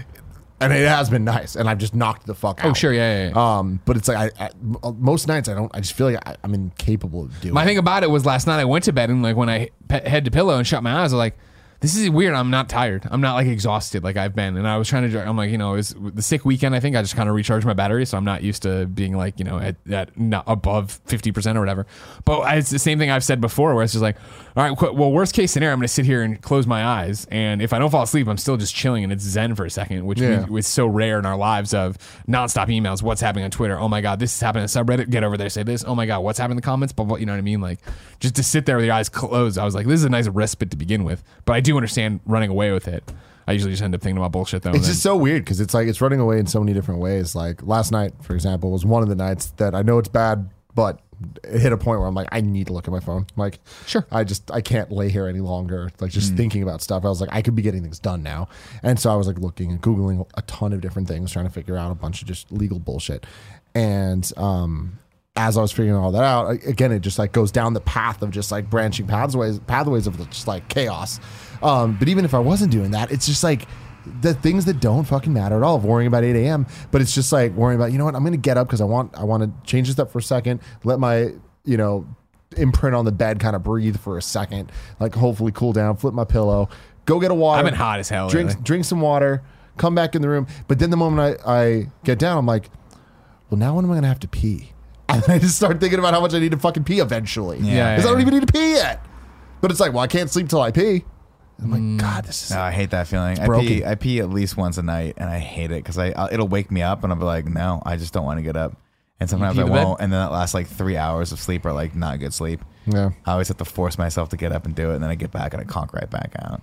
Speaker 3: and it has been nice, and I've just knocked the fuck out.
Speaker 1: Oh, sure, yeah, yeah,
Speaker 3: yeah. Um, but it's like I, I m- most nights I don't. I just feel like I, I'm incapable of doing.
Speaker 1: My
Speaker 3: it.
Speaker 1: thing about it was last night I went to bed and like when I pe- head to pillow and shut my eyes, I was like, this is weird. I'm not tired. I'm not like exhausted like I've been. And I was trying to. I'm like, you know, it's the sick weekend. I think I just kind of recharged my battery, so I'm not used to being like, you know, at, at not above fifty percent or whatever. But I- it's the same thing I've said before, where it's just like, all right, qu- well, worst case scenario, I'm going to sit here and close my eyes, and if I don't fall asleep, I'm still just chilling and it's zen for a second, which
Speaker 3: Yeah.
Speaker 1: we, it's so rare in our lives of nonstop emails. What's happening on Twitter? Oh my God, this is happening on subreddit. Get over there, say this. Oh my God, what's happening in the comments? But what, you know what I mean? Like just to sit there with your eyes closed, I was like, this is a nice respite to begin with. But I do understand running away with it. I usually just end up thinking about bullshit though. and
Speaker 3: It's
Speaker 1: then-
Speaker 3: just so weird because it's like it's running away in so many different ways. Like last night, for example, was one of the nights that I know it's bad, but it hit a point where I'm like, I need to look at my phone. Like, sure, I just I can't lay here any longer. Like just thinking about stuff, I was like, I could be getting things done now. And so I was like looking and googling a ton of different things, trying to figure out a bunch of just legal bullshit. And um, as I was figuring all that out, a- again, it just like goes down the path of just like branching pathways, pathways of just like chaos. Um, but even if I wasn't doing that, it's just like the things that don't fucking matter at all of worrying about 8 a.m. But it's just like worrying about, you know what, I'm gonna get up because I want I want to change this up for a second, let my, you know, imprint on the bed kind of breathe for a second, like hopefully cool down, flip my pillow, go get a water.
Speaker 1: I've been hot as hell
Speaker 3: Drink
Speaker 1: lately.
Speaker 3: drink some water, come back in the room. But then the moment I, I get down, I'm like, well, now when am I going to have to pee? [LAUGHS] And I just start thinking about how much I need to fucking pee eventually.
Speaker 1: Yeah,
Speaker 3: Because I
Speaker 1: yeah,
Speaker 3: don't
Speaker 1: yeah.
Speaker 3: even need to pee yet. But it's like, well, I can't sleep till I pee. I'm like, God, this is.
Speaker 2: No, I hate that feeling. I
Speaker 3: broken.
Speaker 2: pee, I pee at least once a night, and I hate it because I I'll, it'll wake me up, and I'll be like, no, I just don't want to get up. And sometimes
Speaker 1: pee
Speaker 2: I
Speaker 1: to bed?
Speaker 2: won't, and then that lasts like three hours of sleep or like not good sleep.
Speaker 3: Yeah.
Speaker 2: I always have to force myself to get up and do it, and then I get back and I conk right back out.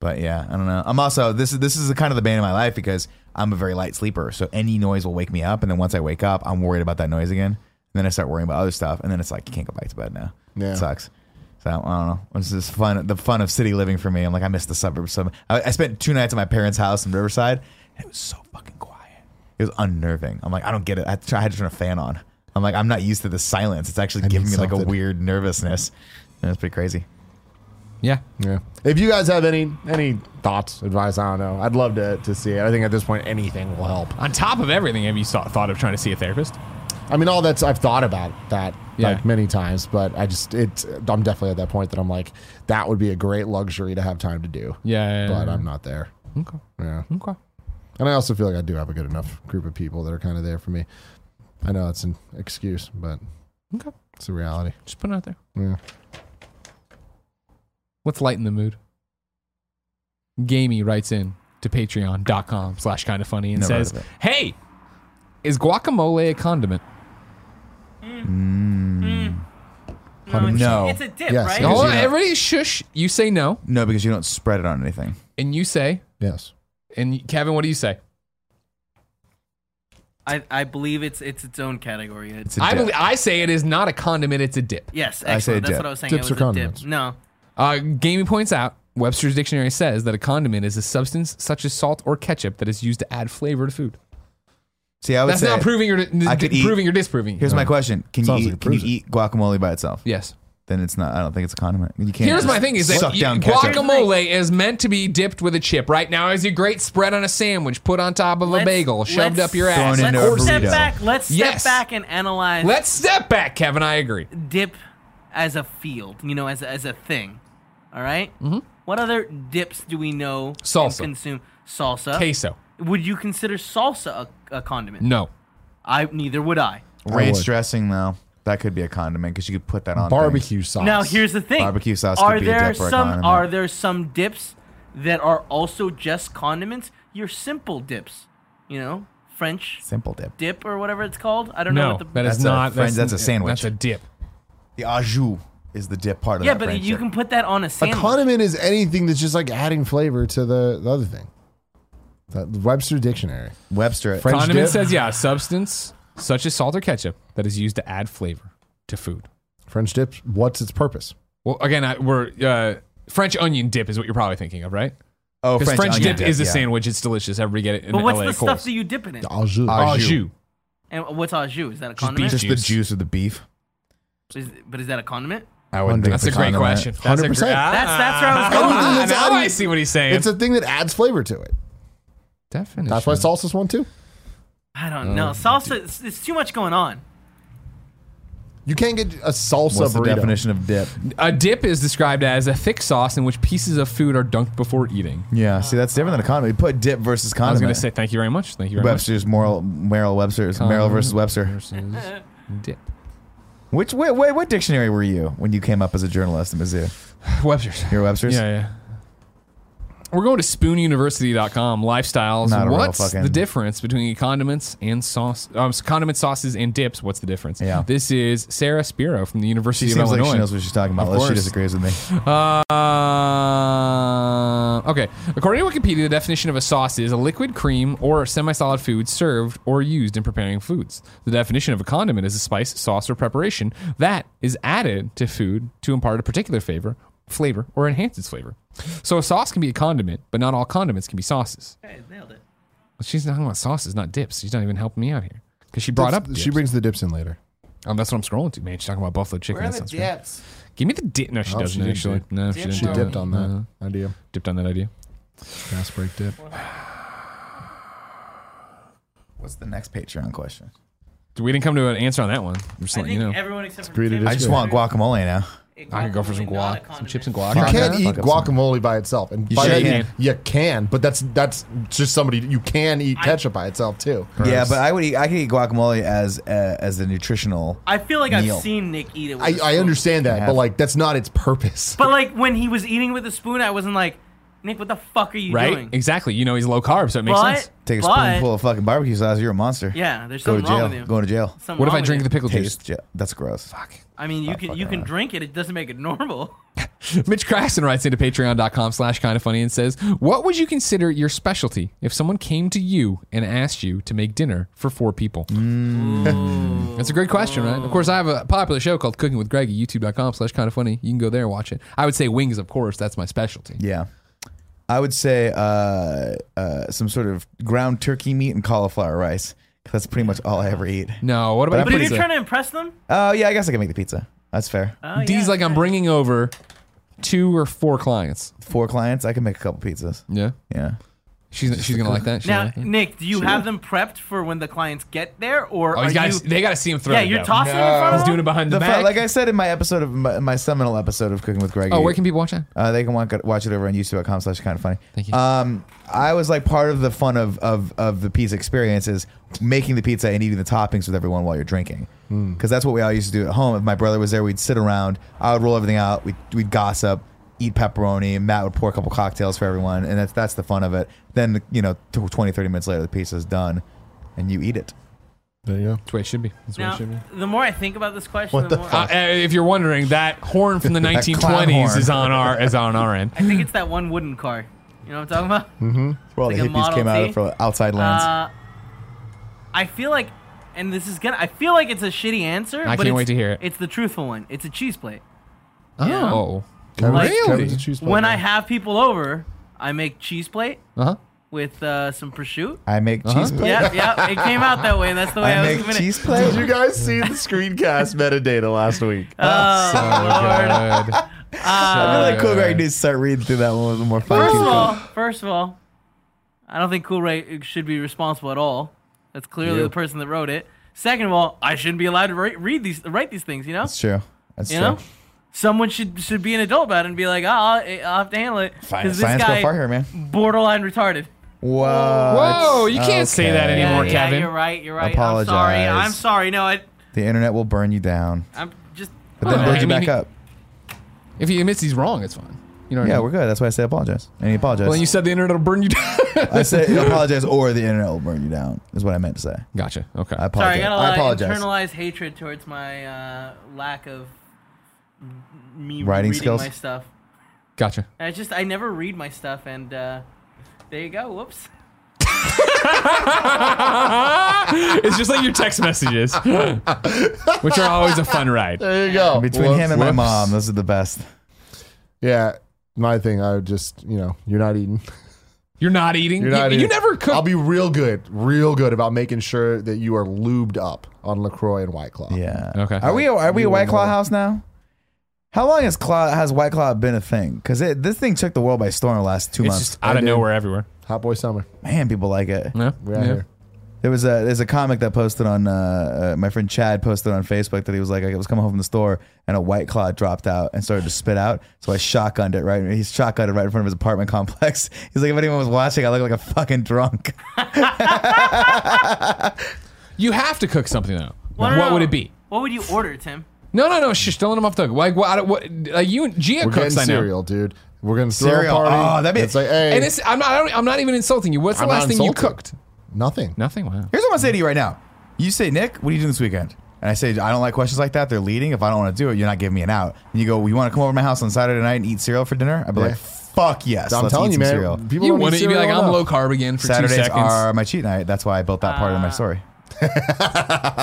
Speaker 2: But yeah, I don't know. I'm also this is this is kind of the bane of my life because I'm a very light sleeper, so any noise will wake me up, and then once I wake up, I'm worried about that noise again. And then I start worrying about other stuff, and then it's like you can't go back to bed now.
Speaker 3: Yeah.
Speaker 2: it sucks. So I don't know. This is fun. The fun of city living for me. I'm like I miss the suburbs. So I, I spent two nights at my parents' house in Riverside, and it was so fucking quiet. It was unnerving. I'm like I don't get it. I had to, try, I had to turn a fan on. I'm like I'm not used to the silence. It's actually giving me like a
Speaker 3: something.
Speaker 2: weird nervousness. And it's pretty crazy.
Speaker 1: yeah.
Speaker 3: Yeah. If you guys have any any thoughts, advice, I don't know. I'd love to, to see it. I think at this point, anything will help.
Speaker 1: On top of everything, have you saw, thought of trying to see a therapist?
Speaker 3: I mean, all that's I've thought about that
Speaker 1: Yeah.
Speaker 3: like many times, but I just it's I'm definitely at that point that I'm like that would be a great luxury to have time to do.
Speaker 1: Yeah.
Speaker 3: but I'm not there.
Speaker 1: Okay.
Speaker 3: Yeah.
Speaker 1: Okay.
Speaker 3: And I also feel like I do have a good enough group of people that are kind of there for me. I know it's an excuse, but
Speaker 1: Okay.
Speaker 3: it's a reality.
Speaker 1: Just put it out there.
Speaker 3: Yeah.
Speaker 1: Let's lighten the mood. Gamey writes in to patreon.com slash kind of funny and
Speaker 2: Never heard
Speaker 1: says,
Speaker 2: of it.
Speaker 1: Hey, is guacamole a condiment?
Speaker 4: No, it's,
Speaker 2: No.
Speaker 4: it's a dip,
Speaker 3: Yes,
Speaker 4: right?
Speaker 3: it is.
Speaker 1: Hold on,
Speaker 2: you know-
Speaker 1: everybody shush. You say no,
Speaker 2: No, because you don't spread it on anything.
Speaker 1: and you say,
Speaker 3: Yes.
Speaker 1: and Kevin, what do you say?
Speaker 4: I, I believe it's it's its own category. It's
Speaker 1: I believe, I say it is not a condiment; it's a dip.
Speaker 4: yes,
Speaker 2: I say
Speaker 4: excellent. That's
Speaker 2: dip.
Speaker 4: what I was saying.
Speaker 3: Dips are
Speaker 4: it was a
Speaker 3: condiments.
Speaker 4: dip. No,
Speaker 1: Uh, Gamey points out Webster's dictionary says that a condiment is a substance such as salt or ketchup that is used to add flavor to food.
Speaker 2: See, I would
Speaker 1: That's
Speaker 2: say
Speaker 1: not proving or
Speaker 2: I could eat-
Speaker 1: proving or disproving.
Speaker 2: Here's my question: Can you
Speaker 3: Sounds
Speaker 2: eat,
Speaker 3: like it
Speaker 2: can you
Speaker 3: proves it.
Speaker 2: eat guacamole by itself?
Speaker 1: yes.
Speaker 2: Then it's not. I don't think it's a condiment. You can't.
Speaker 1: Here's
Speaker 2: just
Speaker 1: my thing: is
Speaker 2: suck
Speaker 1: that you-
Speaker 2: down ketchup.
Speaker 1: guacamole is meant to be dipped with a chip. Right now, is a great spread on a sandwich, put on top of a
Speaker 4: Let's-
Speaker 1: bagel, shoved
Speaker 4: let's-
Speaker 1: up your ass.
Speaker 2: Thrown
Speaker 1: Let's,
Speaker 2: into
Speaker 4: Let's
Speaker 2: a
Speaker 4: step
Speaker 2: burrito.
Speaker 4: back. Let's step
Speaker 1: Yes.
Speaker 4: back and analyze
Speaker 1: step back, Kevin. I agree.
Speaker 4: dip as a field. You know, as a, as a thing. All Mm-hmm. What other dips do we know and
Speaker 1: Salsa.
Speaker 4: Consume salsa.
Speaker 1: Queso.
Speaker 4: Would you consider salsa a, a condiment?
Speaker 1: No.
Speaker 4: I neither would I.
Speaker 2: ranch
Speaker 3: I would.
Speaker 2: dressing though. That could be a condiment because you could put that on
Speaker 3: Barbecue sauce.
Speaker 4: Now here's the thing:
Speaker 2: Barbecue sauce
Speaker 4: Are
Speaker 2: could be a
Speaker 4: there
Speaker 2: dip or a
Speaker 4: some
Speaker 2: condiment.
Speaker 4: are there some dips that are also just condiments? Your simple dips, you know, French
Speaker 2: Things. Simple dip.
Speaker 4: dip or whatever it's called. I don't know
Speaker 1: No,
Speaker 4: what the
Speaker 1: that is
Speaker 2: That's a
Speaker 1: not.
Speaker 2: French- that's a sandwich.
Speaker 1: That's a dip.
Speaker 2: The au jus is the dip part of
Speaker 4: yeah,
Speaker 2: that.
Speaker 4: but
Speaker 2: French
Speaker 4: you
Speaker 2: dip.
Speaker 4: can put that on a
Speaker 3: a
Speaker 4: sandwich.
Speaker 3: condiment is anything that's just like adding flavor to the, the other thing. The Webster Dictionary.
Speaker 2: Webster. it.
Speaker 3: French
Speaker 1: Condiment
Speaker 3: dip.
Speaker 1: says, yeah, a substance such as salt or ketchup that is used to add flavor to food.
Speaker 3: French dip. What's its purpose?
Speaker 1: Well, again, I, we're uh, French onion dip is what you're probably thinking of, right?
Speaker 2: oh,
Speaker 1: Because French,
Speaker 2: onion
Speaker 1: dip, is a
Speaker 2: yeah.
Speaker 1: sandwich. It's delicious. Everybody get it in
Speaker 4: but what's
Speaker 1: LA
Speaker 4: the
Speaker 1: Coles.
Speaker 4: stuff that you dip it in?
Speaker 3: Au jus.
Speaker 2: Au
Speaker 1: Au
Speaker 2: jus.
Speaker 1: jus.
Speaker 4: And what's au jus? Is that a
Speaker 1: Just
Speaker 4: condiment?
Speaker 2: Just the
Speaker 1: Juice.
Speaker 2: juice of the beef.
Speaker 4: Is- but is that a condiment?
Speaker 2: I would.
Speaker 1: That's a great question. That's a
Speaker 3: 100%.
Speaker 1: great- [LAUGHS] Ah,
Speaker 4: That's that's where I was going.
Speaker 3: don't think it's
Speaker 1: now
Speaker 3: adding-
Speaker 1: I see what he's saying.
Speaker 3: It's a thing that adds flavor to it.
Speaker 1: definition.
Speaker 3: That's why salsa's one too.
Speaker 4: I don't
Speaker 1: Um,
Speaker 4: know. Salsa. It's, it's too much going on.
Speaker 3: You can't get a salsa
Speaker 2: What's the
Speaker 3: burrito.
Speaker 2: definition of dip?
Speaker 1: a dip is described as a thick sauce in which pieces of food are dunked before eating.
Speaker 2: Yeah. See, that's different than a condiment. You put dip
Speaker 1: I was
Speaker 2: versus condiment.
Speaker 1: going to say thank you very much. Thank you very
Speaker 2: Webster's moral, Merrill Webster's Merrill versus Webster.
Speaker 1: much. Versus dip.
Speaker 2: Which wait, wait, what dictionary were you when you came up as a journalist at Mizzou?
Speaker 1: Webster's.
Speaker 2: Your Webster's.
Speaker 1: Yeah, yeah. We're going to spoonuniversity.com lifestyles.
Speaker 2: Not a real
Speaker 1: What's
Speaker 2: fucking-
Speaker 1: the difference between condiments and sauce? Um, condiment sauces and dips. What's the difference?
Speaker 2: Yeah.
Speaker 1: This is Sarah Spiro from the University
Speaker 2: She
Speaker 1: of
Speaker 2: seems like
Speaker 1: Illinois.
Speaker 2: she knows what she's talking about.
Speaker 1: Of
Speaker 2: unless she
Speaker 1: course.
Speaker 2: disagrees
Speaker 1: [LAUGHS]
Speaker 2: with me.
Speaker 1: Uh, okay. According to Wikipedia, the definition of a sauce is a liquid cream or semi-solid food served or used in preparing foods. The definition of a condiment is a spice, sauce, or preparation that is added to food to impart a particular flavor, flavor, or enhance its flavor. So a sauce can be a condiment, but not all condiments can be sauces.
Speaker 4: Hey, nailed it.
Speaker 1: She's talking about sauces, not dips. She's not even helping me out here because she brought
Speaker 3: That's-
Speaker 1: up. Dips.
Speaker 3: She brings the dips in later.
Speaker 1: Um, that's what I'm scrolling to, man. She's talking about buffalo chicken.
Speaker 7: Where are
Speaker 1: That
Speaker 7: the
Speaker 1: sounds great.
Speaker 7: dips?
Speaker 1: Give me the dip. No, she
Speaker 3: Oh,
Speaker 1: doesn't
Speaker 3: she did
Speaker 1: actually.
Speaker 3: dip.
Speaker 1: No, she
Speaker 7: Dip
Speaker 1: didn't.
Speaker 3: She
Speaker 7: Oh.
Speaker 3: dipped on that
Speaker 1: Uh,
Speaker 3: idea.
Speaker 1: dipped on that idea.
Speaker 3: Gas break dip.
Speaker 2: What's the next Patreon question?
Speaker 1: We didn't come to an answer on that one. I'm just
Speaker 4: I
Speaker 1: letting
Speaker 4: think
Speaker 1: you know.
Speaker 4: everyone except for
Speaker 3: greedy
Speaker 4: Tim-
Speaker 2: I just want guacamole now.
Speaker 1: I could go for some guac, some chips and guac.
Speaker 3: You
Speaker 2: Fuck
Speaker 3: can't
Speaker 2: that.
Speaker 3: eat
Speaker 2: Fuck up some-
Speaker 3: guacamole by itself, and
Speaker 2: You
Speaker 3: by
Speaker 2: sure
Speaker 3: that,
Speaker 2: can.
Speaker 3: you can, but that's that's just somebody you can eat ketchup by itself too.
Speaker 2: Yeah, but I would eat, I could eat guacamole as uh, as a nutritional.
Speaker 4: I feel like
Speaker 2: Meal.
Speaker 4: I've seen Nick eat it. With a
Speaker 3: I, I
Speaker 4: spoon.
Speaker 3: understand that, but
Speaker 2: have-
Speaker 3: like that's not its purpose.
Speaker 4: But like when he was eating with a spoon, I wasn't like, Nick, what the fuck are you
Speaker 1: right?
Speaker 4: doing?
Speaker 1: Exactly. You know he's low carb, so it makes
Speaker 4: But
Speaker 1: sense.
Speaker 2: Take a
Speaker 4: but-
Speaker 2: spoonful of fucking barbecue sauce. You're a monster.
Speaker 4: Yeah, there's
Speaker 2: Go to
Speaker 4: something wrong
Speaker 2: jail.
Speaker 4: with you.
Speaker 2: Going to jail.
Speaker 4: Something
Speaker 1: What if
Speaker 4: wrong
Speaker 1: I
Speaker 4: with
Speaker 1: drink
Speaker 4: you.
Speaker 1: the pickle juice?
Speaker 2: Taste. jail. That's gross. Fuck.
Speaker 4: I mean, you can you
Speaker 2: fucking
Speaker 4: can
Speaker 2: right.
Speaker 4: drink it. It doesn't make
Speaker 1: [LAUGHS]
Speaker 4: it normal.
Speaker 1: Mitch Craston writes into patreon.com slash kind of funny and says, What would you consider your specialty if someone came to you and asked you to make dinner for four people? [LAUGHS] That's a great question, right? Of course, I have a popular show called Cooking with Greg at youtube.com slash kind of funny. You can go there and watch it. I would say wings, of course. That's my specialty.
Speaker 2: Yeah. I would say uh, uh, some sort of ground turkey meat and cauliflower rice. 'Cause That's pretty much all I ever eat.
Speaker 1: No, what about
Speaker 4: But if you're
Speaker 1: pizza?
Speaker 4: trying to impress them,
Speaker 2: Oh yeah, I guess I can make the pizza. That's fair.
Speaker 4: oh,
Speaker 1: D's
Speaker 4: yeah.
Speaker 1: like, I'm bringing over two or four clients.
Speaker 2: Four clients, I can make a couple pizzas.
Speaker 1: Yeah.
Speaker 2: Yeah.
Speaker 1: She's, she's going to like that. She's gonna
Speaker 4: now,
Speaker 1: like that.
Speaker 4: Nick, do you have them prepped for when the clients get there, or
Speaker 1: Oh,
Speaker 4: are
Speaker 1: he's got.
Speaker 4: you?
Speaker 1: They got to see him throw.
Speaker 4: yeah,
Speaker 1: it,
Speaker 4: you're
Speaker 1: though.
Speaker 4: tossing it in front
Speaker 1: He's
Speaker 4: of
Speaker 1: doing it
Speaker 4: them.
Speaker 1: behind the,
Speaker 2: The fa- [LAUGHS]
Speaker 1: back.
Speaker 2: like I said in my episode of my, my seminal episode of Cooking with Greg.
Speaker 1: oh, where can people watch that?
Speaker 2: Uh, they can watch, watch it over on youtube.com slash kind of funny.
Speaker 1: Thank you.
Speaker 2: Um, I was like part of the fun of, of, of the pizza experience is making the pizza and eating the toppings with everyone while you're drinking. Because that's what we all used to do at home. If my brother was there, we'd sit around. I would roll everything out. We'd, we'd gossip, eat pepperoni. And Matt would pour a couple cocktails for everyone. And that's, that's the fun of it. Then, you know, tw- 20, 30 minutes later, the pizza's done and you eat it.
Speaker 3: There you go.
Speaker 1: That's where it should be. That's where it should be.
Speaker 4: Now, the more I think about this question,
Speaker 2: What
Speaker 4: the
Speaker 2: the
Speaker 4: more
Speaker 1: Uh, uh, if you're wondering, that horn from the
Speaker 2: That clown
Speaker 1: 1920s
Speaker 2: horn.
Speaker 1: is on our is on our end.
Speaker 4: I think it's that one wooden car. You know what I'm talking about?
Speaker 2: Where all
Speaker 4: Like
Speaker 2: the
Speaker 4: a
Speaker 2: hippies
Speaker 4: Model
Speaker 2: came out
Speaker 4: T?
Speaker 2: of for outside lands.
Speaker 4: Uh, I feel like, and this is gonna, I feel like it's a shitty answer.
Speaker 1: I
Speaker 4: but
Speaker 1: can't
Speaker 4: it's-
Speaker 1: wait to hear it.
Speaker 4: It's the truthful one. It's a cheese plate.
Speaker 1: Oh.
Speaker 3: Kevin's-
Speaker 1: Really?
Speaker 3: Kevin's a cheese plate
Speaker 4: when I
Speaker 3: guy.
Speaker 4: have people over, I make cheese plate
Speaker 3: Uh-huh.
Speaker 4: with uh, some prosciutto.
Speaker 2: I make cheese plate.
Speaker 4: yeah, yeah, it came out that way. and That's the way Oh, I,
Speaker 2: I
Speaker 4: was
Speaker 2: make
Speaker 4: giving
Speaker 2: cheese
Speaker 4: it.
Speaker 2: plate.
Speaker 3: Did you guys see the screencast metadata last
Speaker 4: [LAUGHS]
Speaker 3: week?
Speaker 4: Oh, Lord.
Speaker 1: Good.
Speaker 2: I
Speaker 4: [LAUGHS]
Speaker 2: feel like
Speaker 1: Uh,
Speaker 2: Cool Greg needs to start reading through that one with more
Speaker 4: First of
Speaker 2: fun.
Speaker 4: all, first of all, I don't think Cool Ray should be responsible at all. That's clearly the person that wrote it. Second of all, I shouldn't be allowed to write, read these, write these things. You know,
Speaker 2: That's true. That's
Speaker 4: you
Speaker 2: true.
Speaker 4: know, someone should should be an adult about it and be like, oh, I'll, I'll have to handle it
Speaker 2: Fine.
Speaker 4: because this
Speaker 2: Science go far
Speaker 4: guy
Speaker 2: here, man.
Speaker 4: borderline retarded.
Speaker 2: Whoa.
Speaker 1: Whoa, you can't say that
Speaker 2: okay.
Speaker 1: anymore,
Speaker 4: yeah,
Speaker 1: Kevin.
Speaker 4: you're right. You're right.
Speaker 2: Apologize.
Speaker 4: I'm sorry. I'm sorry. No, I,
Speaker 2: The internet will burn you down,
Speaker 4: I'm just.
Speaker 2: but then
Speaker 1: Huh.
Speaker 2: build
Speaker 1: I
Speaker 2: you
Speaker 1: mean,
Speaker 2: back
Speaker 1: he-
Speaker 2: up.
Speaker 1: If he admits he's wrong, it's fine. You know what I
Speaker 2: Yeah,
Speaker 1: mean?
Speaker 2: we're good. That's why I say apologize. And he apologized.
Speaker 1: Well, then you said the internet will burn you down.
Speaker 2: I said apologize or the internet will burn you down, is what I meant to say.
Speaker 1: gotcha. Okay.
Speaker 2: I apologize.
Speaker 4: Sorry, I got a
Speaker 2: I
Speaker 4: lot of
Speaker 2: apologize.
Speaker 4: internalized hatred towards my uh, lack of m- me
Speaker 2: Writing
Speaker 4: reading
Speaker 2: skills?
Speaker 4: my stuff.
Speaker 1: Gotcha.
Speaker 4: I just I never read my stuff, and uh, there you go. Whoops.
Speaker 1: It's just like your text messages, which are always a fun ride.
Speaker 3: There you go.
Speaker 2: Between
Speaker 3: Whoops.
Speaker 2: him and my mom, those are the best.
Speaker 3: Yeah. My thing, I would just, you know, you're not eating.
Speaker 1: You're not eating.
Speaker 3: You're
Speaker 1: [LAUGHS]
Speaker 3: not
Speaker 1: you,
Speaker 3: eating.
Speaker 1: you never cook.
Speaker 3: I'll be real good, real good about making sure that you are lubed up on LaCroix and White Claw.
Speaker 2: Yeah.
Speaker 1: Okay.
Speaker 2: Are we are we a
Speaker 3: You
Speaker 2: White Claw
Speaker 3: wanna-
Speaker 2: house now? How long has Claw has White Claw been a thing? Because this thing took the world by storm the last two
Speaker 1: it's
Speaker 2: months.
Speaker 1: just out of
Speaker 3: I do.
Speaker 1: nowhere, everywhere.
Speaker 3: Hot Boy Summer.
Speaker 2: Man, people like it.
Speaker 1: Yeah.
Speaker 3: We're out
Speaker 1: yeah.
Speaker 3: here.
Speaker 2: There was a there's a comic that posted on uh, uh, my friend Chad posted on Facebook that he was like I was coming home from the store and a white claw dropped out and started to spit out so I shotgunned it right he shotgunned it right in front of his apartment [LAUGHS] complex he's like if anyone was watching I look like a fucking drunk
Speaker 1: You have to cook something though.
Speaker 4: Well, no,
Speaker 1: what
Speaker 4: no,
Speaker 1: would
Speaker 4: no.
Speaker 1: it be?
Speaker 4: What would you
Speaker 2: [LAUGHS]
Speaker 4: order, Tim?
Speaker 1: No, no, no. Shh, don't let him off the hook. Like, what, what, like you and Gia
Speaker 3: We're
Speaker 1: cooks. I
Speaker 3: getting
Speaker 1: know.
Speaker 3: cereal, dude. We're going to throw
Speaker 2: Cereal.
Speaker 3: a party.
Speaker 2: Oh, that'd be-
Speaker 3: It's like, hey,
Speaker 1: And it's I'm not I don't, I'm not even insulting you. What's the
Speaker 3: I'm
Speaker 1: last
Speaker 3: not
Speaker 1: thing you
Speaker 3: insulted.
Speaker 1: cooked?
Speaker 3: nothing.
Speaker 1: Nothing. Wow.
Speaker 2: here's what I'm gonna say to you right now you say Nick what are you doing this weekend and I say I don't like questions like that they're leading if I don't want to do it you're not giving me an out and you go well, you want to come over to my house on Saturday night and eat cereal for dinner I'd be
Speaker 3: Yeah.
Speaker 2: like fuck yes
Speaker 3: I'm
Speaker 2: let's
Speaker 3: telling
Speaker 2: eat
Speaker 3: you,
Speaker 2: some
Speaker 3: man.
Speaker 2: cereal
Speaker 3: People
Speaker 1: You
Speaker 3: don't eat
Speaker 1: wouldn't. You'd be like,
Speaker 3: cereal
Speaker 1: I'm
Speaker 3: enough.
Speaker 1: low carb again for two
Speaker 2: Saturdays
Speaker 1: seconds.
Speaker 2: are my cheat night that's why I built that part of my
Speaker 4: Ah.
Speaker 2: story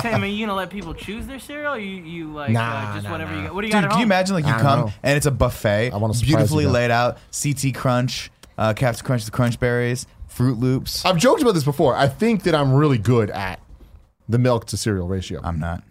Speaker 4: Tim, are you gonna let people choose their cereal? Or you you like
Speaker 3: Nah,
Speaker 4: uh, just
Speaker 3: nah,
Speaker 4: whatever
Speaker 3: nah.
Speaker 4: you got? What do you got
Speaker 2: Dude,
Speaker 4: at
Speaker 2: can you
Speaker 4: home?
Speaker 2: imagine like you
Speaker 3: I don't
Speaker 2: come
Speaker 3: know.
Speaker 2: and it's a buffet,
Speaker 3: I wanna surprise
Speaker 2: beautifully
Speaker 3: you now.
Speaker 2: laid out, CT Crunch, uh, Captain Crunch, the Crunch Berries, Fruit Loops.
Speaker 3: I've joked about this before. I think that I'm really good at the milk to cereal ratio.
Speaker 2: I'm not.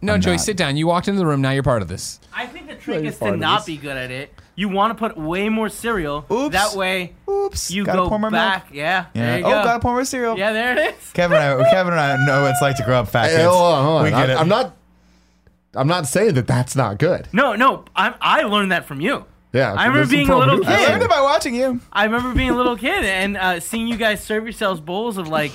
Speaker 1: No,
Speaker 2: I'm
Speaker 1: Joey,
Speaker 2: not.
Speaker 1: sit down. You walked into the room. Now you're part of this.
Speaker 4: I think the trick
Speaker 3: you're
Speaker 4: is to
Speaker 3: part of
Speaker 4: not
Speaker 3: this.
Speaker 4: be good at it. You want to put way more cereal.
Speaker 2: Oops.
Speaker 4: That way
Speaker 2: Oops,
Speaker 4: you
Speaker 2: gotta
Speaker 4: go
Speaker 2: pour more milk.
Speaker 4: back. Yeah.
Speaker 2: Yeah.
Speaker 4: There you
Speaker 2: oh,
Speaker 4: go.
Speaker 2: gotta pour more cereal.
Speaker 4: yeah, there it is.
Speaker 2: Kevin, and I, Kevin and I know what it's like to grow up fat
Speaker 3: Hey,
Speaker 2: kids.
Speaker 3: hold on, hold on.
Speaker 2: We get
Speaker 3: I'm,
Speaker 2: it.
Speaker 3: I'm not. I'm not saying that that's not good.
Speaker 4: No, no, I I learned that from you.
Speaker 3: Yeah,
Speaker 4: I remember
Speaker 3: there's some
Speaker 4: being a little
Speaker 3: proven-
Speaker 2: I learned
Speaker 4: kid.
Speaker 2: it by watching you.
Speaker 4: I remember being a little kid and uh, seeing you guys serve yourselves bowls of like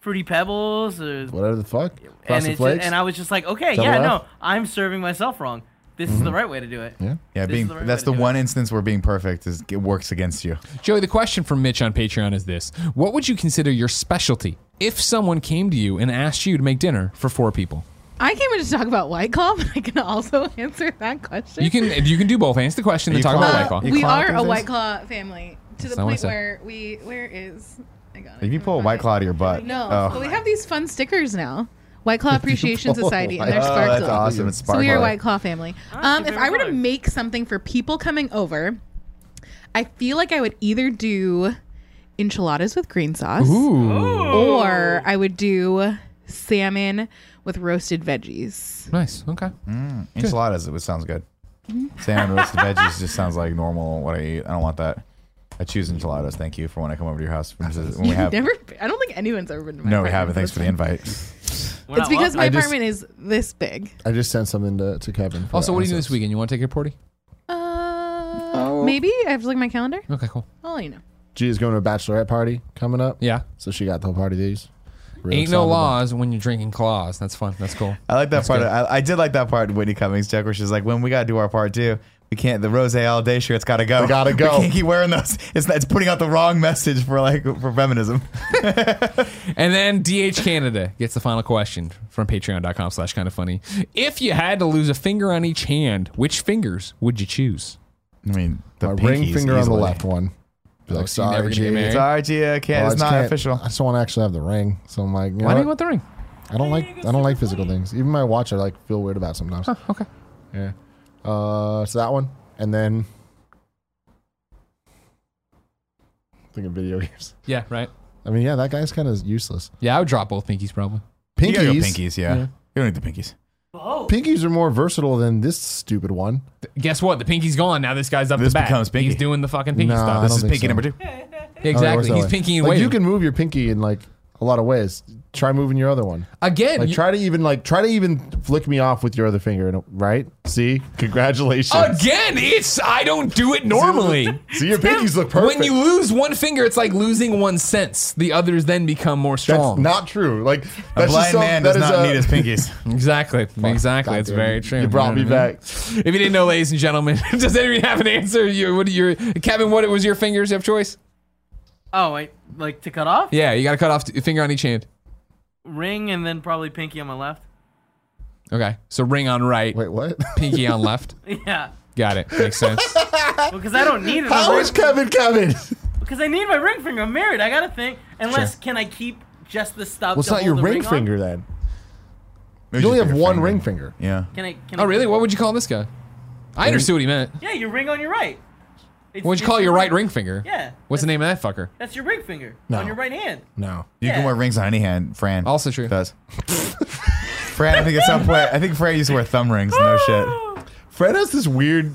Speaker 4: fruity pebbles or
Speaker 3: Whatever the fuck.
Speaker 4: and,
Speaker 3: Frosted
Speaker 4: it's
Speaker 3: flakes.
Speaker 4: and I was just like, okay,
Speaker 3: Double
Speaker 4: yeah,
Speaker 3: F?
Speaker 4: no, I'm serving myself wrong. This is the right way to do it.
Speaker 3: Mm-hmm. yeah.
Speaker 2: Yeah,
Speaker 4: This
Speaker 2: being
Speaker 4: is the right way
Speaker 2: that's
Speaker 4: to
Speaker 2: the
Speaker 4: do
Speaker 2: one instance where being perfect is it works against you.
Speaker 1: Joey, the question from Mitch on Patreon is this: What would you consider your specialty if someone came to you and asked you to make dinner for four people?
Speaker 6: I came in to talk about White Claw, [LAUGHS] but I can also answer that question. Uh,
Speaker 1: You can you can do both. Answer the question
Speaker 2: Are
Speaker 1: and
Speaker 2: you
Speaker 1: talk about
Speaker 2: calling-
Speaker 1: White Claw.
Speaker 2: You
Speaker 6: we
Speaker 2: claw
Speaker 6: are
Speaker 2: these
Speaker 6: a
Speaker 2: days?
Speaker 6: White Claw family to the
Speaker 1: not what I
Speaker 6: point
Speaker 1: said.
Speaker 6: where we. Where is? I got it.
Speaker 2: If you
Speaker 6: I'm
Speaker 2: pull a
Speaker 6: fucking-
Speaker 2: White Claw out of your butt,
Speaker 6: No,
Speaker 2: [LAUGHS]
Speaker 6: but
Speaker 2: oh,
Speaker 6: we have these fun stickers now. White Claw Appreciation
Speaker 3: pull a
Speaker 6: Society, and
Speaker 3: White
Speaker 6: they're
Speaker 2: oh,
Speaker 6: sparkly.
Speaker 2: that's awesome. It's
Speaker 6: So
Speaker 2: sparkling.
Speaker 6: we are White Claw family. Um,
Speaker 4: keep
Speaker 6: if
Speaker 4: it
Speaker 6: I were to
Speaker 4: alive.
Speaker 6: make something for people coming over, I feel like I would either do enchiladas with green sauce,
Speaker 1: Ooh,
Speaker 6: or I would do salmon with roasted veggies.
Speaker 1: nice. Okay.
Speaker 2: Mm, Enchiladas, it sounds good. Salmon roasted veggies just sounds like normal what I eat. I don't want that. I choose enchiladas. Thank you for when I come over to your house. When we
Speaker 6: [LAUGHS]
Speaker 2: have
Speaker 6: Never, I don't think anyone's ever been to
Speaker 2: [LAUGHS]
Speaker 6: my
Speaker 2: no, we
Speaker 6: apartment,
Speaker 2: haven't. Thanks
Speaker 6: so it's
Speaker 2: for the
Speaker 6: fine.
Speaker 2: invite.
Speaker 4: We're
Speaker 6: It's
Speaker 4: not
Speaker 6: because my
Speaker 4: welcome.
Speaker 3: just-
Speaker 6: apartment is this big.
Speaker 3: I just sent something to, to Kevin. for
Speaker 1: Also, what do you do
Speaker 3: answers.
Speaker 1: this weekend? You want to take a party?
Speaker 6: Uh,
Speaker 2: Oh.
Speaker 6: maybe I have to look at my calendar.
Speaker 1: Okay, cool.
Speaker 6: I'll let you know.
Speaker 3: G is going to a bachelorette party coming up.
Speaker 1: Yeah.
Speaker 3: So she got the whole party these. Real
Speaker 1: Ain't no
Speaker 3: excited about-
Speaker 1: laws when you're drinking claws. That's fun. That's cool.
Speaker 2: I like that part. Of, I, I did like that part in Whitney Cummings' joke where she's like, "When we gotta do our part too, we can't. The rose all day shirt's gotta go.
Speaker 3: We gotta go."
Speaker 2: [LAUGHS] We can't keep wearing those. It's it's putting out the wrong message for like for feminism.
Speaker 1: And then DH Canada gets the final question from patreon.com slash kind of funny. If you had to lose a finger on each hand, which fingers would you choose?
Speaker 2: I mean, the
Speaker 3: My ring
Speaker 2: pinkies
Speaker 3: finger on the
Speaker 2: easily.
Speaker 3: left one. Be like,
Speaker 1: Oh, so you're never
Speaker 3: sorry,
Speaker 1: gonna get
Speaker 3: G.
Speaker 1: married?
Speaker 2: Sorry, Gia. Can't,
Speaker 3: Well, Oh, I
Speaker 2: it's
Speaker 3: just
Speaker 2: not
Speaker 3: can't-
Speaker 2: official.
Speaker 3: I just don't want to actually have the ring, so I'm like, you know
Speaker 1: Why do you
Speaker 3: what?
Speaker 1: want the ring?
Speaker 3: I don't like I don't like physical things. Even my watch, I like feel weird about sometimes.
Speaker 1: okay.
Speaker 3: Yeah. Uh, so that one, and then think of video [LAUGHS] games.
Speaker 1: Yeah, right.
Speaker 3: I mean, yeah, that guy's kind of useless.
Speaker 1: Yeah, I would drop both pinkies probably.
Speaker 2: You gotta go
Speaker 3: Pinkies,
Speaker 2: pinkies, yeah. You don't need the pinkies.
Speaker 4: Oh,
Speaker 3: pinkies are more versatile than this stupid one.
Speaker 1: Th- Guess what? The pinky's gone. Now this guy's up
Speaker 2: This
Speaker 1: the bat.
Speaker 2: becomes pinky. Oh,
Speaker 1: He's doing the fucking pinky
Speaker 3: Nah, I
Speaker 1: stuff.
Speaker 3: don't
Speaker 2: This is
Speaker 3: think
Speaker 2: pinky
Speaker 3: so.
Speaker 2: number two.
Speaker 1: Yeah,
Speaker 3: Oh, it
Speaker 1: exactly.
Speaker 3: works that
Speaker 1: He's
Speaker 3: way.
Speaker 1: pinky and
Speaker 3: like,
Speaker 1: waving.
Speaker 3: You can move your pinky in like a lot of ways. Try moving your other one.
Speaker 1: Again,
Speaker 3: Like
Speaker 1: you-
Speaker 3: try to even like try to even flick me off with your other finger, and right? See, congratulations.
Speaker 1: again, it's I don't do it
Speaker 3: [LAUGHS]
Speaker 1: normally.
Speaker 3: See, your pinkies look perfect.
Speaker 1: When you lose one finger, it's like losing one sense. The others then become more
Speaker 3: that's
Speaker 1: strong.
Speaker 3: not true. Like
Speaker 2: A
Speaker 3: that's just
Speaker 2: blind
Speaker 3: some-
Speaker 2: man
Speaker 3: that
Speaker 2: does
Speaker 3: is
Speaker 2: not
Speaker 3: a- [LAUGHS]
Speaker 2: need his pinkies.
Speaker 1: exactly. exactly.
Speaker 3: God
Speaker 1: It's
Speaker 3: damn,
Speaker 1: very
Speaker 3: you-
Speaker 1: true.
Speaker 3: You brought
Speaker 1: know
Speaker 3: me
Speaker 1: what I mean?
Speaker 3: back.
Speaker 1: If you didn't know, ladies and gentlemen, [LAUGHS] does anybody have an answer? You, what are your Kevin? What was your fingers of choice?
Speaker 4: oh, wait, like to cut off?
Speaker 1: Yeah, you got to cut off t- finger on each hand.
Speaker 4: Ring and then probably pinky on my left. [LAUGHS]
Speaker 1: Okay, so ring on right,
Speaker 3: Wait, what? [LAUGHS]
Speaker 1: pinky on left.
Speaker 4: Yeah,
Speaker 1: Got it. Makes sense.
Speaker 4: because I don't need it.
Speaker 3: How is Kevin Kevin?
Speaker 4: Because I need my ring finger. I'm married. I gotta think. Unless can I keep just the stub?
Speaker 3: Well, it's
Speaker 4: to
Speaker 3: not
Speaker 4: hold
Speaker 3: your
Speaker 4: the
Speaker 3: ring,
Speaker 4: on?
Speaker 3: finger then.
Speaker 2: Maybe
Speaker 3: You only
Speaker 2: just
Speaker 3: have
Speaker 2: pick a
Speaker 3: one ring finger.
Speaker 2: Yeah.
Speaker 4: Can I? Can
Speaker 1: oh
Speaker 4: I
Speaker 1: really? What would you call this guy? I understood what he meant.
Speaker 4: Yeah, your ring on your right. It's-
Speaker 1: What would you
Speaker 4: it's
Speaker 1: call your right ring finger?
Speaker 4: Yeah.
Speaker 1: What's the name of that fucker?
Speaker 4: That's your ring finger on your right hand.
Speaker 3: No.
Speaker 2: You can
Speaker 4: Yeah.
Speaker 2: wear rings on any hand, Fran.
Speaker 1: Also true.
Speaker 3: [LAUGHS]
Speaker 2: Does. Fran, I think at some point, I think Fran used to wear thumb rings. No shit.
Speaker 3: Fred has this weird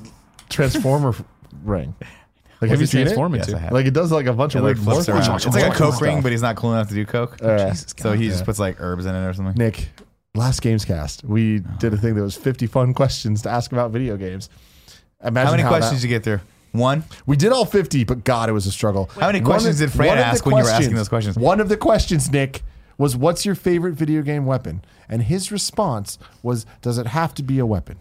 Speaker 3: transformer [LAUGHS] f- ring. Like, have
Speaker 1: What's
Speaker 3: you
Speaker 1: it
Speaker 3: seen it?
Speaker 1: transform
Speaker 2: Yes,
Speaker 1: into?
Speaker 2: I have.
Speaker 3: Like it does like a bunch
Speaker 2: It,
Speaker 3: of
Speaker 2: like,
Speaker 3: weird
Speaker 2: flips around. It's like a coke ring, but he's not cool enough to do coke. so he just puts like herbs in it or something.
Speaker 3: Nick, last games cast, we
Speaker 2: Uh-huh.
Speaker 3: did a thing that was 50 fun questions to ask about video games. Imagine
Speaker 2: How many questions
Speaker 3: that-
Speaker 2: did you get through? One.
Speaker 3: we did all 50, but God, it was a struggle.
Speaker 2: How many
Speaker 3: One of-
Speaker 2: questions did
Speaker 3: one
Speaker 2: Fran
Speaker 3: of the
Speaker 2: ask when you were asking
Speaker 3: questions-
Speaker 2: those questions?
Speaker 3: One of the questions, Nick, was what's your favorite video game weapon? And his response was, does it have to be a weapon?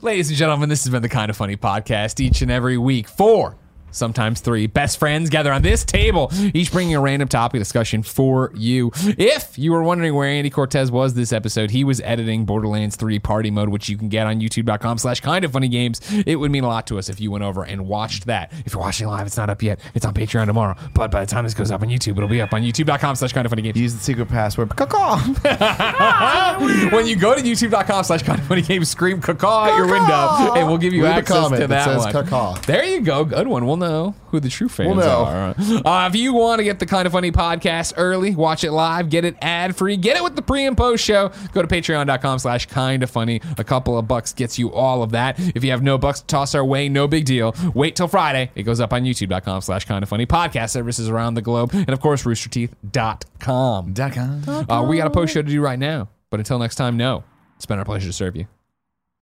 Speaker 1: Ladies and gentlemen, this has been the Kind of Funny podcast. Each and every week, four, sometimes three, best friends gather on this table, each bringing a random topic discussion for you. If you were wondering where Andy Cortez was this episode, he was editing Borderlands 3 Party Mode, which you can get on youtube.com slash kind of funny games. It would mean a lot to us if you went over and watched that. If you're watching live, it's not up yet. It's on Patreon tomorrow. But by the time this goes up on YouTube, it'll be up on youtube.com slash kind of funny games.
Speaker 2: Use the secret password. Caw-caw.
Speaker 1: when you go to youtube.com slash kind of funny games, scream cacaw at your window and we'll give you
Speaker 3: Leave a
Speaker 1: access
Speaker 3: comment
Speaker 1: to that
Speaker 3: that says
Speaker 1: one.
Speaker 3: caw-caw.
Speaker 1: There you go. Good one. We'll know who the true fans
Speaker 3: We'll know.
Speaker 1: are. Uh, if you want to get the kind of funny podcast early, watch it live, get it ad free, get it with the pre and post show, go to patreon.com slash kind of funny. A couple of bucks gets you all of that. If you have no bucks to toss our way, no big deal. Wait till Friday. It goes up on youtube.com slash kind of funny podcast services around the globe. And of course, roosterteeth.com.
Speaker 2: Dot com.
Speaker 1: Uh, we got a post show to do right now. But until next time, no. It's been our pleasure to serve you.